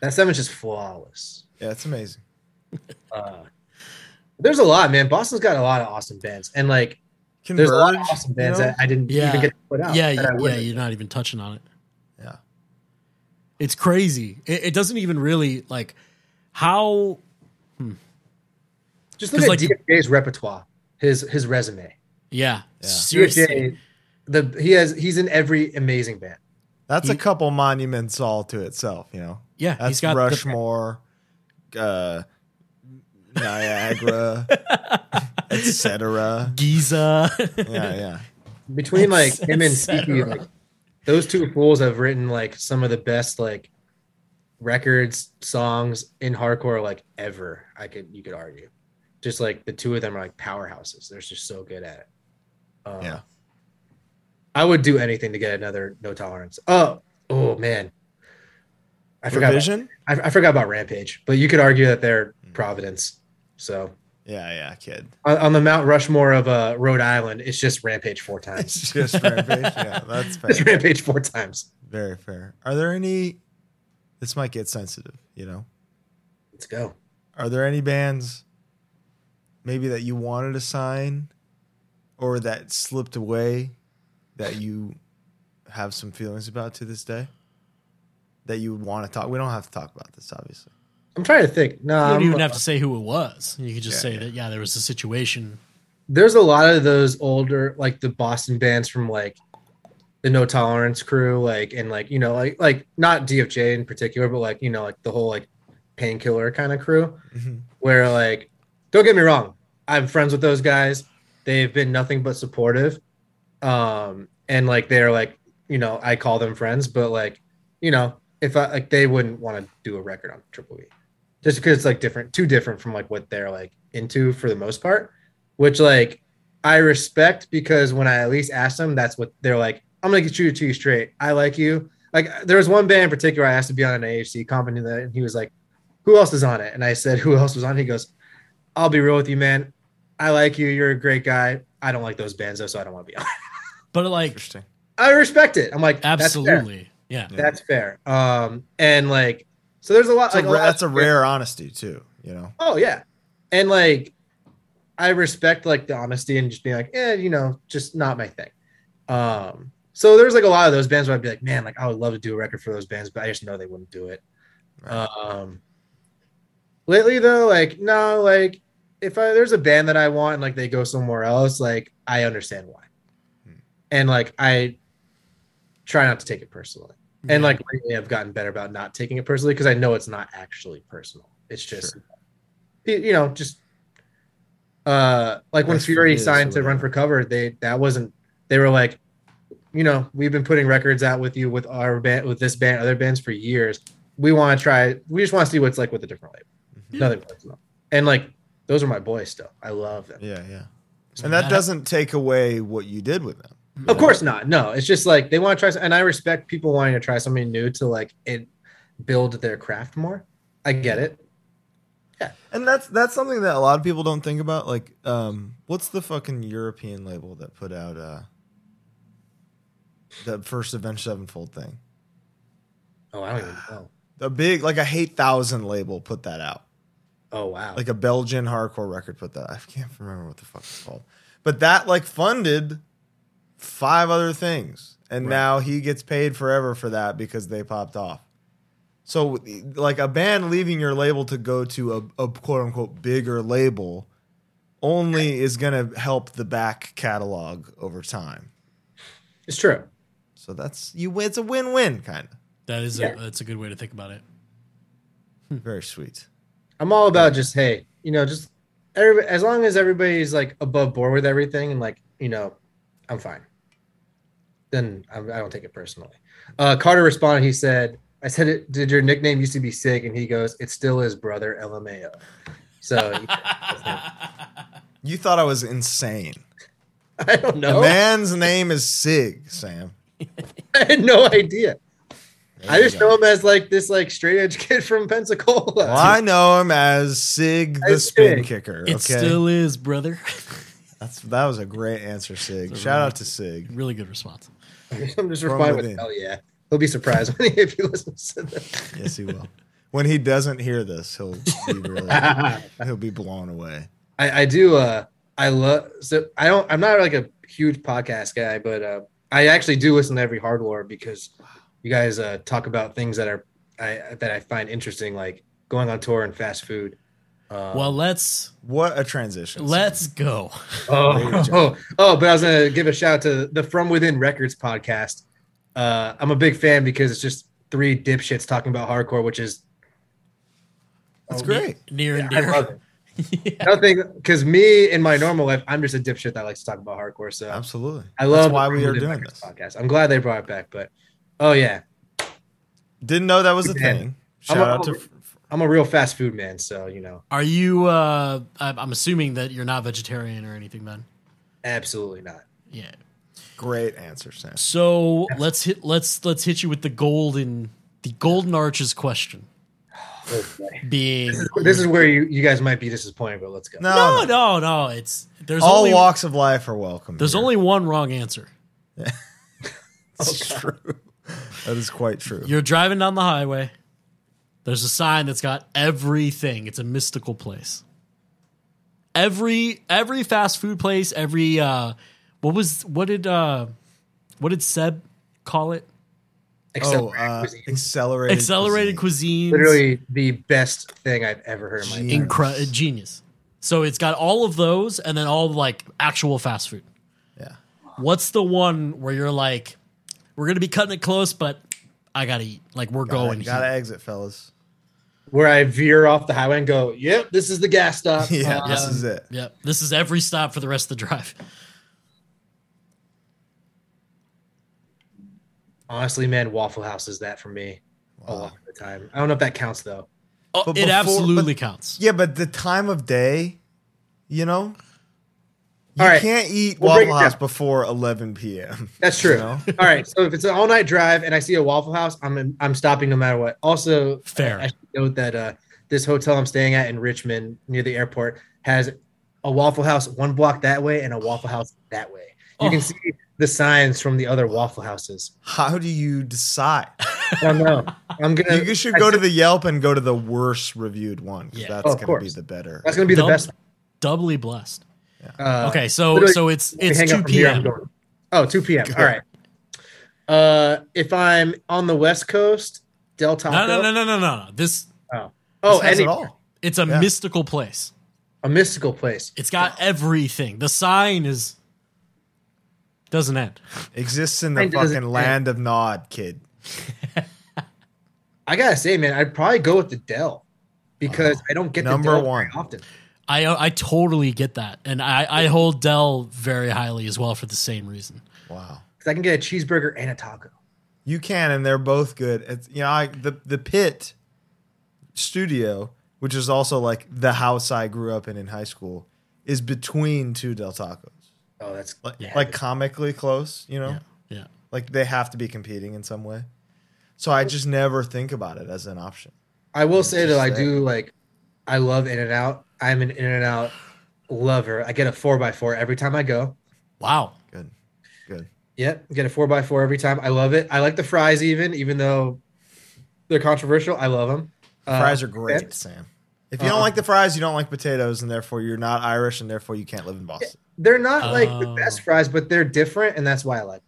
Speaker 3: That seven inch is flawless.
Speaker 1: yeah, it's amazing.
Speaker 3: Uh, there's a lot, man. Boston's got a lot of awesome bands, and like there's a lot of
Speaker 1: Converge,
Speaker 3: awesome
Speaker 1: you
Speaker 3: bands
Speaker 1: know?
Speaker 3: that I didn't
Speaker 2: Yeah.
Speaker 3: even get to put out.
Speaker 2: Yeah,
Speaker 3: that
Speaker 2: yeah,
Speaker 3: I
Speaker 2: yeah,
Speaker 3: would've.
Speaker 2: you're not even touching on it.
Speaker 1: yeah.
Speaker 2: It's crazy. It, it doesn't even really like how
Speaker 3: Just look
Speaker 2: 'Cause,
Speaker 3: at
Speaker 2: like,
Speaker 3: DFJ's repertoire, his his resume.
Speaker 2: yeah,
Speaker 1: Yeah.
Speaker 2: seriously.
Speaker 3: DFJ the he has he's in every amazing band.
Speaker 1: That's a
Speaker 2: He-
Speaker 1: couple monuments all to itself, you know.
Speaker 2: Yeah,
Speaker 1: That's
Speaker 2: he's got the-
Speaker 1: Rushmore, uh,
Speaker 3: <laughs>
Speaker 1: Niagara, etc.
Speaker 2: Giza.
Speaker 1: Yeah, yeah.
Speaker 3: Between like
Speaker 2: <laughs>
Speaker 3: him and
Speaker 2: Et cetera.
Speaker 3: Stevie, like, those two fools have written like some of the best like records, songs in hardcore like ever. I could you could argue. Just like the two of them are like powerhouses. They're just so good at it. Uh,
Speaker 1: Yeah.
Speaker 3: I would do anything to get another no tolerance. Oh, oh man. I forgot about,
Speaker 1: Provision?
Speaker 3: I, I forgot about Rampage, but you could argue that they're Providence. So
Speaker 1: Yeah, yeah, kid.
Speaker 3: <laughs> on, on the Mount Rushmore of uh, Rhode Island, it's just Rampage four times.
Speaker 1: It's just rampage. Yeah, that's
Speaker 3: It's
Speaker 1: fair.
Speaker 3: Rampage four times.
Speaker 1: Very fair. Are there any? This might get sensitive, you know.
Speaker 3: Let's go.
Speaker 1: Are there any bands, maybe that you wanted to sign, or that slipped away, that you have some feelings about to this day? That you would want to talk. We don't have to talk about this, obviously.
Speaker 3: I'm trying to think. No,
Speaker 2: you don't
Speaker 3: I'm-
Speaker 1: Um,
Speaker 2: even have to say who it was. You could just
Speaker 1: Yeah,
Speaker 2: say
Speaker 1: yeah.
Speaker 2: that yeah, there was a situation.
Speaker 3: there's a lot of those older, like the Boston bands from like the No Tolerance crew, like and like you know, like like not DFJ in particular, but like you know, like the whole like painkiller kind of crew. where like don't get me wrong i'm friends with those guys they've been nothing but supportive um and like they're like you know i call them friends but like you know if i like they wouldn't want to do a record on triple b just because it's like different too different from like what they're like into for the most part which like i respect because when i at least ask them that's what they're like i'm gonna get you to you straight i like you like there was one band in particular i asked to be on an ahc company that and he was like who else is on it? And I said, who else was on it? He goes, I'll be real with you, man. I like you. You're a great guy. I don't like those bands though, so I don't want to be on. it."
Speaker 2: But
Speaker 1: <laughs>
Speaker 2: like
Speaker 1: Interesting.
Speaker 3: I respect it. I'm like, that's fair.
Speaker 2: absolutely. Yeah.
Speaker 1: Yeah.
Speaker 3: That's fair. Um, and like, so there's a lot.
Speaker 1: That's,
Speaker 3: like
Speaker 1: a,
Speaker 3: a
Speaker 1: ra-
Speaker 3: lot-
Speaker 1: that's a rare honesty too. You know.
Speaker 3: Oh yeah, and like, I respect like the honesty and just being like, eh, you know, just not my thing. Um, so there's like a lot of those bands where I'd be like, man, like I would love to do a record for those bands, but I just know they wouldn't do it.
Speaker 1: Right.
Speaker 3: Um, lately though, like no, like if I, there's a band that I want, and, like they go somewhere else, like I understand why,
Speaker 1: Hmm.
Speaker 3: and like I try not to take it personally. And
Speaker 2: Yeah.
Speaker 3: like lately, I've gotten better about not taking it personally because I know it's not actually personal. It's just, y- you know, just uh like when
Speaker 1: That's what it
Speaker 3: Fury
Speaker 1: is,
Speaker 3: signed to
Speaker 1: whatever.
Speaker 3: Run for Cover, they that wasn't. They were like, you know, we've been putting records out with you with our band, with this band, other bands for years. We want to try. We just want to see what's like with a different label.
Speaker 1: Mhm.
Speaker 3: Nothing personal. And like those are my boys still. I love them.
Speaker 1: Yeah, yeah.
Speaker 2: So
Speaker 1: And that
Speaker 2: that-
Speaker 1: doesn't take away what you did with them.
Speaker 3: Of course not. No, it's just like they want to try, some- and I respect people wanting to try something new to like it build their craft more. I get it.
Speaker 1: And that's that's something that a lot of people don't think about. Like, um, what's the fucking European label that put out uh the first Avenged Sevenfold thing?
Speaker 3: Oh, I don't even
Speaker 1: Ah.
Speaker 3: know.
Speaker 1: The big like a hate thousand label put that out.
Speaker 3: Oh wow.
Speaker 1: Like a Belgian hardcore record put that. I can't remember what the fuck it's called. But that like funded five other things. And
Speaker 3: Right.
Speaker 1: now he gets paid forever for that because they popped off. So like a band leaving your label to go to a, a quote unquote bigger label only is gonna help the back catalog over time.
Speaker 3: it's true.
Speaker 1: So that's you it's a win win kind of.
Speaker 2: That is
Speaker 3: Yeah.
Speaker 2: a that's a good way to think
Speaker 3: <laughs>
Speaker 2: about it.
Speaker 1: Very sweet.
Speaker 3: I'm all about just hey, you know, just every as long as everybody's like above board with everything and like you know, I'm fine. Then I'm, I don't take it personally. Uh, Carter responded. He said, "I said, it, did your nickname used to be Sig?" And he goes, "It still is, brother." LMAO. So <laughs>
Speaker 1: You thought I was insane.
Speaker 3: I don't
Speaker 1: The
Speaker 3: know.
Speaker 1: man's name is Sig, Sam.
Speaker 3: <laughs> I had no idea.
Speaker 1: There
Speaker 3: I
Speaker 1: you
Speaker 3: just
Speaker 1: go.
Speaker 3: know him as like this like straight edge <laughs> kid from Pensacola.
Speaker 1: Well,
Speaker 3: <laughs>
Speaker 1: I know him as Sig the
Speaker 3: As
Speaker 1: Spin
Speaker 3: Sig.
Speaker 1: Kicker. Okay,
Speaker 2: It still is, brother. <laughs>
Speaker 1: That's, that was a great answer, Sig.
Speaker 2: It's a
Speaker 1: Shout
Speaker 2: really-
Speaker 1: out to Sig.
Speaker 2: really good response.
Speaker 3: am just
Speaker 1: From
Speaker 3: replying with
Speaker 1: within.
Speaker 3: hell yeah. He'll be surprised <laughs> when he, if he listens
Speaker 1: <laughs>
Speaker 3: to this.
Speaker 1: Yes, he will. when he doesn't hear this, he'll be
Speaker 3: <laughs>
Speaker 1: really
Speaker 3: I,
Speaker 1: he'll be blown away.
Speaker 3: I do. Uh, I love. So I don't. I'm not like a huge podcast guy, but uh, I actually do listen to every hardware because you guys uh, talk about things that are I that I find interesting, like going on tour and fast food. Um,
Speaker 2: Well, let's
Speaker 1: What a transition.
Speaker 2: let's go.
Speaker 3: Oh, oh, <laughs> oh, but I was gonna give a shout out to the From Within Records podcast. Uh, I'm a big fan because it's just three dipshits talking about hardcore, which is
Speaker 1: That's great.
Speaker 2: <laughs> Near and
Speaker 3: I
Speaker 2: dear.
Speaker 3: love it.
Speaker 2: <laughs>
Speaker 3: Nothing because me in my normal life, I'm just a dipshit that likes to talk about hardcore. So
Speaker 1: Absolutely.
Speaker 3: I love
Speaker 1: That's
Speaker 3: the
Speaker 1: why
Speaker 3: From
Speaker 1: we are
Speaker 3: Within
Speaker 1: doing this.
Speaker 3: Records podcast. I'm glad they brought it back, but oh yeah,
Speaker 1: Didn't know that was a
Speaker 3: Man.
Speaker 1: thing.
Speaker 3: I'm
Speaker 1: Shout
Speaker 3: a-
Speaker 1: out to
Speaker 3: I'm a real fast food man, so you know,
Speaker 2: Are you? Uh, I- I'm assuming that you're not vegetarian or anything, then.
Speaker 3: absolutely not.
Speaker 2: Yeah.
Speaker 1: great answer, Sam.
Speaker 2: So let's hit. Let's let's hit you with the golden the golden arches question. Being
Speaker 3: This is where you, you guys might be disappointed, but let's go.
Speaker 1: No, no.
Speaker 2: no no no. It's there's
Speaker 1: all
Speaker 2: only
Speaker 1: walks of life are welcome.
Speaker 2: there's
Speaker 1: here.
Speaker 2: only one wrong answer.
Speaker 1: That's true. That is quite true.
Speaker 2: You're driving down the highway. There's a sign that's got everything. It's a mystical place. Every every fast food place, every uh what was what did uh what did Seb call it?
Speaker 3: Except
Speaker 1: oh, uh,
Speaker 3: cuisine.
Speaker 1: accelerated
Speaker 2: Accelerated
Speaker 1: cuisine.
Speaker 2: cuisine.
Speaker 3: literally the best thing I've ever heard in my
Speaker 1: Gee.
Speaker 2: Incre- genius. So it's got all of those and then all like actual fast food.
Speaker 1: Yeah.
Speaker 2: What's the one where you're like, we're gonna be cutting it close, but I gotta eat. Like we're
Speaker 1: Gotta-
Speaker 2: going.
Speaker 1: Gotta
Speaker 2: here.
Speaker 1: exit, fellas.
Speaker 3: where I veer off the highway and go, "Yep, this is the gas
Speaker 1: <laughs>
Speaker 3: stop."
Speaker 1: Yeah,
Speaker 3: Uh,
Speaker 1: this is it.
Speaker 2: Um, Yep. This is every stop for the rest of the drive.
Speaker 3: honestly, man, Waffle House is that for me a lot of the time. I don't know if that counts though.
Speaker 2: Oh,
Speaker 1: But
Speaker 2: it
Speaker 1: before-
Speaker 2: absolutely counts.
Speaker 1: Yeah, but the time of day, you know, you
Speaker 3: All right.
Speaker 1: can't eat
Speaker 3: We'll break
Speaker 1: Waffle
Speaker 3: it
Speaker 1: House
Speaker 3: down.
Speaker 1: before 11 p.m.
Speaker 3: <laughs> That's true.
Speaker 1: You know?
Speaker 3: All right, so if it's an all night drive and I see a Waffle House, I'm in, I'm stopping no matter what. Also,
Speaker 2: Fair.
Speaker 3: I should note that uh, this hotel I'm staying at in Richmond near the airport has a Waffle House one block that way and a Waffle House that way. You
Speaker 2: Oh.
Speaker 3: can see the signs from the other Waffle Houses.
Speaker 1: How do you
Speaker 3: <laughs>
Speaker 1: decide?
Speaker 3: I don't know. I'm gonna.
Speaker 1: <laughs> You should go to the Yelp and go to the worst reviewed one because
Speaker 2: Yeah.
Speaker 1: that's
Speaker 3: Oh, of
Speaker 1: going to be
Speaker 3: course.
Speaker 1: the better.
Speaker 3: That's gonna be the
Speaker 2: Dumb-
Speaker 3: best.
Speaker 2: Doubly blessed.
Speaker 3: Uh,
Speaker 2: Okay, so
Speaker 3: literally,
Speaker 2: so it's it's
Speaker 3: hang up
Speaker 2: two
Speaker 3: from here, I'm
Speaker 2: p.m.
Speaker 3: going. Oh, 2 p.m. All right. Uh, if I'm on the West Coast, Del Taco.
Speaker 2: No, no, no, no, no, no, no. This
Speaker 3: Oh,
Speaker 1: That's
Speaker 3: any,
Speaker 1: it all.
Speaker 2: it's a
Speaker 1: Yeah.
Speaker 2: mystical place.
Speaker 3: a mystical place.
Speaker 2: It's got everything. The sign is doesn't end.
Speaker 1: Exists in the
Speaker 3: Mine doesn't
Speaker 1: fucking
Speaker 3: end.
Speaker 1: land of Nod, kid.
Speaker 3: I gotta say, man, I'd probably go with the Dell because I don't get
Speaker 1: Uh-huh. Number
Speaker 3: the Del very
Speaker 1: one.
Speaker 3: often.
Speaker 2: I I totally get that, and I I hold Dell very highly as well for the same reason.
Speaker 1: Wow.
Speaker 3: Because I can get a cheeseburger and a taco.
Speaker 1: You can, and they're both good. It's you know, I, the the pit studio, which is also like the house I grew up in in high school, is between two Del Tacos,
Speaker 3: Oh, that's
Speaker 1: like,
Speaker 2: Yeah.
Speaker 1: like comically close. You know,
Speaker 2: Yeah, yeah.
Speaker 1: like they have to be competing in some way. So I just never think about it as an option.
Speaker 3: I will say
Speaker 1: Just
Speaker 3: though, I
Speaker 1: that.
Speaker 3: do like I love In and Out. I'm an In and Out lover. I get a four by four every time I go.
Speaker 2: Wow.
Speaker 1: Good, good.
Speaker 3: Yep, get a four by four every time. I love it. I like the fries even, even though they're controversial. I love Uh, them.
Speaker 1: Fries are great, Sam. If you don't
Speaker 3: Uh-uh.
Speaker 1: like the fries, you don't like potatoes, and therefore you're not Irish, and therefore you can't live in Boston.
Speaker 3: They're not like the
Speaker 2: Oh.
Speaker 3: best fries, but they're different, and that's why I like.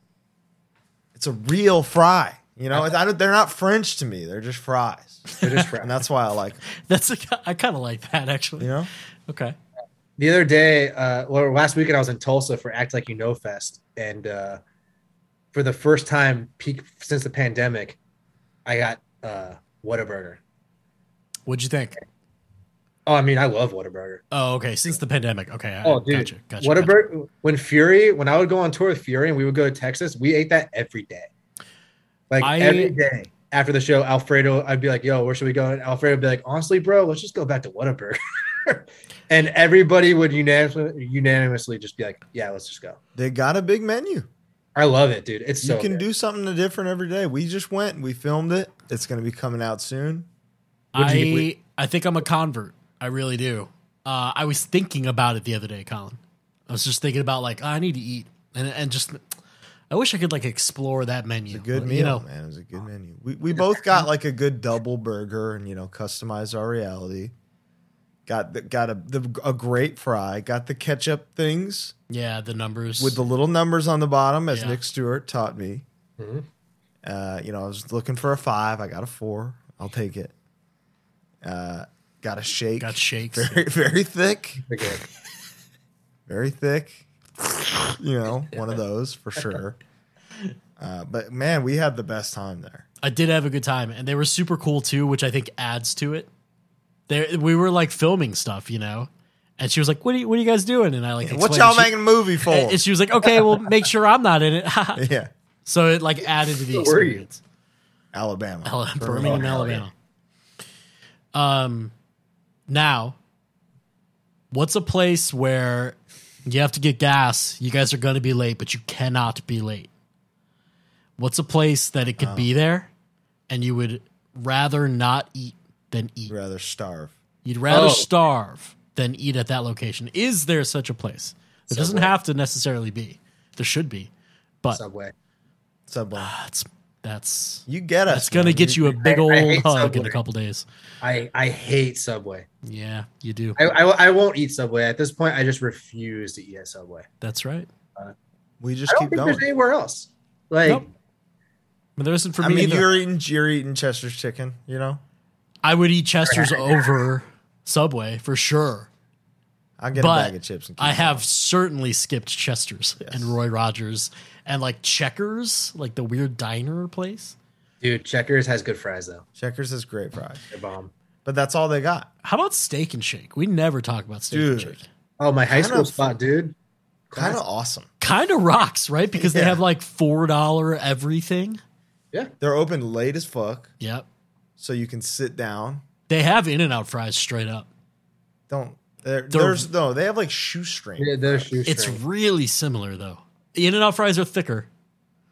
Speaker 1: It's a real fry. You know, I don't, they're not French to me. They're just fries,
Speaker 3: Them. They're just fries.
Speaker 1: and that's why I like. 'em,
Speaker 2: <laughs> That's a, I kind of like that actually.
Speaker 1: you know.
Speaker 2: Okay.
Speaker 3: <laughs> the other day, uh, or last weekend, I was in Tulsa for Act Like You Know Fest, and uh, for the first time peak since the pandemic, I got uh, Whataburger.
Speaker 2: What'd you think?
Speaker 3: Oh, I mean, I love Whataburger.
Speaker 2: Oh, okay. Since the pandemic. Okay. I-
Speaker 3: Oh, dude,
Speaker 2: Gotcha. Gotcha.
Speaker 3: Whataburger.
Speaker 2: gotcha.
Speaker 3: When Fury, when I would go on tour with Fury, and we would go to Texas, we ate that every day, like
Speaker 2: I-
Speaker 3: every day. After the show, Alfredo, I'd be like, "Yo, where should we go?" And Alfredo would be like, "Honestly, bro, let's just go back to Whataburger." <laughs> and everybody would unanimously, unanimously just be like, "Yeah, let's just go."
Speaker 1: They got a big menu.
Speaker 3: I love it, dude. It's so
Speaker 1: you can
Speaker 3: good.
Speaker 1: do something different every day. We just went and we filmed it. It's going to be coming out soon.
Speaker 3: What'd you-
Speaker 2: I I think I'm a convert. I really do. Uh, I was thinking about it the other day, Colin. I was just thinking about like I need to eat and and just I wish I could like explore that menu.
Speaker 1: It's a good
Speaker 2: you
Speaker 1: meal,
Speaker 2: know.
Speaker 1: man. It was a good menu. We, we both got like a good double burger and, you know, customized our reality. Got the, got a, the, a great fry. Got the ketchup things
Speaker 2: Yeah, the numbers
Speaker 1: with the little numbers on the bottom, as
Speaker 2: Yeah. Mm-hmm.
Speaker 1: Nick Stewart taught me.
Speaker 3: Mhm.
Speaker 1: Uh, you know, I was looking for a five. I got a four. I'll take it. Uh, Got a shake. <laughs>
Speaker 2: Got shakes.
Speaker 1: Very, very thick.
Speaker 3: Okay.
Speaker 1: Very thick. You know, one of those for
Speaker 2: <laughs>
Speaker 1: sure. Uh, but man, we had the best time there.
Speaker 2: I did have a good time, and they were super cool too, which I think adds to it. There, we were like filming stuff, you know, and she was like, "What are you, what are you guys doing?" And I like,
Speaker 1: What
Speaker 2: explained,
Speaker 1: y'all
Speaker 2: and she,
Speaker 1: making a movie for?
Speaker 2: And she was like, "Okay, well, make sure I'm not in it."
Speaker 1: <laughs>
Speaker 2: <laughs>
Speaker 1: yeah,
Speaker 2: so it like added to the
Speaker 3: Where were you?
Speaker 2: experience.
Speaker 1: Alabama,
Speaker 2: Ala- Birmingham, Alabama. Um, now, what's a place where you have to get gas? You guys are going to be late, but you cannot be late. What's a place that it could
Speaker 3: Uh.
Speaker 2: be there, and you would rather not eat than eat?
Speaker 1: Rather starve.
Speaker 2: You'd rather
Speaker 3: Oh.
Speaker 2: starve than eat at that location. Is there such a place? It doesn't
Speaker 3: Subway.
Speaker 2: have to necessarily be. There should be, but
Speaker 3: Subway.
Speaker 1: Subway.
Speaker 2: that's Ah, that's
Speaker 1: You get us.
Speaker 2: that's gonna
Speaker 1: man.
Speaker 2: get you
Speaker 1: <laughs>
Speaker 2: a big
Speaker 3: I-
Speaker 2: old
Speaker 3: I hate
Speaker 2: hug in a
Speaker 3: Subway.
Speaker 2: couple days.
Speaker 3: I I hate Subway.
Speaker 2: Yeah, you do.
Speaker 3: I, I I won't eat Subway at this point. I just refuse to eat at Subway.
Speaker 2: That's right.
Speaker 1: We
Speaker 3: I
Speaker 1: just
Speaker 3: don't
Speaker 1: keep
Speaker 3: think
Speaker 1: going.
Speaker 3: there's anywhere else. Like
Speaker 2: Nope. But there isn't for
Speaker 1: I
Speaker 2: me
Speaker 1: mean,
Speaker 2: either.
Speaker 1: you're eating you're eating Chester's chicken. You know,
Speaker 2: I would eat Chester's over Subway for sure.
Speaker 1: I'll get
Speaker 2: But
Speaker 1: a bag of chips. And keep
Speaker 2: I
Speaker 1: it.
Speaker 2: have certainly skipped Chester's
Speaker 1: Yes.
Speaker 2: and Roy Rogers and like Checkers, like the weird diner place.
Speaker 3: dude, Checkers has good fries though.
Speaker 1: Checkers is great fries,
Speaker 3: They're bomb.
Speaker 1: but that's all they got.
Speaker 2: How about Steak and Shake? We never talk about Steak and
Speaker 1: Dude.
Speaker 2: Shake.
Speaker 3: Oh, my high
Speaker 1: Kind
Speaker 3: school
Speaker 1: of-
Speaker 3: spot, dude.
Speaker 1: Kind of
Speaker 3: Classic.
Speaker 1: awesome.
Speaker 2: Kind of rocks, right? Because they
Speaker 1: Yeah.
Speaker 2: have like four dollar everything.
Speaker 1: They're open late as fuck,
Speaker 2: Yep.
Speaker 1: so you can sit down.
Speaker 2: They have In and Out fries straight up.
Speaker 1: Don't there-
Speaker 2: They're-
Speaker 1: there's no. They have like shoestring.
Speaker 3: Yeah, they're shoestring.
Speaker 2: It's really similar though. In and Out fries are thicker,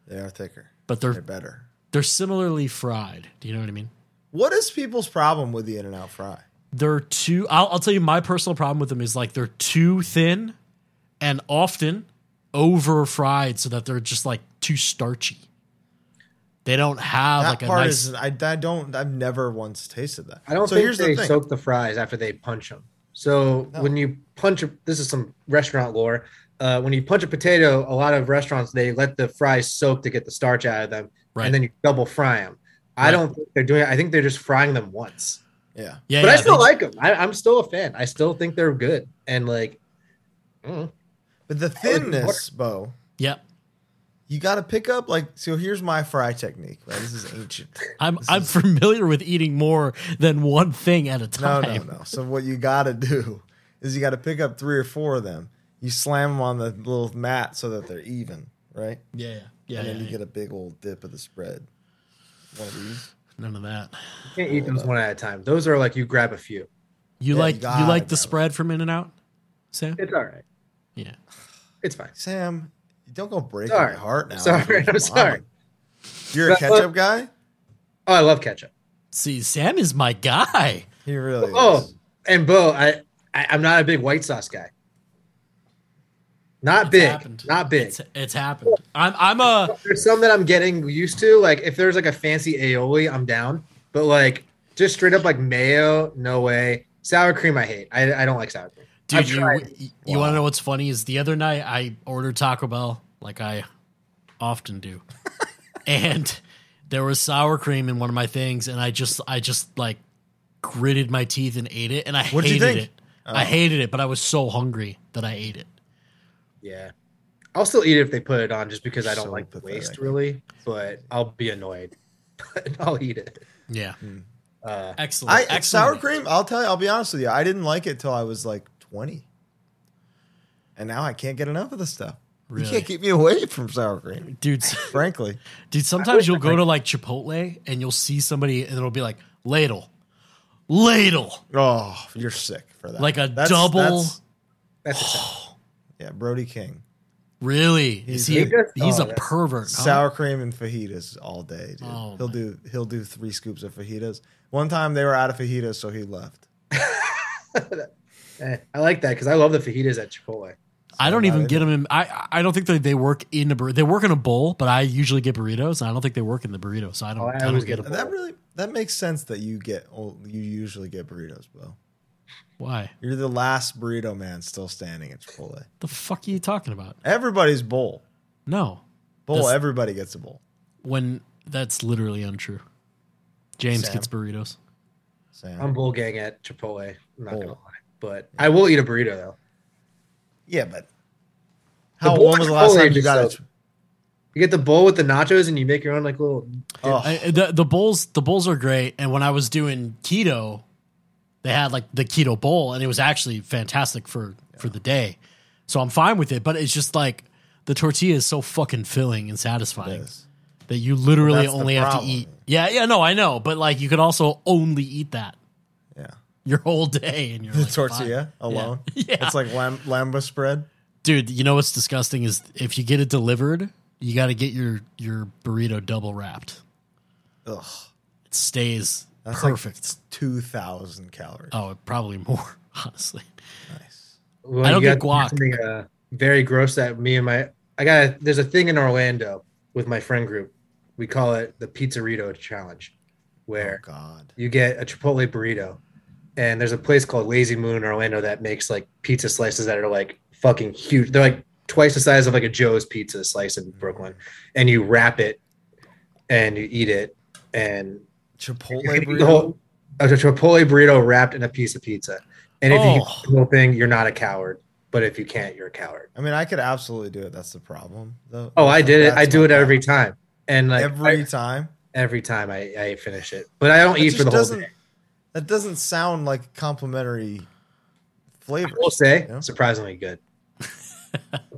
Speaker 1: They are thicker.
Speaker 2: but
Speaker 1: They're
Speaker 2: they're
Speaker 1: better.
Speaker 2: they're similarly fried. Do you know what I mean?
Speaker 1: What is people's problem with the In and Out fry?
Speaker 2: they're too I'll, I'll tell you my personal problem with them is like they're too thin and often over fried so that they're just like too starchy they don't have
Speaker 1: That
Speaker 2: like a
Speaker 1: part
Speaker 2: nice
Speaker 1: is I, I don't I've never once tasted that.
Speaker 3: I don't
Speaker 1: so
Speaker 3: think
Speaker 1: here's
Speaker 3: they
Speaker 1: the thing.
Speaker 3: soak the fries after they punch them. So
Speaker 1: No.
Speaker 3: when you punch, a, this is some restaurant lore. Uh, when you punch a potato, a lot of restaurants they let the fries soak to get the starch out of them,
Speaker 2: Right.
Speaker 3: and then you double fry them. I
Speaker 2: Right.
Speaker 3: don't think they're doing it. I think they're just frying them once.
Speaker 1: yeah.
Speaker 2: yeah,
Speaker 3: but
Speaker 2: yeah
Speaker 3: I still
Speaker 2: they-
Speaker 3: like them. I, I'm still a fan. I still think they're good. And like, mm,
Speaker 1: But the thinness, Bo,
Speaker 2: yeah
Speaker 1: you got to pick up like so. Here's my fry technique. Right? This is ancient.
Speaker 2: <laughs> i'm
Speaker 1: This
Speaker 2: i'm
Speaker 1: is-
Speaker 2: familiar with eating more than one thing at a
Speaker 1: No,
Speaker 2: time
Speaker 1: no, no. So what you got to do is you got to pick up three or four of them. You slam them on the little mat so that they're even, right?
Speaker 2: yeah yeah yeah,
Speaker 1: and then
Speaker 2: yeah,
Speaker 1: you
Speaker 2: yeah.
Speaker 1: get a big old dip of the spread. One of these.
Speaker 2: none of that
Speaker 3: you can't eat
Speaker 1: Uh.
Speaker 3: those one at a time. Those are like you grab a few.
Speaker 2: you
Speaker 1: Yeah,
Speaker 2: like
Speaker 1: you
Speaker 2: you,
Speaker 1: gotta
Speaker 2: like the
Speaker 1: grab it.
Speaker 2: spread from in and out sam
Speaker 3: It's all right.
Speaker 2: yeah
Speaker 3: It's fine.
Speaker 1: Sam, you don't go breaking
Speaker 3: Sorry.
Speaker 1: my heart now.
Speaker 3: Sorry,
Speaker 1: Come
Speaker 3: I'm
Speaker 1: on.
Speaker 3: sorry.
Speaker 1: You're a
Speaker 3: But-
Speaker 1: ketchup guy.
Speaker 3: Oh, I love ketchup.
Speaker 2: see sam is my guy
Speaker 1: He really.
Speaker 3: Oh,
Speaker 1: is.
Speaker 3: and Bo, I, I I'm not a big white sauce guy. Not big,
Speaker 2: happened.
Speaker 3: not big.
Speaker 2: it's, it's happened i'm i'm a
Speaker 3: There's some that I'm getting used to. Like if there's like a fancy aioli, I'm down. But like just straight up like mayo, no way. Sour cream, I hate. I, I don't like sour cream. I've
Speaker 2: Dude, you,
Speaker 3: tried
Speaker 2: you, want to know what's funny is the other night I ordered Taco Bell like I
Speaker 1: <laughs>
Speaker 2: often do, and there was sour cream in one of my things, and I just I just like gritted my teeth and ate it, and I
Speaker 1: What'd you
Speaker 2: hated
Speaker 1: think? Oh.
Speaker 2: it. I hated it, but I was so hungry that I ate it.
Speaker 3: Yeah, I'll still eat it if they put it on, just because I don't
Speaker 1: So
Speaker 3: like
Speaker 1: pathetic.
Speaker 3: waste really. But I'll be annoyed. <laughs> But I'll eat it.
Speaker 2: Yeah,
Speaker 3: Uh,
Speaker 2: excellent.
Speaker 1: I
Speaker 2: excellent.
Speaker 1: sour cream. I'll tell you. I'll be honest with you. I didn't like it till I was like twenty, and now I can't get enough of the stuff. You
Speaker 2: Really?
Speaker 1: can't keep me away from sour cream.
Speaker 2: dude. s-
Speaker 1: Frankly, <laughs>
Speaker 2: Dude, sometimes you'll go to like Chipotle and you'll see somebody, and it'll be like ladle, ladle,
Speaker 1: oh, you're sick for that.
Speaker 2: like a
Speaker 1: That's-
Speaker 2: double.
Speaker 1: that's-
Speaker 3: that's a-
Speaker 1: yeah, Brody King.
Speaker 2: Really? Is
Speaker 1: He's
Speaker 2: he?
Speaker 1: a-
Speaker 2: a- He's
Speaker 3: Oh,
Speaker 2: a
Speaker 3: that's
Speaker 2: pervert. huh?
Speaker 1: sour cream and fajitas all day. Dude.
Speaker 2: Oh,
Speaker 1: he'll
Speaker 2: my-
Speaker 1: do he'll do three scoops of fajitas. One time they were out of fajitas, so he left.
Speaker 3: eh, I like that because I love the fajitas at Chipotle.
Speaker 2: I don't
Speaker 1: not
Speaker 2: even
Speaker 1: in
Speaker 2: get them in. I I don't think they, they work in a burrito. They work in a bowl, but I usually get burritos, and I don't think they work in the burrito, so I don't.
Speaker 3: Oh, I
Speaker 2: I don't
Speaker 3: always
Speaker 2: get
Speaker 3: get
Speaker 2: them.
Speaker 3: a-
Speaker 1: And that really that makes sense that you get oh, you usually get burritos, Bo.
Speaker 2: Why
Speaker 1: You're the last burrito man still standing at Chipotle.
Speaker 2: the fuck are you talking about?
Speaker 1: Everybody's bowl.
Speaker 2: No,
Speaker 1: Bowl,
Speaker 2: That's-
Speaker 1: everybody gets a bowl.
Speaker 2: when that's literally untrue. James
Speaker 1: Sam.
Speaker 2: gets burritos.
Speaker 1: Sam.
Speaker 3: I'm bull gang at Chipotle. I'm not gonna lie,
Speaker 1: Bull.
Speaker 3: but I will eat a burrito though.
Speaker 1: yeah, but how
Speaker 3: bowl
Speaker 1: when was the last
Speaker 3: Chipotle
Speaker 1: time you
Speaker 3: just
Speaker 1: got
Speaker 3: sucks.
Speaker 1: it?
Speaker 3: You get the bowl with the nachos and you make your own like little.
Speaker 1: Oh,
Speaker 2: I, the the bowls the bowls are great, and when I was doing keto, they had like the keto bowl, and it was actually fantastic for for the day. So I'm fine with it, but it's just like the tortilla is so fucking filling and satisfying
Speaker 1: yes.
Speaker 2: that you literally
Speaker 1: that's the
Speaker 2: only have to
Speaker 1: problem.
Speaker 2: eat. Yeah, yeah, no, I know, but like you could also only eat that
Speaker 1: yeah,
Speaker 2: your whole day, and you're
Speaker 1: the
Speaker 2: like, fine.
Speaker 1: tortilla
Speaker 3: <laughs>
Speaker 1: alone.
Speaker 2: Yeah.
Speaker 1: it's like lam- lamba spread.
Speaker 2: dude. You know what's disgusting is if you get it delivered, you got to get your your burrito double wrapped.
Speaker 1: Ugh,
Speaker 2: It stays
Speaker 1: That's like-
Speaker 2: perfect.
Speaker 1: two thousand calories.
Speaker 3: Uh,
Speaker 2: Oh, probably more, <laughs> honestly.
Speaker 1: Nice. Oh,
Speaker 3: Well,
Speaker 2: I don't
Speaker 3: you
Speaker 2: get
Speaker 3: gotta do
Speaker 2: guac.
Speaker 3: something, uh, very gross that me and my I got. There's a thing in Orlando with my friend group. We call it the Pizzerito Challenge, where
Speaker 1: Oh God.
Speaker 3: you get a Chipotle burrito, and there's a place called Lazy Moon in Orlando that makes like pizza slices that are like fucking huge. They're like twice the size of like a Joe's pizza slice in Brooklyn, and you wrap it and you eat it, and <laughs>
Speaker 1: Chipotle
Speaker 3: you can eat
Speaker 1: burrito.
Speaker 3: the whole a Chipotle burrito wrapped in a piece of pizza. And if you
Speaker 2: Oh.
Speaker 3: can eat the whole thing, you're not a coward. But if you can't, you're a coward.
Speaker 1: I mean, I could absolutely do it. That's the problem, though.
Speaker 3: Oh, I did it. I
Speaker 1: That's
Speaker 3: do
Speaker 1: my
Speaker 3: it every
Speaker 1: problem.
Speaker 3: time, and like
Speaker 1: every
Speaker 3: every
Speaker 1: time.
Speaker 3: every time I, I finish it, but I don't
Speaker 1: That
Speaker 3: eat
Speaker 1: just
Speaker 3: for the whole
Speaker 1: doesn't.
Speaker 3: day.
Speaker 1: That doesn't sound like a complimentary
Speaker 3: I
Speaker 1: flavor.
Speaker 3: will say,
Speaker 1: Yeah.
Speaker 3: surprisingly good. <laughs>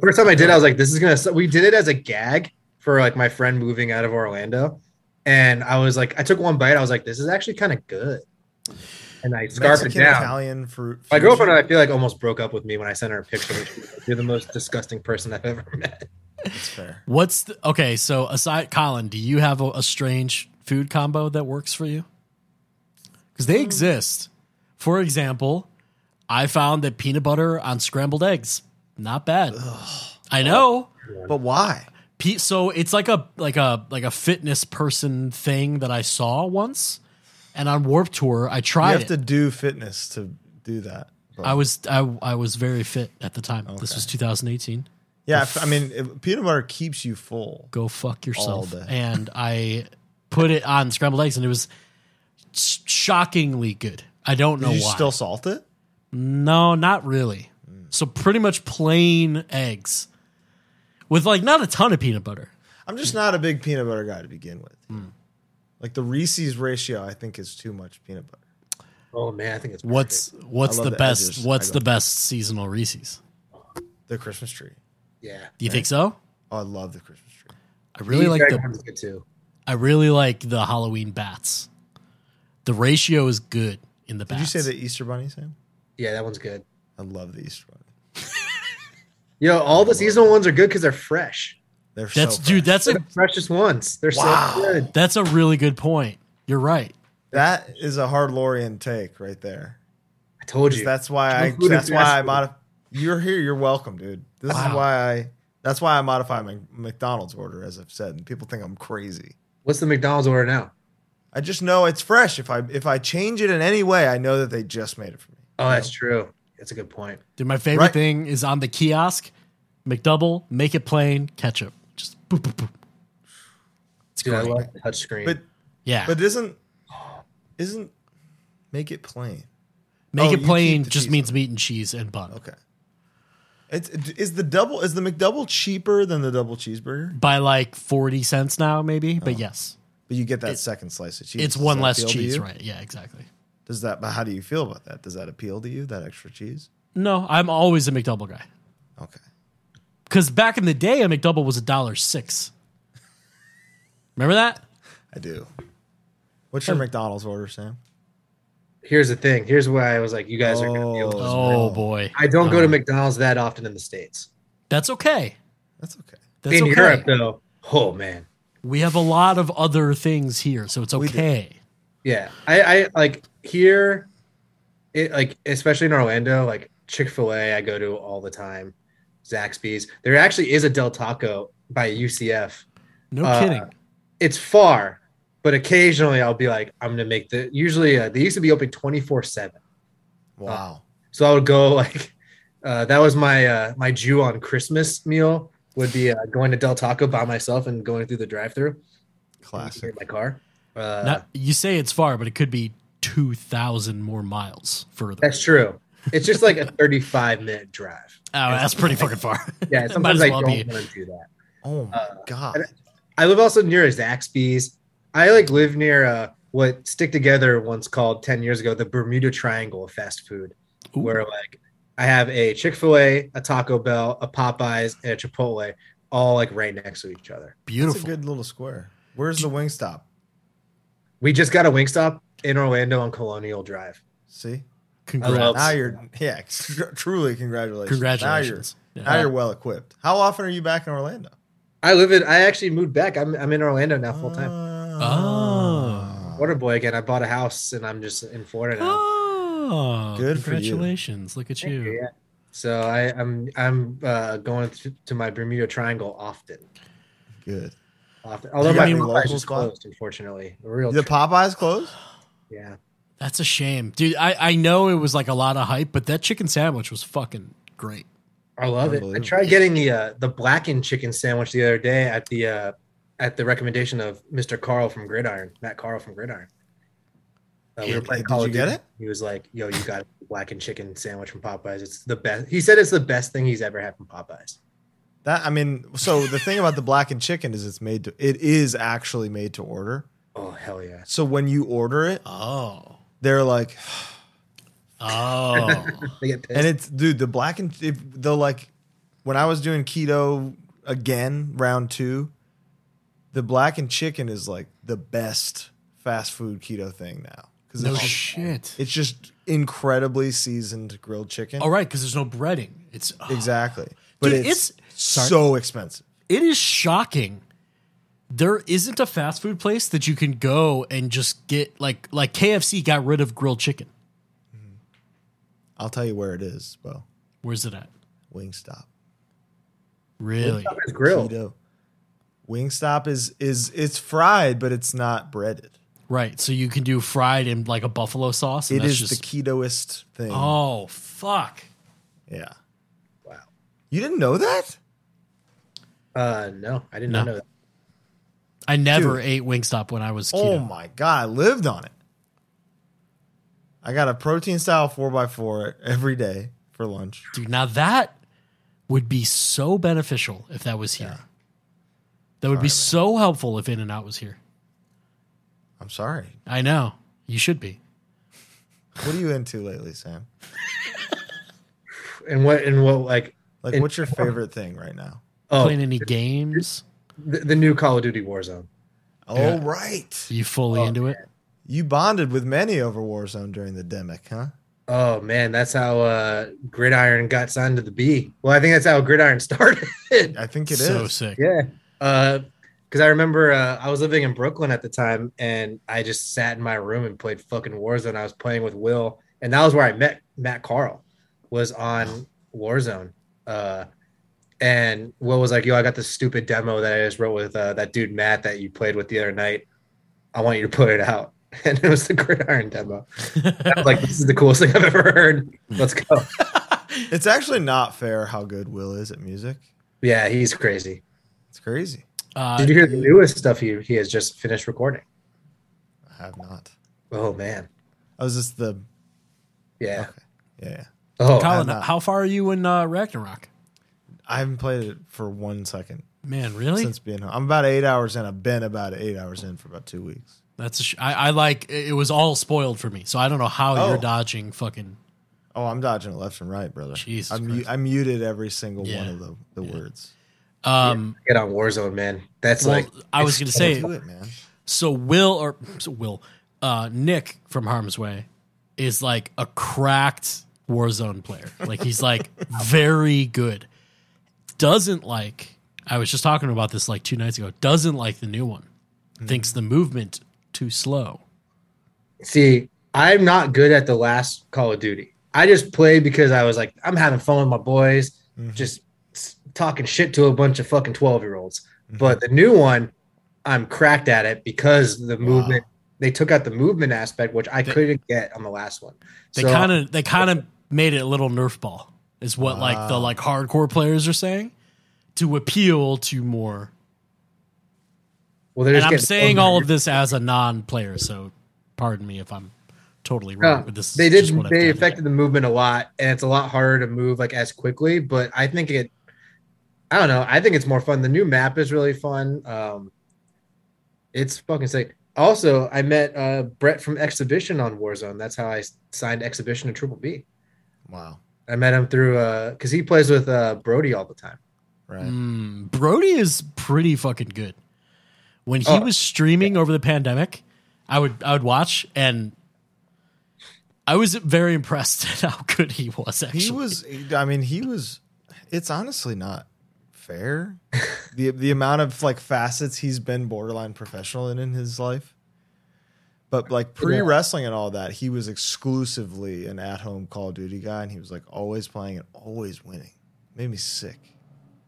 Speaker 3: First time I did, I was like, "This is gonna." su- We did it as a gag for like my friend moving out of Orlando, and I was like, I took one bite. I was like, "This is actually kind of good," and I scarfed it
Speaker 1: Mexican,
Speaker 3: down.
Speaker 1: Italian fruit.
Speaker 3: My
Speaker 1: fusion.
Speaker 3: girlfriend, I feel like, almost broke up with me when I sent her a picture. She was like, You're the most disgusting person I've ever <laughs> met.
Speaker 1: That's fair.
Speaker 2: What's the, okay? So aside, Colin, do you have a, a strange food combo that works for you? Because
Speaker 1: Mm.
Speaker 2: they exist. For example, I found that peanut butter on scrambled eggs not bad. I know.
Speaker 1: But why?
Speaker 2: Pe- so it's like a like a like a fitness person thing that I saw once, and on Warp Tour I
Speaker 1: You
Speaker 2: tried
Speaker 1: have
Speaker 2: it.
Speaker 1: to do fitness to do that. But-
Speaker 2: I was I, I was very fit at the time. This was 2018.
Speaker 1: yeah, if- I mean, if peanut butter keeps you full.
Speaker 2: go fuck yourself.
Speaker 1: day. <laughs>
Speaker 2: And I put it on scrambled eggs, and it was sh- shockingly good. I don't know
Speaker 1: Did you
Speaker 2: why.
Speaker 1: still Mm. salt it?
Speaker 2: no, not really. So pretty much plain eggs with like not a ton of peanut butter.
Speaker 1: I'm just not a big peanut butter guy to begin with.
Speaker 2: Hmm.
Speaker 1: Like the Reese's ratio, I think is too much peanut butter.
Speaker 3: Oh man, I think it's
Speaker 2: What's what's
Speaker 1: love
Speaker 2: the
Speaker 1: the
Speaker 2: best?
Speaker 1: edges.
Speaker 2: What's
Speaker 1: I
Speaker 2: the
Speaker 1: go-
Speaker 2: best seasonal Reese's?
Speaker 1: The Christmas tree.
Speaker 3: perfect. yeah.
Speaker 2: Do you think so?
Speaker 1: Oh, I love the Christmas tree.
Speaker 2: I really like
Speaker 3: Jack
Speaker 2: the
Speaker 3: one's good too.
Speaker 2: I really like the Halloween bats. The ratio is good in the
Speaker 1: Did
Speaker 2: bats.
Speaker 1: you say the Easter bunny, Sam?
Speaker 3: Yeah, that one's good.
Speaker 1: I love the Easter bunny.
Speaker 3: Yo, all the seasonal ones are good because they're fresh.
Speaker 1: They're
Speaker 2: That's
Speaker 1: so fresh.
Speaker 2: dude. That's
Speaker 3: They're
Speaker 2: a
Speaker 3: the freshest ones. They're
Speaker 1: Wow.
Speaker 3: so good.
Speaker 2: that's a really good point. You're right.
Speaker 1: that is a hard Lorian take right there.
Speaker 3: I told
Speaker 1: 'Cause
Speaker 3: you.
Speaker 1: That's why
Speaker 3: No
Speaker 1: I.
Speaker 3: food and
Speaker 1: That's why
Speaker 3: fast
Speaker 1: I
Speaker 3: food.
Speaker 1: modify. You're here. You're welcome, dude. This is
Speaker 2: Wow.
Speaker 1: why I. That's why I modify my McDonald's order, as I've said. And people think I'm crazy.
Speaker 3: What's the McDonald's order now?
Speaker 1: I just know it's fresh. If I if I change it in any way, I know that they just made it for me.
Speaker 3: Oh, that's true. That's a good point.
Speaker 2: Dude, my favorite
Speaker 1: Right.
Speaker 2: thing is on the kiosk, McDouble, make it plain, ketchup. Just boop, boop, boop. It's
Speaker 3: Dude, I
Speaker 2: great.
Speaker 3: love the touch screen.
Speaker 1: But
Speaker 2: yeah.
Speaker 1: but isn't isn't make it plain?
Speaker 2: make
Speaker 1: oh, you
Speaker 2: it
Speaker 1: keep
Speaker 2: plain
Speaker 1: the
Speaker 2: just
Speaker 1: cheese
Speaker 2: means meat and cheese and bun.
Speaker 1: Okay. It's is the double is the McDouble cheaper than the double cheeseburger?
Speaker 2: By like 40 cents now, maybe. But yes,
Speaker 1: But you get that second slice of cheese.
Speaker 2: it's
Speaker 1: Does
Speaker 2: one
Speaker 1: Oh. that
Speaker 2: less
Speaker 1: appeal to
Speaker 2: cheese,
Speaker 1: you?
Speaker 2: right? Yeah, exactly.
Speaker 1: Does that? But how do you feel about that? Does that appeal to you? That extra cheese?
Speaker 2: No, I'm always a McDouble guy.
Speaker 1: Okay.
Speaker 2: Because back in the day, a McDouble was a dollar six. Remember that?
Speaker 1: I do. Oh. What's your McDonald's order, Sam?
Speaker 3: Here's the thing. Here's why I was like, you guys are gonna deal with this.
Speaker 2: Oh, boy.
Speaker 3: I don't go to McDonald's that often in the States.
Speaker 2: That's okay.
Speaker 1: That's okay.
Speaker 2: That's
Speaker 3: in
Speaker 2: okay.
Speaker 3: Europe though. Oh man.
Speaker 2: we have a lot of other things here, so it's
Speaker 1: do.
Speaker 2: okay.
Speaker 3: Yeah, I, I like here, it like especially in Orlando, like Chick Fil A, I go to all the time. Zaxby's. There actually is a Del Taco by UCF.
Speaker 2: No
Speaker 3: Uh,
Speaker 2: kidding.
Speaker 3: It's far, but occasionally I'll be like, I'm gonna make the. Usually uh, they used to be open 24 seven,
Speaker 1: Wow.
Speaker 3: so I would go <laughs> like, uh, that was my uh, my Jew on Christmas meal would be uh, going to Del Taco by myself and going through the drive through in
Speaker 1: Classic.
Speaker 3: my car. Uh,
Speaker 2: Not, you say it's far, but it could be two thousand more miles further.
Speaker 3: That's true. It's just like a 35 minute drive.
Speaker 2: Oh, that's pretty
Speaker 1: <laughs>
Speaker 2: fucking far. <laughs>
Speaker 3: Yeah,
Speaker 2: Might
Speaker 3: sometimes
Speaker 2: as
Speaker 3: I
Speaker 2: well
Speaker 3: don't
Speaker 2: be.
Speaker 3: want to do that.
Speaker 1: Oh my god.
Speaker 3: I live also near a Zaxby's. I like live near uh, what Stick Together once called 10 years ago the Bermuda Triangle of fast food,
Speaker 2: Ooh.
Speaker 3: where like I have a Chick fil A, a Taco Bell, a Popeyes, and a Chipotle all like right next to each other.
Speaker 1: That's a
Speaker 2: Beautiful.
Speaker 1: good little square. Where's the wing stop?
Speaker 3: We just got a Wingstop in Orlando on Colonial Drive.
Speaker 1: See?
Speaker 2: Congrats.
Speaker 3: I love-
Speaker 1: Now you're yeah, <laughs> tr- truly congratulations.
Speaker 2: Congratulations.
Speaker 1: Now
Speaker 2: Yeah.
Speaker 1: you're, now you're well equipped. How often are you back in Orlando?
Speaker 3: I live in, I actually moved back. I'm, I'm in Orlando now full time.
Speaker 1: Uh,
Speaker 2: Oh.
Speaker 3: Water boy again. I bought a house and I'm just in Florida now.
Speaker 2: Oh,
Speaker 1: Good for you.
Speaker 2: congratulations! Look at you.
Speaker 3: Yeah. So I, I'm I'm uh, going to, to my Bermuda Triangle often.
Speaker 1: Good.
Speaker 3: Often. Although
Speaker 2: you
Speaker 3: my
Speaker 2: mean
Speaker 3: Popeyes
Speaker 1: local
Speaker 3: is
Speaker 1: spot?
Speaker 3: closed, unfortunately. A real
Speaker 1: The
Speaker 3: trip.
Speaker 1: Popeyes closed?
Speaker 3: yeah.
Speaker 2: That's a shame, dude. I I know it was like a lot of hype, but that chicken sandwich was fucking great.
Speaker 3: I love it. I
Speaker 1: Unbelievable.
Speaker 3: tried getting the uh, the blackened chicken sandwich the other day at the uh, at the recommendation of Mr. Carl from Gridiron, Matt Carl from Gridiron. Uh,
Speaker 2: Did-
Speaker 1: did you get it?
Speaker 3: He was like, "Yo, you got a blackened chicken sandwich from Popeyes. It's the best." He said it's the best thing he's ever had from Popeyes.
Speaker 1: That I mean, so the thing about the blackened chicken is it's made to it is actually made to order.
Speaker 3: Oh hell yeah!
Speaker 1: So when you order it,
Speaker 2: Oh,
Speaker 1: they're like <laughs>
Speaker 2: oh,
Speaker 3: They get pissed.
Speaker 1: and it's dude, the blackened if the like when I was doing keto again, round two, the blackened chicken is like the best fast food keto thing now. Because
Speaker 2: no
Speaker 1: it's,
Speaker 2: shit.
Speaker 1: it's just incredibly seasoned grilled chicken.
Speaker 2: All right, because there's no breading. It's oh.
Speaker 1: Exactly. But
Speaker 2: Dude,
Speaker 1: it's,
Speaker 2: it's- sorry.
Speaker 1: so expensive.
Speaker 2: it is shocking. There isn't a fast food place that you can go and just get like like KFC got rid of grilled chicken.
Speaker 1: I'll tell you where it is, Bo.
Speaker 2: Where's it at?
Speaker 1: Wingstop.
Speaker 2: Really?
Speaker 3: Popeyes grilled.
Speaker 1: Keto. Wingstop is is it's fried, but it's not breaded.
Speaker 2: Right. So you can do fried in like a buffalo sauce. And
Speaker 1: It
Speaker 2: that's
Speaker 1: is
Speaker 2: just,
Speaker 1: the ketoist thing.
Speaker 2: Oh fuck.
Speaker 1: Yeah.
Speaker 3: Wow.
Speaker 1: You didn't know that?
Speaker 3: Uh, no, I did
Speaker 2: No.
Speaker 3: not know that.
Speaker 2: I never ate Wingstop when I was
Speaker 1: Oh
Speaker 2: keto.
Speaker 1: my god, I lived on it. I got a protein style four x four every day for lunch.
Speaker 2: Dude, now that would be so beneficial if that was here. That would be so helpful if In and Out was here.
Speaker 1: I'm sorry.
Speaker 2: I know. You should be.
Speaker 1: What are you into lately, Sam?
Speaker 3: And what and what like
Speaker 1: Like
Speaker 3: In-
Speaker 1: what's your favorite thing right now?
Speaker 3: oh
Speaker 2: Playing any games?
Speaker 3: the, the new Call of Duty Warzone.
Speaker 1: Oh right.
Speaker 2: Are you fully
Speaker 3: Oh,
Speaker 2: into it?
Speaker 1: You bonded with many over Warzone during the demic, huh?
Speaker 3: Oh man, that's how uh Gridiron got signed to the B. Well, I think that's how Gridiron <laughs> started.
Speaker 1: I think it is.
Speaker 2: so sick.
Speaker 3: yeah. Uh because I remember uh, I was living in Brooklyn at the time, and I just sat in my room and played fucking Warzone. I was playing with Will, and that was where I met Matt Carl. Was on Warzone, uh, and Will was like, "Yo, I got this stupid demo that I just wrote with uh, that dude Matt that you played with the other night. I want you to put it out." <laughs> And it was the Gridiron demo.
Speaker 2: <laughs>
Speaker 3: I was like, "This is the coolest thing I've ever heard. Let's go!"
Speaker 1: It's actually not fair how good Will is at music.
Speaker 3: Yeah, he's crazy.
Speaker 1: It's crazy.
Speaker 2: Uh,
Speaker 3: Did you hear the newest stuff he he has just finished recording?
Speaker 1: I have not.
Speaker 3: Oh man,
Speaker 1: I was just the
Speaker 3: yeah.
Speaker 1: yeah.
Speaker 3: Oh,
Speaker 2: Colin,
Speaker 1: I'm not.
Speaker 2: how far are you in uh, Ragnarok?
Speaker 1: I haven't played it for one second
Speaker 2: Man, really?
Speaker 1: since being home. I'm about eight hours in. I've been about eight hours in for about two weeks.
Speaker 2: That's a sh- I, I like it it was all spoiled for me, so I don't know how
Speaker 1: Oh.
Speaker 2: you're dodging fucking.
Speaker 1: Oh, I'm dodging it left and right, brother.
Speaker 2: Jesus
Speaker 1: I'm
Speaker 2: Christ.
Speaker 1: I muted every single
Speaker 2: Yeah.
Speaker 1: one of the, the words.
Speaker 2: Um,
Speaker 3: get on Warzone, man. That's
Speaker 2: well,
Speaker 3: like
Speaker 2: I was gonna say,
Speaker 1: Do it, man. Mm-hmm.
Speaker 2: so Will or so Will, uh, Nick from Harm's Way is like a cracked Warzone player. Like he's like
Speaker 3: <laughs>
Speaker 2: very good. Doesn't like I was just talking about this like two nights ago. Doesn't like the new one.
Speaker 3: Hmm.
Speaker 2: Thinks the movement too slow.
Speaker 3: see, I'm not good at the last Call of Duty. I just played because I was like, I'm having fun with my boys,
Speaker 2: Mhm.
Speaker 3: just s- talking shit to a bunch of fucking 12 year olds.
Speaker 2: Mhm.
Speaker 3: But the new one, I'm cracked at it because the movement they took out the movement aspect, which I couldn't get on the last one.
Speaker 2: They
Speaker 3: So-
Speaker 2: kind of they kind of made it a little nerf ball is what like the like hardcore players are saying to appeal to more.
Speaker 3: well, they're
Speaker 2: And
Speaker 3: just
Speaker 2: I'm
Speaker 3: getting
Speaker 2: saying
Speaker 3: older.
Speaker 2: all of this as a non-player, so pardon me if I'm totally
Speaker 3: No,
Speaker 2: right. but this
Speaker 3: they
Speaker 2: is
Speaker 3: did
Speaker 2: just what I've
Speaker 3: they
Speaker 2: done.
Speaker 3: affected the movement a lot and it's a lot harder to move like as quickly but i think it i don't know i think it's more fun the new map is really fun um it's fucking sick also i met uh brett from exhibition on warzone that's how i s- signed exhibition to triple b
Speaker 1: Wow.
Speaker 3: i met him through uh because he plays with uh brody all the time
Speaker 1: Right.
Speaker 2: Mm, Brody is pretty fucking good. When he
Speaker 3: Oh,
Speaker 2: was streaming over the pandemic, I would I would watch and I was very impressed <laughs> at how good he was. Actually,
Speaker 1: He was. I mean, he was. It's honestly not fair. the The amount of like facets he's been borderline professional in in his life, but like pre wrestling and all that, he was exclusively an at home Call of Duty guy, and he was like always playing and always winning. Made me sick.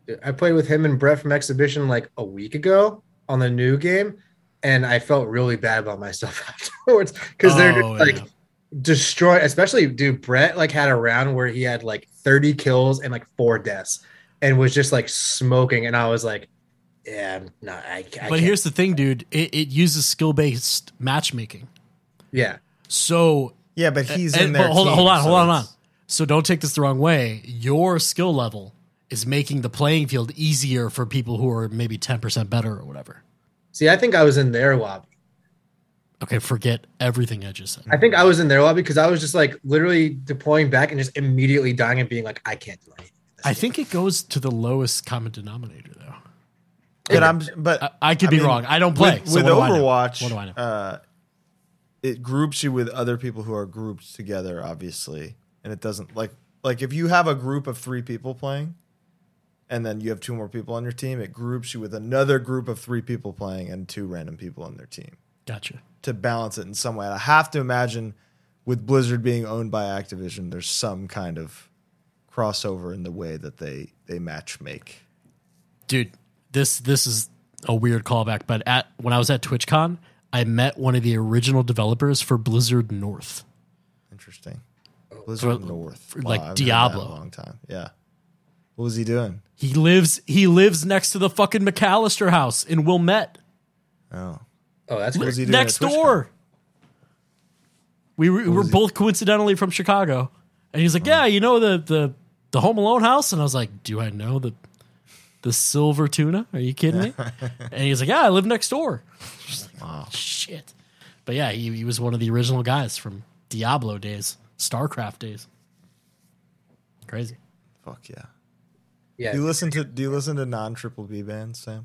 Speaker 3: Dude, I played with him and Brett from Exhibition like a week ago on the new game, and I felt really bad about myself <laughs> afterwards because they're just,
Speaker 2: Oh,
Speaker 3: like
Speaker 2: yeah.
Speaker 3: destroy. Especially, dude, Brett like had a round where he had like 30 kills and like four deaths, and was just like smoking. And I was like, "Yeah, I'm not. I, I
Speaker 2: but
Speaker 3: can't."
Speaker 2: here's the thing, dude. It, it uses skill based matchmaking.
Speaker 3: yeah,
Speaker 2: So
Speaker 1: Yeah, but he's
Speaker 2: and-
Speaker 1: in there.
Speaker 2: but hold on, hold on, hold on, hold on. So don't take this the wrong way. Your skill level is making the playing field easier for people who are maybe ten percent better or whatever.
Speaker 3: see, I think I was in their lobby.
Speaker 2: Okay, forget everything I just said.
Speaker 3: I think I was in their lobby because I was just like literally deploying back and just immediately dying and being like, "I can't do anything."
Speaker 2: I think it goes to the lowest common denominator, though.
Speaker 1: But I'm. But
Speaker 2: I, I could
Speaker 1: I
Speaker 2: be
Speaker 1: mean,
Speaker 2: wrong. I don't play.
Speaker 1: with,
Speaker 2: so
Speaker 1: with
Speaker 2: what do I know?
Speaker 1: Overwatch.
Speaker 2: What do I know?
Speaker 1: Uh, it groups you with other people who are grouped together, obviously, and it doesn't like like if you have a group of three people playing, and then you have two more people on your team, it groups you with another group of three people playing and two random people on their team
Speaker 2: Gotcha.
Speaker 1: to balance it in some way. And I have to imagine with Blizzard being owned by Activision, there's some kind of crossover in the way that they they match make.
Speaker 2: dude this this is a weird callback but at when i was at twitchcon i met one of the original developers for blizzard north
Speaker 1: Interesting.
Speaker 3: Oh.
Speaker 1: Blizzard
Speaker 2: For-
Speaker 1: North,
Speaker 2: for,
Speaker 1: Wow,
Speaker 2: like,
Speaker 1: I've known that in
Speaker 2: Diablo.
Speaker 1: a long time. Yeah. What was he doing?
Speaker 2: he lives he lives next to the fucking mcallister house in wilmette
Speaker 1: Oh,
Speaker 3: Oh, that's
Speaker 1: what was he doing?
Speaker 2: next
Speaker 1: at TwitchCon?
Speaker 2: door we were, were both coincidentally from chicago and he's
Speaker 1: Oh.
Speaker 2: like yeah you know the the the home alone house and i was like do i know the the silver tuna are you kidding
Speaker 1: <laughs>
Speaker 2: me and he's like yeah i live next door
Speaker 1: Wow.
Speaker 2: shit. But yeah, he, he was one of the original guys from Diablo days, StarCraft days. Crazy.
Speaker 1: Fuck yeah.
Speaker 3: yeah.
Speaker 1: Do you listen to Do you listen to non Triple B bands, Sam?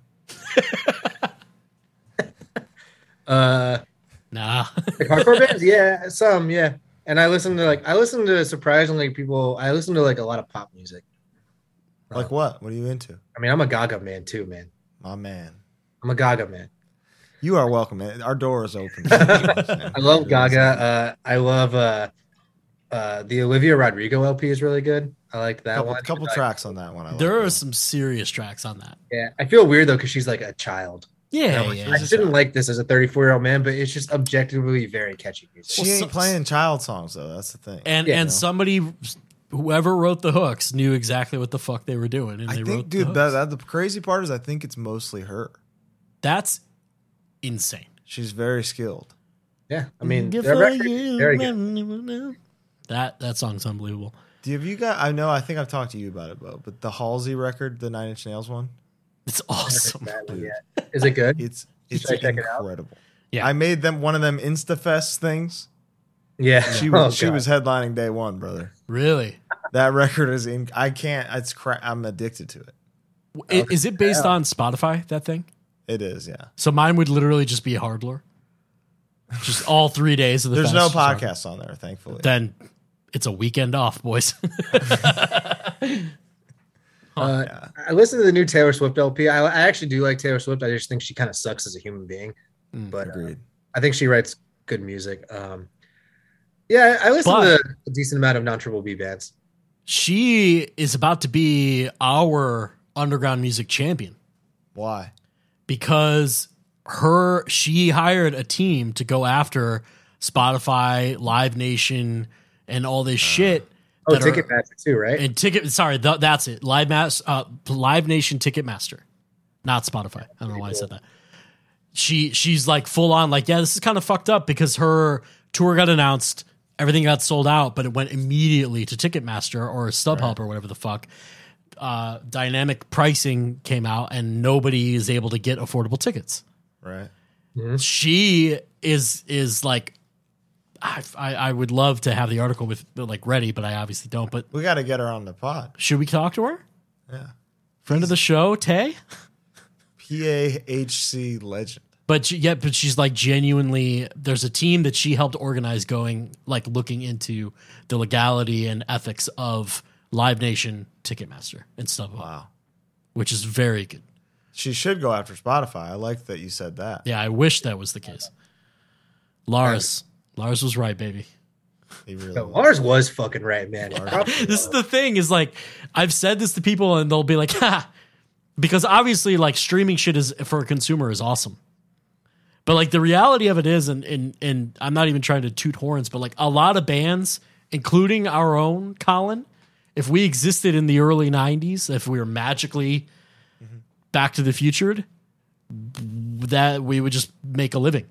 Speaker 3: Uh,
Speaker 2: Nah.
Speaker 3: Like hardcore bands, yeah, some, yeah. And I listen to like I listen to surprisingly people. I listen to like a lot of pop music.
Speaker 1: Like what? What are you into,
Speaker 3: I mean, I'm a Gaga man too, man.
Speaker 1: my man?
Speaker 3: I'm a Gaga man.
Speaker 1: You are welcome. man. Our door is open.
Speaker 3: <laughs>
Speaker 1: I
Speaker 3: I love Gaga. Uh, I love uh, uh, the Olivia Rodrigo LP is really good. I like
Speaker 1: A
Speaker 3: that
Speaker 1: couple,
Speaker 3: one.
Speaker 1: couple
Speaker 3: I-
Speaker 1: tracks on that one. I
Speaker 2: <laughs> there
Speaker 1: like,
Speaker 2: are some serious tracks on that.
Speaker 3: Yeah, I feel weird though because she's like a child.
Speaker 2: Yeah,
Speaker 1: Yeah,
Speaker 2: yeah.
Speaker 3: I shouldn't like this as a 34 year old man, but it's just objectively very catchy music.
Speaker 1: She
Speaker 2: Well,
Speaker 1: ain't
Speaker 2: some-
Speaker 1: playing child songs though. That's the thing.
Speaker 2: And
Speaker 3: Yeah.
Speaker 2: and somebody whoever wrote the hooks knew exactly what the fuck they were doing and
Speaker 1: I
Speaker 2: they
Speaker 1: think,
Speaker 2: wrote the
Speaker 1: dude,
Speaker 2: hooks.
Speaker 1: that, that the crazy part is I think it's mostly her.
Speaker 2: That's insane.
Speaker 1: She's very skilled.
Speaker 3: Yeah, I mean,
Speaker 2: Good
Speaker 3: their
Speaker 2: for
Speaker 3: record is
Speaker 2: you,
Speaker 3: very good.
Speaker 2: That that song's unbelievable.
Speaker 1: Do you, have you got? I know. I think I've talked to you about it, Bo. But the Halsey record, the Nine Inch Nails one,
Speaker 2: It's awesome.
Speaker 3: Yeah. Is
Speaker 1: <laughs>
Speaker 3: it good?
Speaker 1: it's it's
Speaker 3: Should I check it out?
Speaker 1: incredible.
Speaker 2: Yeah.
Speaker 1: I made them one of them InstaFest things.
Speaker 3: Yeah,
Speaker 1: She was
Speaker 3: Oh,
Speaker 1: she
Speaker 3: God.
Speaker 1: was headlining day one, brother.
Speaker 2: Really?
Speaker 1: That record is in. I can't. It's cra- I'm addicted to it.
Speaker 2: I- Is it based on Spotify, that thing?
Speaker 1: It is. Yeah.
Speaker 2: So mine would literally just be Hardler. Just all three days of the
Speaker 1: There's
Speaker 2: fest.
Speaker 1: no
Speaker 2: Just Hardler.
Speaker 1: podcast on there, thankfully.
Speaker 2: Then it's a weekend off,
Speaker 1: <laughs>
Speaker 2: boys.
Speaker 3: Uh, I listened to the new Taylor Swift LP. I, I actually do like Taylor Swift. I just think she kind of sucks as a human being,
Speaker 2: Mm,
Speaker 3: but uh,
Speaker 1: Agreed.
Speaker 3: I think she writes good music. Um, yeah, I, I listen
Speaker 2: But-
Speaker 3: to a decent amount of non Triple B bands.
Speaker 2: she is about to be our underground music champion
Speaker 1: Why?
Speaker 2: because her she hired a team to go after Spotify, Live Nation, and all this shit.
Speaker 3: Oh,
Speaker 2: that are-
Speaker 3: Ticketmaster too, right?
Speaker 2: and ticket. Sorry, th- that's it. Live Mas- uh, Live Nation Ticketmaster, not Spotify. I don't know why I said that. She she's like full on like yeah, this is kind of fucked up because her tour got announced, everything got sold out, but it went immediately to Ticketmaster or StubHub or whatever the fuck. Uh, dynamic pricing came out, and nobody is able to get affordable tickets.
Speaker 1: Right.
Speaker 2: She is is like, I, I I would love to have the article with like ready, but I obviously don't. But
Speaker 1: We got to get her on the pod.
Speaker 2: should we talk to her?
Speaker 1: Yeah.
Speaker 2: Friend of the show, Tay.
Speaker 1: PAHC legend.
Speaker 2: But she, yeah, but she's like genuinely. There's a team that she helped organize, going like looking into the legality and ethics of Live Nation, Ticketmaster, and stuff,
Speaker 1: Wow.
Speaker 2: which is very good.
Speaker 1: She should go after Spotify. I like that you said that.
Speaker 2: Yeah, I wish that was the case. Lars, Lars was right, baby.
Speaker 1: He really
Speaker 3: <laughs> But Lars was fucking right, man.
Speaker 2: this is the thing is like I've said this to people and they'll be like, <laughs> ha, because obviously like streaming shit is for a consumer is awesome. But like the reality of it is, and and and I'm not even trying to toot horns, but like a lot of bands, including our own Colin, if we existed in the early '90s, if we were magically Back to the Futured, that we would just make a living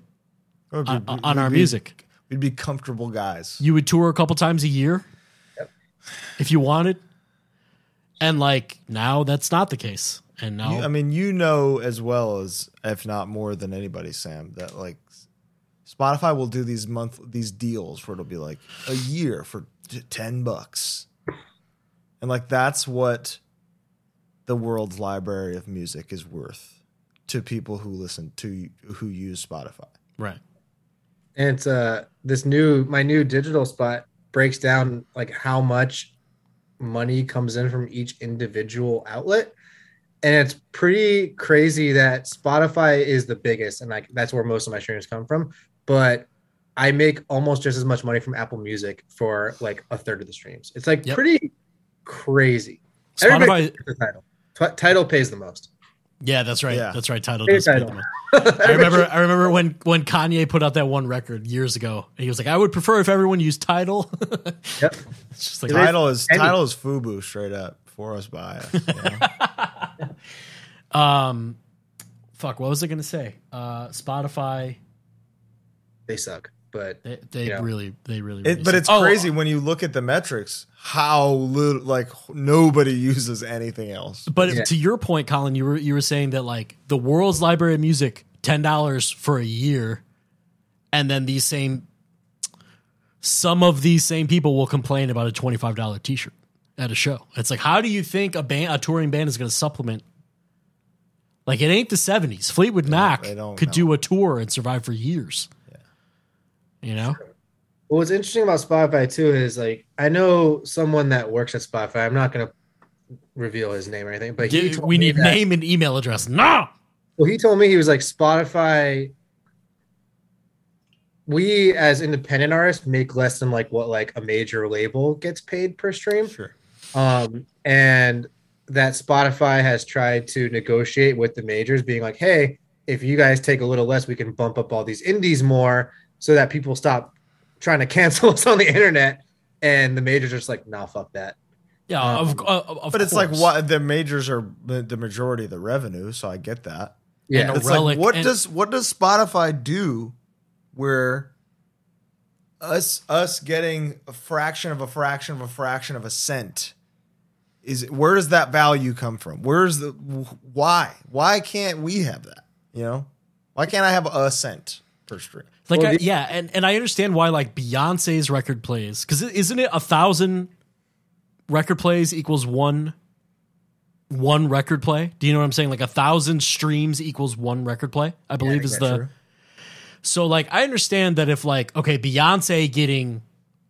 Speaker 1: It would be-
Speaker 2: on, on our
Speaker 1: we'd be-
Speaker 2: music.
Speaker 1: We'd be comfortable guys.
Speaker 2: You would tour a couple times a year if you wanted. And like now that's not the case. And now
Speaker 1: You- I mean, you know as well as if not more than anybody, Sam, that like Spotify will do these month these deals where it'll be like a year for t- ten bucks, and like that's what the world's library of music is worth to people who listen to who use Spotify.
Speaker 2: right.
Speaker 3: and it's uh this new my new digital spot breaks down like how much money comes in from each individual outlet and it's pretty crazy that spotify is the biggest and like that's where most of my streams come from but i make almost just as much money from apple music for like a third of the streams it's like
Speaker 2: Yep.
Speaker 3: pretty crazy Everybody-
Speaker 2: Spotify
Speaker 3: the title T- title pays the most
Speaker 2: Yeah, that's right.
Speaker 1: Yeah.
Speaker 2: That's right. Title
Speaker 3: Hey,
Speaker 2: does pay the
Speaker 3: Tidal.
Speaker 2: money. I remember I remember when when Kanye put out that one record years ago and he was like, I would prefer if everyone used Title.
Speaker 3: <laughs> Yep.
Speaker 2: <laughs> It's just like
Speaker 1: Title is
Speaker 3: Eddie.
Speaker 1: title is FUBU straight up for us by us. you <laughs> know?
Speaker 2: <laughs> um fuck, what was I gonna say? Uh Spotify
Speaker 3: they suck but
Speaker 2: they, they
Speaker 3: Yeah.
Speaker 2: really they really, really
Speaker 1: It, but
Speaker 2: suck.
Speaker 1: it's
Speaker 2: Oh,
Speaker 1: crazy when you look at the metrics how little like nobody <laughs> uses anything else.
Speaker 2: But
Speaker 3: Yeah.
Speaker 2: to your point, Colin, you were you were saying that like the world's library of music, ten dollars for a year, and then these same some of these same people will complain about a twenty five dollar t shirt at a show. It's like how do you think a band a touring band is gonna supplement like it ain't the seventies. Fleetwood Mac
Speaker 1: they don't
Speaker 2: could
Speaker 1: know.
Speaker 2: do a tour and survive for years. You know?
Speaker 3: Well, what's interesting about Spotify too is like I know someone that works at Spotify. I'm not gonna reveal his name or anything, but he
Speaker 2: Dude,
Speaker 3: told
Speaker 2: we
Speaker 3: me
Speaker 2: need
Speaker 3: that-
Speaker 2: name and email address. No.
Speaker 3: Well, he told me he was like Spotify. We as independent artists make less than like what like a major label gets paid per stream,
Speaker 1: Sure.
Speaker 3: um, and that Spotify has tried to negotiate with the majors, being like, "Hey, if you guys take a little less, we can bump up all these indies more, so that people stop trying to cancel <laughs> us on the internet." And the majors are just like, "Nah, fuck that."
Speaker 2: Yeah,
Speaker 3: Um,
Speaker 2: of, of, of
Speaker 1: But it's like
Speaker 2: course.
Speaker 1: what the majors are the the majority of the revenue, so I get that.
Speaker 2: Yeah.
Speaker 3: Yeah,
Speaker 2: And
Speaker 1: It's like
Speaker 2: Relic
Speaker 1: what
Speaker 2: and-
Speaker 1: does what does Spotify do where us us getting a fraction of a fraction of a fraction of a cent is where does that value come from? Where's the why? Why can't we have that? You know? Why can't I have a cent per stream?
Speaker 2: Like,
Speaker 3: Well,
Speaker 2: I-
Speaker 3: the-
Speaker 2: yeah, and, and I understand why like Beyonce's record plays because isn't it a thousand record plays equals one one record play? Do you know what I'm saying? Like a thousand streams equals one record play. I believe is the so like I understand that if like okay Beyonce getting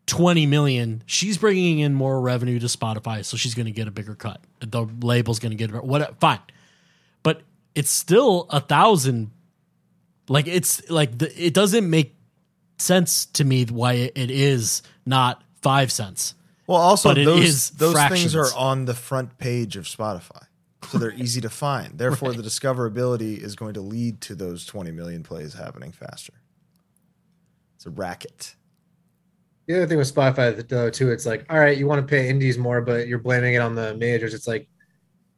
Speaker 2: twenty million, she's bringing in more revenue to Spotify, so she's going to get a bigger cut. The label's going to get a- what? Fine, but it's still a thousand. Like it's like the, it doesn't make sense to me why it- it is not five cents.
Speaker 1: Well, also
Speaker 2: But it
Speaker 1: those
Speaker 2: is
Speaker 1: those
Speaker 2: fractions.
Speaker 1: things are on the front page of Spotify, so they're easy to
Speaker 2: <laughs>
Speaker 1: find. Therefore, the discoverability is going to lead to those 20 million plays happening faster. It's a racket.
Speaker 3: The other thing with Spotify though too, it's like, all right, you want to pay indies more, but you're blaming it on the majors. It's like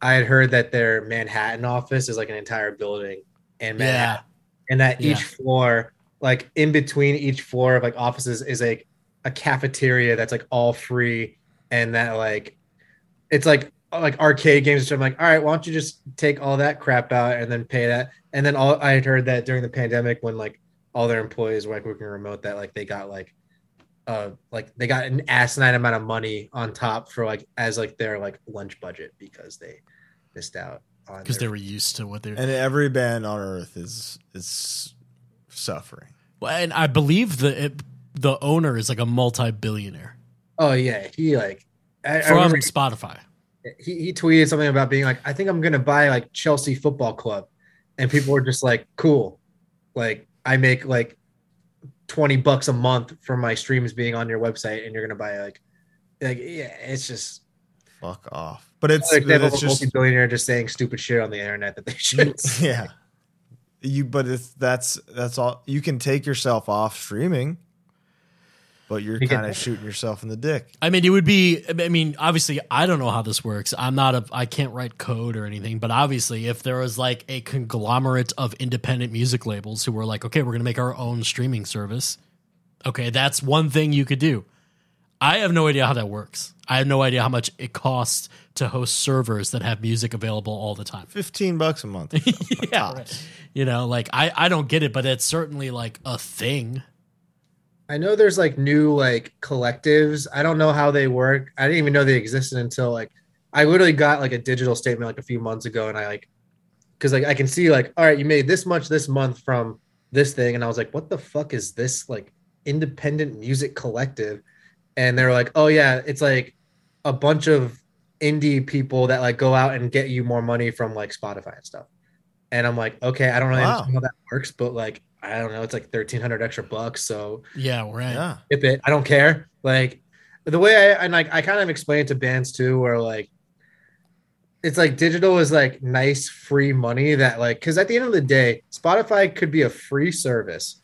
Speaker 3: I had heard that their Manhattan office is like an entire building in Manhattan, and that
Speaker 2: Yeah.
Speaker 3: each floor like in between each floor of like offices is like a cafeteria that's like all free and that like it's like uh, like arcade games which i'm like all right why don't you just take all that crap out and then pay that and then all i had heard that during the pandemic when like all their employees were like working remote that like they got like uh like they got an asinine amount of money on top for like as like their like lunch budget because they missed out on
Speaker 2: because they
Speaker 3: their-
Speaker 2: were used to what they were.
Speaker 1: And every band on earth is is suffering.
Speaker 2: Well, and I believe the it, the owner is like a multi billionaire
Speaker 3: oh yeah he like I, I
Speaker 2: from
Speaker 3: remember
Speaker 2: Spotify.
Speaker 3: he, he tweeted something about being like, I think I'm gonna buy like Chelsea Football Club, and people were just like, cool, like I make like twenty bucks a month from my streams being on your website, and you're gonna buy like, like yeah, it's just
Speaker 1: Fuck off. But it's
Speaker 3: like that
Speaker 1: it's
Speaker 3: multi
Speaker 1: just
Speaker 3: billionaire just saying stupid shit on the internet that they should. <laughs>
Speaker 1: <laughs> yeah. You but it's that's that's all you can take yourself off streaming, but you're
Speaker 3: You can-
Speaker 1: kind of shooting yourself in the dick.
Speaker 2: I mean, it would be. I mean, obviously, I don't know how this works. I'm not a. I can't write code or anything. But obviously, if there was like a conglomerate of independent music labels who were like, okay, we're going to make our own streaming service. Okay, that's one thing you could do. I have no idea how that works. I have no idea how much it costs to host servers that have music available all the time.
Speaker 1: Fifteen bucks a month. <laughs> or something, like,
Speaker 2: Yeah,
Speaker 1: tops.
Speaker 2: <laughs> right. You know, like I, I don't get it, but it's certainly like a thing.
Speaker 3: I know there's like new like collectives. I don't know how they work. I didn't even know they existed until like I literally got like a digital statement like a few months ago, and I like because like I can see like all right, you made this much this month from this thing, and I was like, what the fuck is this like independent music collective? And they were like, oh yeah, it's like a bunch of indie people that like go out and get you more money from like Spotify and stuff. And I'm like, okay, I don't really
Speaker 1: Wow.
Speaker 3: understand how that works, but like I don't know, it's like thirteen hundred extra bucks, so
Speaker 2: Yeah, right.
Speaker 1: Yeah.
Speaker 3: skip it. I don't care. Like the way I and like I kind of explain it to bands too, where like it's like digital is like nice free money that like because at the end of the day, Spotify could be a free service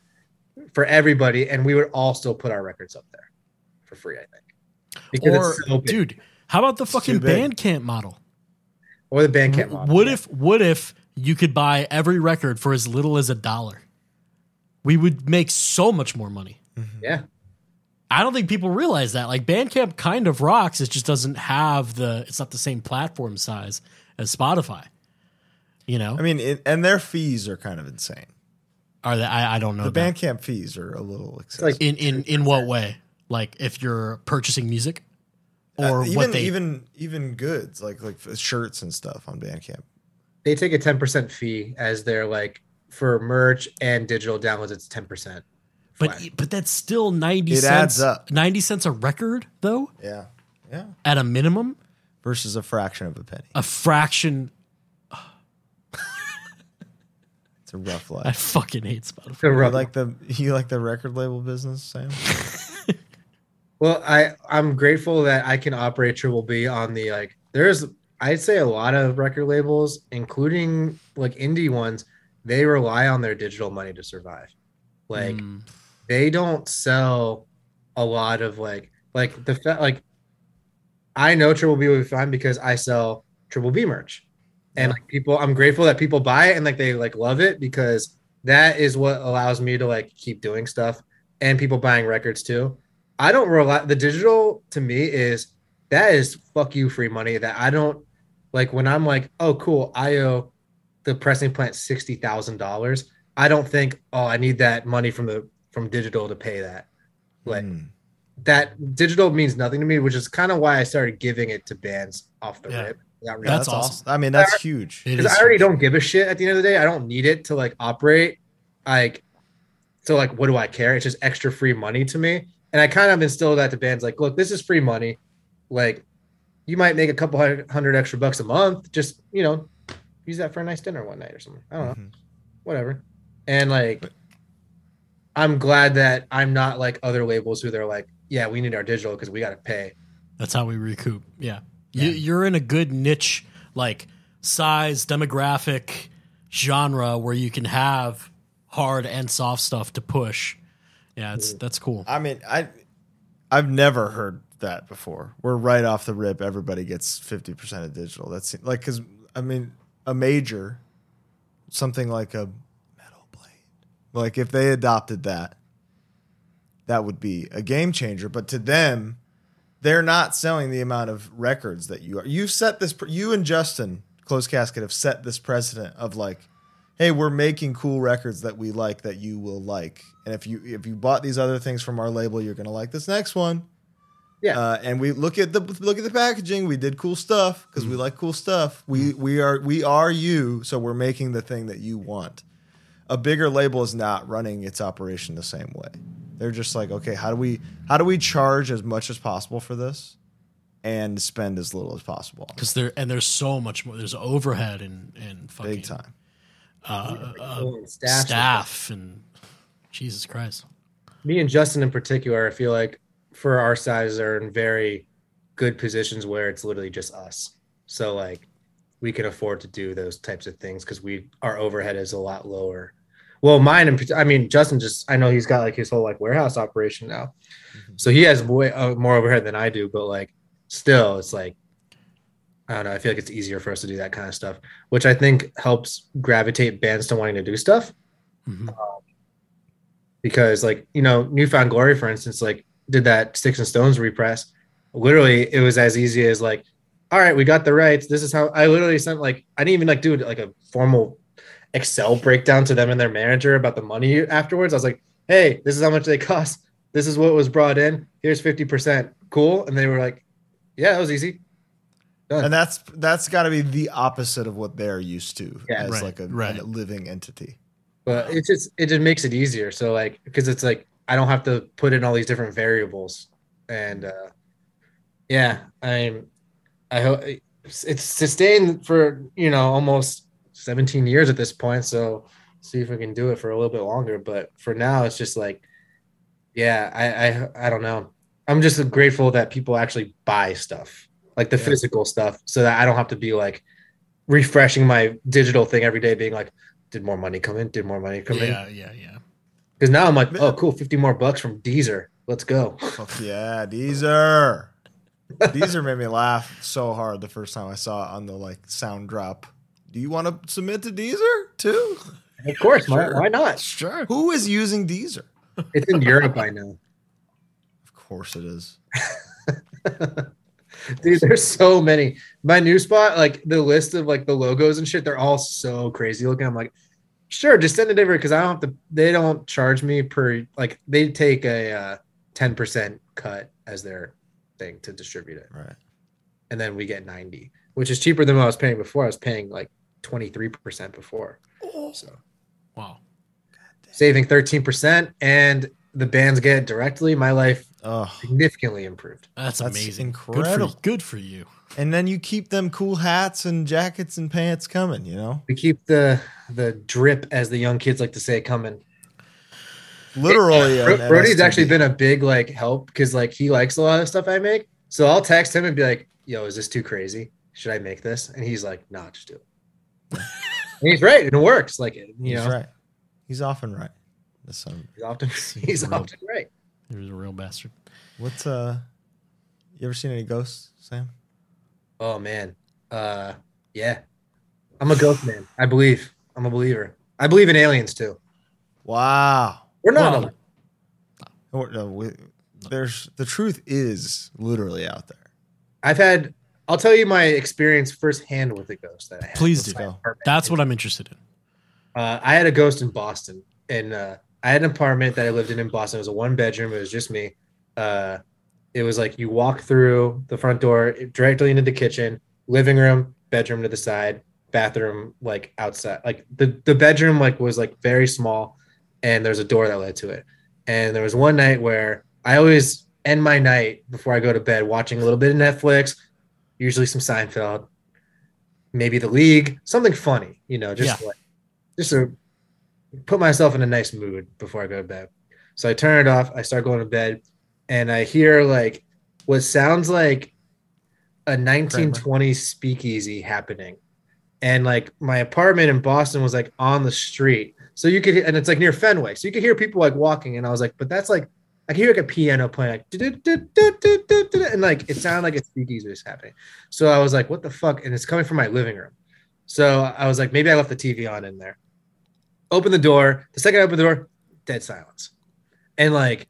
Speaker 3: for everybody, and we would all still put our records up there for free. I think because
Speaker 2: Or
Speaker 3: it's so big.
Speaker 2: dude, how about the
Speaker 1: It's
Speaker 2: fucking
Speaker 1: too big.
Speaker 2: Bandcamp model?
Speaker 3: or the Bandcamp. model.
Speaker 2: What
Speaker 3: Yeah.
Speaker 2: if what if you could buy every record for as little as a dollar? We would make so much more money.
Speaker 1: Mm-hmm.
Speaker 3: Yeah,
Speaker 2: I don't think people realize that. Like Bandcamp kind of rocks, it just doesn't have the it's not the same platform size as Spotify. You know?
Speaker 1: I mean, it, and their fees are kind of insane.
Speaker 2: Or the, I I don't know.
Speaker 1: The
Speaker 2: that.
Speaker 1: Bandcamp fees are a little excessive.
Speaker 3: like
Speaker 2: in in in what way? Like if you're purchasing music or
Speaker 1: Uh, even
Speaker 2: what they
Speaker 1: even even goods like like shirts and stuff on Bandcamp.
Speaker 3: they take a ten percent fee as their like for merch and digital downloads. It's ten percent.
Speaker 2: But but that's still ninety
Speaker 1: It
Speaker 2: cents.
Speaker 1: adds up.
Speaker 2: Ninety cents a record, though,
Speaker 1: Yeah, yeah.
Speaker 2: at a minimum,
Speaker 1: Versus a fraction of a penny.
Speaker 2: a fraction.
Speaker 1: It's a rough
Speaker 2: I
Speaker 1: life.
Speaker 2: fucking hate Spotify.
Speaker 1: You like the <laughs> you like the record label business, Sam?
Speaker 3: Well, I I'm grateful that I can operate Triple B on the like. There's I'd say a lot of record labels, including like indie ones, they rely on their digital money to survive. Like
Speaker 2: Mm.
Speaker 3: they don't sell a lot of like like the fa- like. I know Triple B will be fine because I sell Triple B merch, and like people, I'm grateful that people buy it and like they like love it because that is what allows me to like keep doing stuff and people buying records too. I don't rely the digital to me is that is fuck you free money that I don't like when I'm like, oh cool, I owe the pressing plant sixty thousand dollars. I don't think, oh, I need that money from the from digital to pay that. Like
Speaker 1: Mm.
Speaker 3: that digital means nothing to me, which is kind of why I started giving it to bands off the
Speaker 2: Yeah.
Speaker 3: rip. without
Speaker 1: Yeah,
Speaker 2: That's
Speaker 1: that's awesome.
Speaker 2: awesome.
Speaker 1: I mean, that's huge.
Speaker 2: It
Speaker 3: because
Speaker 2: is-
Speaker 3: I already don't give a shit at the end of the day. I don't need it to like operate. Like, so like, what do I care? It's just extra free money to me. And I kind of instilled that to bands like, look, this is free money. Like, you might make a couple hundred, hundred extra bucks a month. Just you know, use that for a nice dinner one night or something. I don't know,
Speaker 1: Mhm.
Speaker 3: whatever. And like, I'm glad that I'm not like other labels who they're like, yeah, we need our digital because we got to pay.
Speaker 2: That's how we recoup. Yeah. You, you're in a good niche, like size, demographic, genre where you can have hard and soft stuff to push. Yeah, it's that's cool.
Speaker 1: I mean, I I've never heard that before. We're right off the rip. Everybody gets fifty percent of digital. That's like because I mean, a major, something like a Metal Blade, Like if they adopted that, that would be a game changer. But to them, they're not selling the amount of records that you are. You've set this. pre- You and Justin Close Casket have set this precedent of like, hey, we're making cool records that we like that you will like, and if you if you bought these other things from our label, you're gonna like this next one.
Speaker 3: Yeah.
Speaker 1: Uh, and we look at the look at the packaging. We did cool stuff because we like cool stuff. We we are we are you, so we're making the thing that you want. A bigger label is not running its operation the same way. They're just like, okay, how do we how do we charge as much as possible for this, and spend as little as possible, on it?
Speaker 2: because there and there's so much more. There's overhead and and fucking
Speaker 1: big time.
Speaker 2: uh, uh,
Speaker 3: Full staff.
Speaker 2: staff and Jesus Christ.
Speaker 3: Me and Justin in particular, I feel like for our size are in very good positions where it's literally just us. So like we can afford to do those types of things because we our overhead is a lot lower. Well, mine and I mean Justin just I know he's got like his whole like warehouse operation now,
Speaker 2: Mm-hmm.
Speaker 3: so he has way uh, more overhead than I do. But like still, it's like I don't know. I feel like it's easier for us to do that kind of stuff, which I think helps gravitate bands to wanting to do stuff
Speaker 1: Mm-hmm. Uh,
Speaker 2: Mhm.
Speaker 3: because like you know newfound glory for instance like did that sticks and stones repress literally it was as easy as like all right we got the rights this is how i literally sent like i didn't even like do like a formal excel breakdown to them and their manager about the money afterwards i was like hey this is how much they cost this is what was brought in here's 50% cool and they were like yeah that was easy
Speaker 1: And that's that's got to be the opposite of what they're used to
Speaker 3: Yeah.
Speaker 1: as
Speaker 2: Right,
Speaker 1: like a,
Speaker 2: right.
Speaker 1: a living entity.
Speaker 3: but it just it just makes it easier so like because it's like i don't have to put in all these different variables and uh yeah i'm i hope it's, it's sustained for you know almost 17 years at this point so see if we can do it for a little bit longer but for now it's just like yeah i i, I don't know i'm just grateful that people actually buy stuff like the
Speaker 1: Yeah.
Speaker 3: physical stuff so that i don't have to be like refreshing my digital thing every day being like did more money come in? Did more money come in?
Speaker 2: Yeah, yeah, yeah.
Speaker 3: Because now I'm like, oh, cool, 50 more bucks from Deezer. Let's go.
Speaker 1: Fuck yeah, Deezer. Deezer made me laugh so hard the first time I saw it on the like sound drop. Do you want to submit to Deezer too?
Speaker 3: Of course, why, why not?
Speaker 2: Sure.
Speaker 1: Who is using Deezer?
Speaker 3: It's in Europe, I know. <laughs>
Speaker 1: Of course it is.
Speaker 3: Dude, there's so many. My new spot, like the list of like the logos and shit, they're all so crazy looking. I'm like, sure, just send it over because I don't have to. They don't charge me per like they take a uh, 10% cut as their thing to distribute it,
Speaker 1: Right.
Speaker 3: and then we get 90, which is cheaper than what I was paying before. I was paying like 23% before, so.
Speaker 2: Wow.
Speaker 3: saving 13% and the bands get it directly my life
Speaker 1: Oh.
Speaker 3: significantly improved
Speaker 2: That's,
Speaker 1: That's
Speaker 2: amazing. Good
Speaker 1: incredible.
Speaker 2: for, good for you.
Speaker 1: And then you keep them cool hats and jackets and pants coming, you know?
Speaker 3: we keep the the drip as the young kids like to say coming
Speaker 1: Literally.
Speaker 3: Bro-
Speaker 1: an
Speaker 3: brody's
Speaker 1: MSTD.
Speaker 3: actually been a big like help because like he likes a lot of stuff i make so i'll text him and be like yo is this too crazy should i make this and he's like nah
Speaker 1: <laughs>
Speaker 3: just do it and he's right and it works like you
Speaker 1: He's
Speaker 3: know
Speaker 1: right. He's often right. This son.
Speaker 3: he's often <laughs>
Speaker 2: He's
Speaker 3: he's
Speaker 2: real.
Speaker 3: often right
Speaker 2: He was a real bastard.
Speaker 1: What's uh you ever seen any ghosts, Sam?
Speaker 3: oh man uh yeah i'm a ghost man i believe i'm a believer i believe in aliens too
Speaker 1: Wow.
Speaker 3: we're not
Speaker 2: Well,
Speaker 3: alone.
Speaker 1: Or, no, we, there's the truth is literally out there.
Speaker 3: I've had. I'll tell you my experience firsthand with a ghost that I had.
Speaker 2: Please
Speaker 1: Let's
Speaker 2: do.
Speaker 1: go.
Speaker 2: That's what I'm interested in.
Speaker 3: Uh, I had a ghost in Boston, and uh, I had an apartment that I lived in in Boston. It was a one bedroom. It was just me. Uh, it was like you walk through the front door directly into the kitchen, living room, bedroom to the side, bathroom like outside. Like the the bedroom like was like very small, and there's a door that led to it. And there was one night where I always end my night before I go to bed watching a little bit of Netflix, usually some Seinfeld, maybe The League, something funny, you know, just like just to put myself in a nice mood before I go to bed. So I turn it off. I start going to bed, and I hear like what sounds like a 1920s speakeasy happening, and like my apartment in Boston was like on the street, so you could and it's like near Fenway, so you could hear people like walking, and I was like, but that's like I could hear like a piano playing like "Du-du-du-du-du-du-du-du," and like it sounded like a speakeasy was happening. So I was like, what the fuck? And it's coming from my living room. So I was like, maybe I left the TV on in there open the door. The second I open the door, dead silence. And like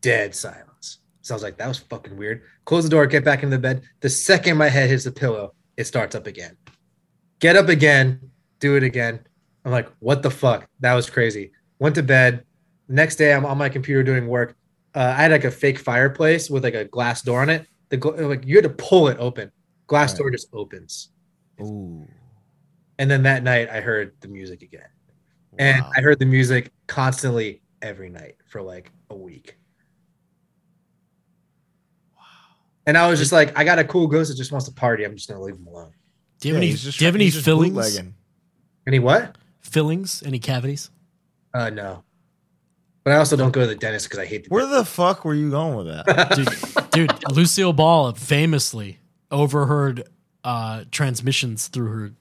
Speaker 3: dead silence. So I was like, that was fucking weird. Close the door, get back into the bed. The second my head hits the pillow, it starts up again. Get up again, do it again. I'm like, what the fuck? That was crazy. Went to bed. Next day, I'm on my computer doing work. Uh, I had like a fake fireplace with like a glass door on it. The gl- like you had to pull it open. Glass
Speaker 1: Right.
Speaker 3: door just opens.
Speaker 1: Ooh.
Speaker 3: And then that night, I heard the music again. And
Speaker 1: Wow.
Speaker 3: I heard the music constantly every night for like a week. And I was just like, I got a cool ghost that just wants to party. I'm just gonna leave him alone.
Speaker 2: Do you
Speaker 1: Yeah,
Speaker 2: have any?
Speaker 1: he's just-
Speaker 2: do you have any
Speaker 1: he's just
Speaker 2: fillings?
Speaker 1: bootlegging.
Speaker 3: Any what?
Speaker 2: Fillings? Any cavities?
Speaker 3: Uh no. But I also don't go to the dentist because I hate the
Speaker 1: Where the fuck were you going with
Speaker 2: <laughs>
Speaker 1: that?
Speaker 2: Dude, dude, Lucille Ball famously overheard uh, transmissions through her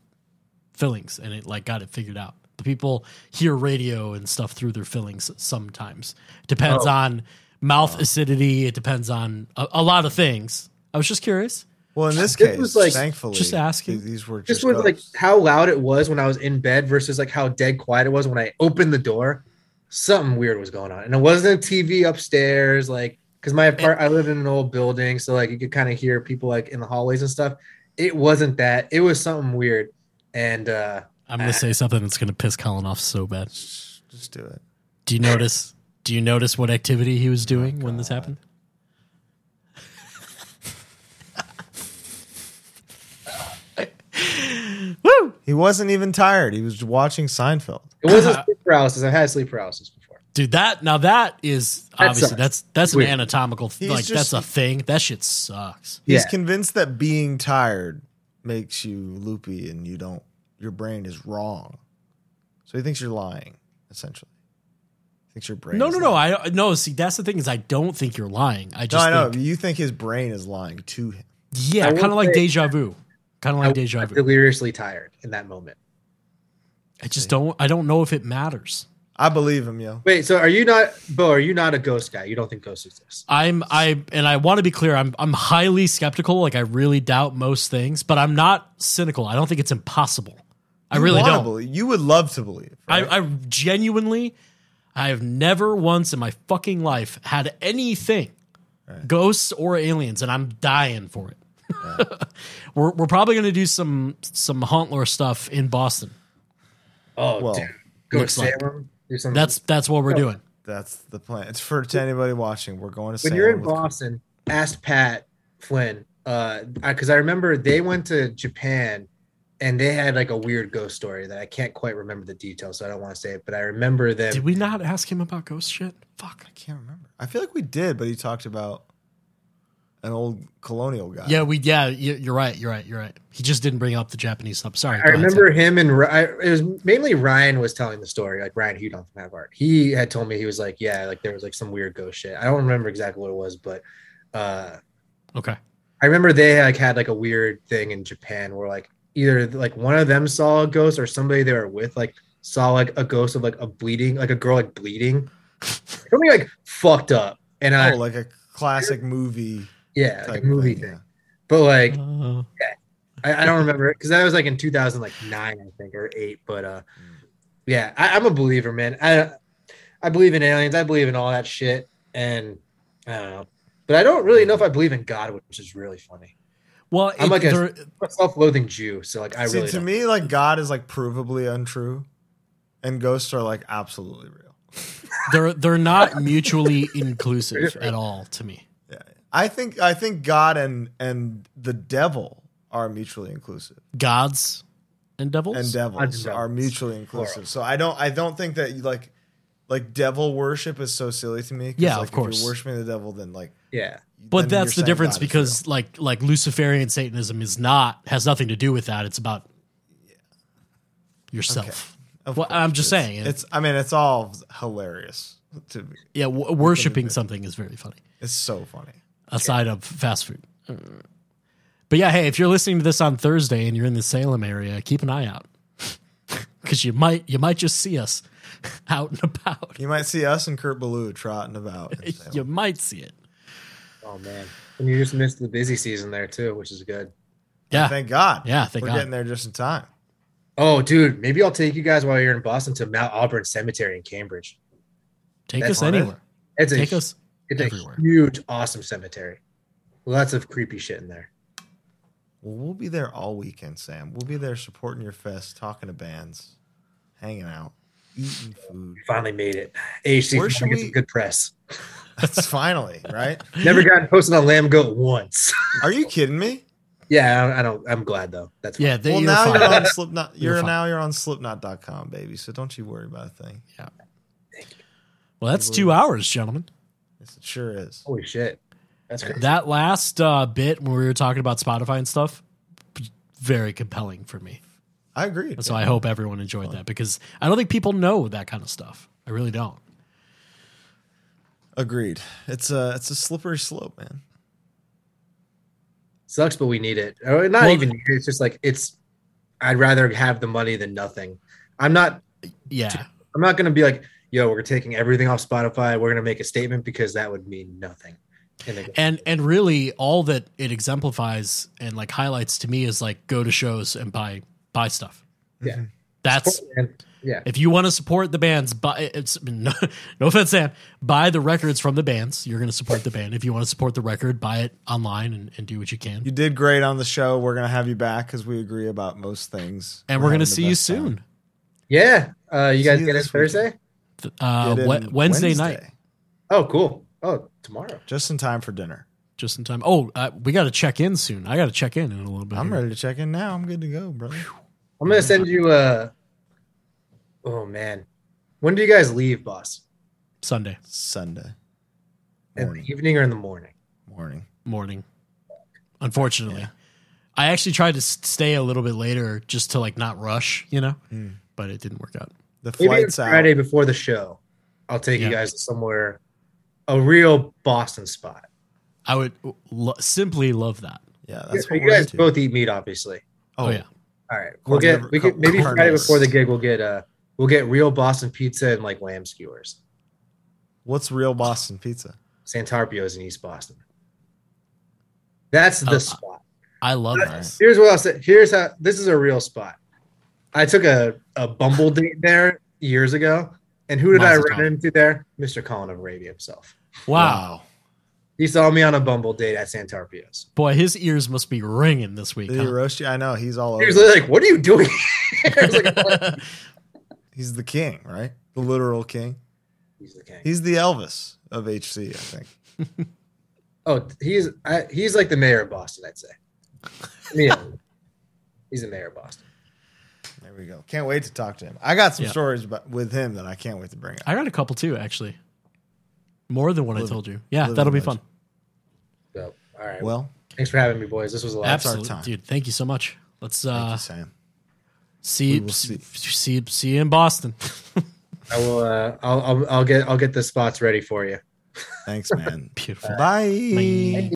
Speaker 2: fillings, and it like got it figured out. The people hear radio and stuff through their fillings sometimes. Depends
Speaker 3: Oh.
Speaker 2: on mouth acidity. It depends on a, a lot of things. I was just curious.
Speaker 1: Well, in this
Speaker 3: This
Speaker 1: case,
Speaker 3: was like-
Speaker 1: thankfully,
Speaker 2: Just asking.
Speaker 1: These were just,
Speaker 3: just with like
Speaker 1: ghosts.
Speaker 3: how loud it was when I was in bed versus like how dead quiet it was when I opened the door. Something weird was going on, and it wasn't a TV upstairs, like because my apart I live in an old building, so like you could kind of hear people like in the hallways and stuff. It wasn't that; it was something weird, and uh
Speaker 2: I'm gonna say something that's gonna piss Colin off so bad.
Speaker 1: just do it.
Speaker 2: Do you notice? Do you notice what activity he was doing when this happened? Woo!
Speaker 1: He wasn't even tired. He was watching Seinfeld.
Speaker 3: it
Speaker 2: Uh-huh.
Speaker 3: wasn't sleep paralysis. I've had sleep paralysis before.
Speaker 2: Dude, that now that is obviously
Speaker 3: sucks.
Speaker 2: that's that's
Speaker 3: Weird.
Speaker 2: an anatomical
Speaker 1: He's
Speaker 2: like
Speaker 1: just-
Speaker 2: that's a thing. That shit sucks.
Speaker 1: He's
Speaker 3: Yeah.
Speaker 1: convinced that being tired makes you loopy and you don't your brain is wrong. So he thinks you're lying, essentially. thinks your brain
Speaker 2: No,
Speaker 1: is
Speaker 2: no, no.
Speaker 1: lying.
Speaker 2: I no. See, that's the thing is, I don't think you're lying. I
Speaker 1: No,
Speaker 2: just
Speaker 1: I know.
Speaker 2: think,
Speaker 1: you think his brain is lying to him.
Speaker 2: yeah,
Speaker 3: I will
Speaker 2: kind of like
Speaker 3: say-
Speaker 2: deja vu. Kind of
Speaker 3: I
Speaker 2: like
Speaker 3: was
Speaker 2: deja vu.
Speaker 3: deliriously tired in that moment.
Speaker 2: I just don't. I don't know if it matters.
Speaker 1: I believe him, yo.
Speaker 3: Wait, so are you not, Bo? Are you not a ghost guy? You don't think ghosts exist?
Speaker 2: I'm I and I want to be clear. I'm I'm highly skeptical. Like I really doubt most things, but I'm not cynical. I don't think it's impossible. I
Speaker 1: You
Speaker 2: really
Speaker 1: wanna
Speaker 2: don't.
Speaker 1: Believe, you would love to believe. Right?
Speaker 2: I, I genuinely, I have never once in my fucking life had anything, ghosts or aliens, and I'm dying for it. <laughs> we're we're probably gonna do some some haunt lore stuff in Boston.
Speaker 3: Oh,
Speaker 1: Well,
Speaker 3: dude. go to
Speaker 2: looks like-
Speaker 3: Salem. do something.
Speaker 2: That's that's what we're doing.
Speaker 1: That's the plan. It's for to anybody watching. We're going to
Speaker 3: when
Speaker 1: Salem
Speaker 3: you're in
Speaker 1: with-
Speaker 3: Boston, ask Pat Flynn, because uh, I, 'cause I remember they went to Japan and they had like a weird ghost story that I can't quite remember the details, so I don't want to say it, but I remember them.
Speaker 2: Did we not ask him about ghost shit? Fuck.
Speaker 1: I can't remember. I feel like we did, but he talked about an old colonial guy.
Speaker 2: Yeah, we yeah. you- You're right. You're right. You're right. He just didn't bring up the Japanese stuff. Sorry.
Speaker 3: I
Speaker 2: go ahead, Sam.
Speaker 3: remember him and Ry- I, it was mainly Ryan was telling the story, like Ryan Hudon from Half Art. He had told me he was like, yeah, like there was like some weird ghost shit. I don't remember exactly what it was, but uh,
Speaker 2: Okay.
Speaker 3: I remember they like had like a weird thing in Japan where like either like one of them saw a ghost or somebody they were with like saw like a ghost of like a bleeding like a girl like bleeding. Something like fucked up. And I
Speaker 1: Oh, like a classic movie
Speaker 3: yeah,
Speaker 1: type
Speaker 3: like
Speaker 1: of
Speaker 3: a movie
Speaker 1: thing.
Speaker 3: thing.
Speaker 1: yeah.
Speaker 3: But like
Speaker 2: Uh,
Speaker 3: I, I don't remember because that was like in 2009, I think, or eight. But
Speaker 1: Mm.
Speaker 3: uh, yeah, I, I'm a believer, man. I I believe in aliens. I believe in all that shit, and I don't know, but I don't really know if I believe in God, which is really funny.
Speaker 2: well,
Speaker 3: I'm
Speaker 2: it-
Speaker 3: like a-
Speaker 2: there-
Speaker 3: I'm a self-loathing Jew, so like I
Speaker 1: See,
Speaker 3: really
Speaker 1: to
Speaker 3: don't.
Speaker 1: me, like God is like provably untrue, and ghosts are like absolutely real.
Speaker 2: they're they're not mutually inclusive at all to me.
Speaker 1: I think I think God and and the devil are mutually inclusive,
Speaker 2: Gods and devils.
Speaker 1: and
Speaker 3: God's
Speaker 1: devils
Speaker 3: devils.
Speaker 1: are mutually inclusive.
Speaker 3: Plural.
Speaker 1: So I don't I don't think that you like like devil worship is so silly to me. 'cause,
Speaker 2: Yeah,
Speaker 1: like,
Speaker 2: of course.
Speaker 1: If you're worshiping the devil, then like,
Speaker 3: Yeah,
Speaker 1: then
Speaker 2: but that's
Speaker 1: you're
Speaker 2: the
Speaker 1: saying
Speaker 2: difference
Speaker 1: God is
Speaker 2: because like like Luciferian Satanism is not has nothing to do with that. It's about yourself.
Speaker 1: real. Of
Speaker 2: well,
Speaker 1: course
Speaker 2: I'm just
Speaker 1: it is.
Speaker 2: saying, it-
Speaker 1: It's I mean, it's all hilarious to me.
Speaker 2: Yeah, w- worshiping something is very funny.
Speaker 1: It's so funny.
Speaker 2: Aside of fast food. But yeah, hey, if you're listening to this on Thursday and you're in the Salem area, keep an eye out <laughs> because you might you might just see us <laughs> out and about.
Speaker 1: You might see us and Kurt Ballou trotting about.
Speaker 2: <laughs>
Speaker 1: in Salem.
Speaker 2: You might see it.
Speaker 3: oh man, and you just missed the busy season there too, which is good.
Speaker 2: Yeah,
Speaker 1: Thank God.
Speaker 2: <laughs> Yeah, thank
Speaker 1: We're
Speaker 2: God.
Speaker 1: getting there just in time.
Speaker 3: Oh, dude, maybe I'll take you guys while you're in Boston to Mount Auburn Cemetery in Cambridge.
Speaker 2: Take
Speaker 3: That's
Speaker 2: us
Speaker 3: on it.
Speaker 2: anywhere.
Speaker 3: It's
Speaker 2: Take
Speaker 3: a,
Speaker 2: us.
Speaker 3: it's
Speaker 2: everywhere.
Speaker 3: a huge, awesome cemetery. Lots of creepy shit in there.
Speaker 1: Well, we'll be there all weekend, Sam. We'll be there supporting your fest, talking to bands, hanging out, eating food. <laughs>
Speaker 3: Finally made it. AHC
Speaker 1: Where
Speaker 3: finally
Speaker 1: should
Speaker 3: gets
Speaker 1: we-
Speaker 3: some good press.
Speaker 1: That's finally right.
Speaker 2: <laughs>
Speaker 3: Never gotten posted on Lamb Goat once. <laughs>
Speaker 1: Are you kidding me?
Speaker 3: yeah, I don't, I don't. I'm glad though. That's fine.
Speaker 2: Yeah, they,
Speaker 1: well,
Speaker 2: you're
Speaker 1: now
Speaker 2: fine.
Speaker 1: you're on Slipknot. You're,
Speaker 2: <laughs> You're fine.
Speaker 1: now you're on Slipknot.com, baby. So don't you worry about a thing.
Speaker 2: well, that's
Speaker 1: Unbelievable.
Speaker 2: two hours, gentlemen.
Speaker 1: Yes, it sure is.
Speaker 3: Holy shit. That's crazy.
Speaker 2: That last uh, bit when we were talking about Spotify and stuff, very compelling for me.
Speaker 1: I agree.
Speaker 2: So I hope everyone enjoyed that because I don't think people know that kind of stuff. I really don't.
Speaker 1: Agreed. It's a it's a slippery slope, man.
Speaker 3: Sucks, but we need it. Or not
Speaker 2: Well-
Speaker 3: even. need it, It's just like it's. I'd rather have the money than nothing. I'm not.
Speaker 2: Yeah.
Speaker 3: I'm not gonna be like, yo, we're taking everything off Spotify. We're gonna make a statement because that would mean nothing. And like,
Speaker 2: And and really all that it exemplifies and like highlights to me is like go to shows and buy buy stuff.
Speaker 3: Yeah.
Speaker 2: That's
Speaker 3: and- yeah,
Speaker 2: if you want to support the bands, buy it's no, <laughs> no offense, Sam. Buy the records from the bands. You're going to support the band. If you want to support the record, buy it online and, and do what you can.
Speaker 1: You did great on the show. We're gonna have you back because we agree about most things.
Speaker 2: and we're
Speaker 1: having
Speaker 2: going
Speaker 1: the
Speaker 2: to see you
Speaker 1: best time.
Speaker 2: soon.
Speaker 3: yeah. Uh, you guys
Speaker 1: you
Speaker 3: get it
Speaker 1: this weekend.
Speaker 3: Thursday.
Speaker 2: Th- Uh,
Speaker 1: Get in
Speaker 2: we- Wednesday, night,
Speaker 3: Oh, cool. Oh, tomorrow.
Speaker 1: just in time for dinner.
Speaker 2: just in time. Oh, uh, we got to check in soon. I got to check in in a little bit.
Speaker 1: I'm
Speaker 2: here.
Speaker 1: ready to check in now. I'm good to go, brother.
Speaker 3: I'm gonna send you. Uh, oh man, when do you guys leave, boss?
Speaker 2: Sunday
Speaker 1: Sunday
Speaker 3: In the
Speaker 1: morning.
Speaker 3: evening or in the morning?
Speaker 1: Morning.
Speaker 2: morning. Unfortunately, I actually tried to s- stay a little bit later just to like not rush, you know,
Speaker 1: Hmm.
Speaker 2: but it didn't work out.
Speaker 1: The
Speaker 3: Maybe on
Speaker 1: flight's out.
Speaker 3: Friday before the show. I'll take
Speaker 2: Yeah.
Speaker 3: you guys to somewhere, a real Boston spot.
Speaker 2: I would lo- simply love that.
Speaker 1: Yeah, that's
Speaker 3: Yeah,
Speaker 1: what
Speaker 3: you
Speaker 1: we're
Speaker 3: guys
Speaker 1: into.
Speaker 3: both eat meat, obviously.
Speaker 2: Oh, yeah,
Speaker 3: All right, we'll
Speaker 1: Carniv-
Speaker 3: get we
Speaker 1: car-
Speaker 3: could maybe Friday
Speaker 1: carnivores.
Speaker 3: before the gig we'll get uh we'll get real Boston pizza and like lamb skewers.
Speaker 1: What's real Boston pizza?
Speaker 3: Santarpio's in East Boston. That's the
Speaker 2: Oh,
Speaker 3: spot.
Speaker 2: I love
Speaker 1: All <laughs>
Speaker 2: this.
Speaker 1: right.
Speaker 3: Here's what I'll say. Here's how this is a real spot. I took a a bumble date there years ago, and who did I
Speaker 2: Mazel
Speaker 3: run
Speaker 2: tov.
Speaker 3: into there? Mr. Colin of Arabia himself.
Speaker 2: Wow.
Speaker 3: He saw me on a bumble date at Santarpio's.
Speaker 2: boy, his ears must be ringing this week.
Speaker 1: Did he
Speaker 2: huh?
Speaker 1: roast you? I know he's all over.
Speaker 3: He was like, "What are you doing?" <laughs> I was like,
Speaker 1: he's the king, right? The literal king.
Speaker 3: He's the king.
Speaker 1: He's the Elvis of HC, I think.
Speaker 3: Oh, he's I, he's like the mayor of Boston, I'd say. Yeah, he's the mayor of Boston.
Speaker 1: There we go. Can't wait to talk to him. I got some
Speaker 2: Yeah.
Speaker 1: stories about, with him that I can't wait to bring up.
Speaker 2: <laughs> I got a couple too, actually. More than what I
Speaker 1: Living-
Speaker 2: told you. Yeah,
Speaker 1: living
Speaker 2: that'll be
Speaker 1: legend.
Speaker 2: fun.
Speaker 3: So, all right. Well,
Speaker 1: Well,
Speaker 3: thanks for having me, boys. This was a lot.
Speaker 1: Abs- our
Speaker 2: Absolutely,
Speaker 1: time.
Speaker 2: dude. Thank you so much. Let's
Speaker 1: thank
Speaker 2: uh,
Speaker 1: you, Sam.
Speaker 2: see,
Speaker 1: We will
Speaker 2: see see see you in Boston. <laughs>
Speaker 3: I will. Uh, I'll, I'll. I'll get. I'll get the spots ready for you.
Speaker 1: <laughs> Thanks, man.
Speaker 2: Beautiful.
Speaker 1: Bye.
Speaker 2: Bye.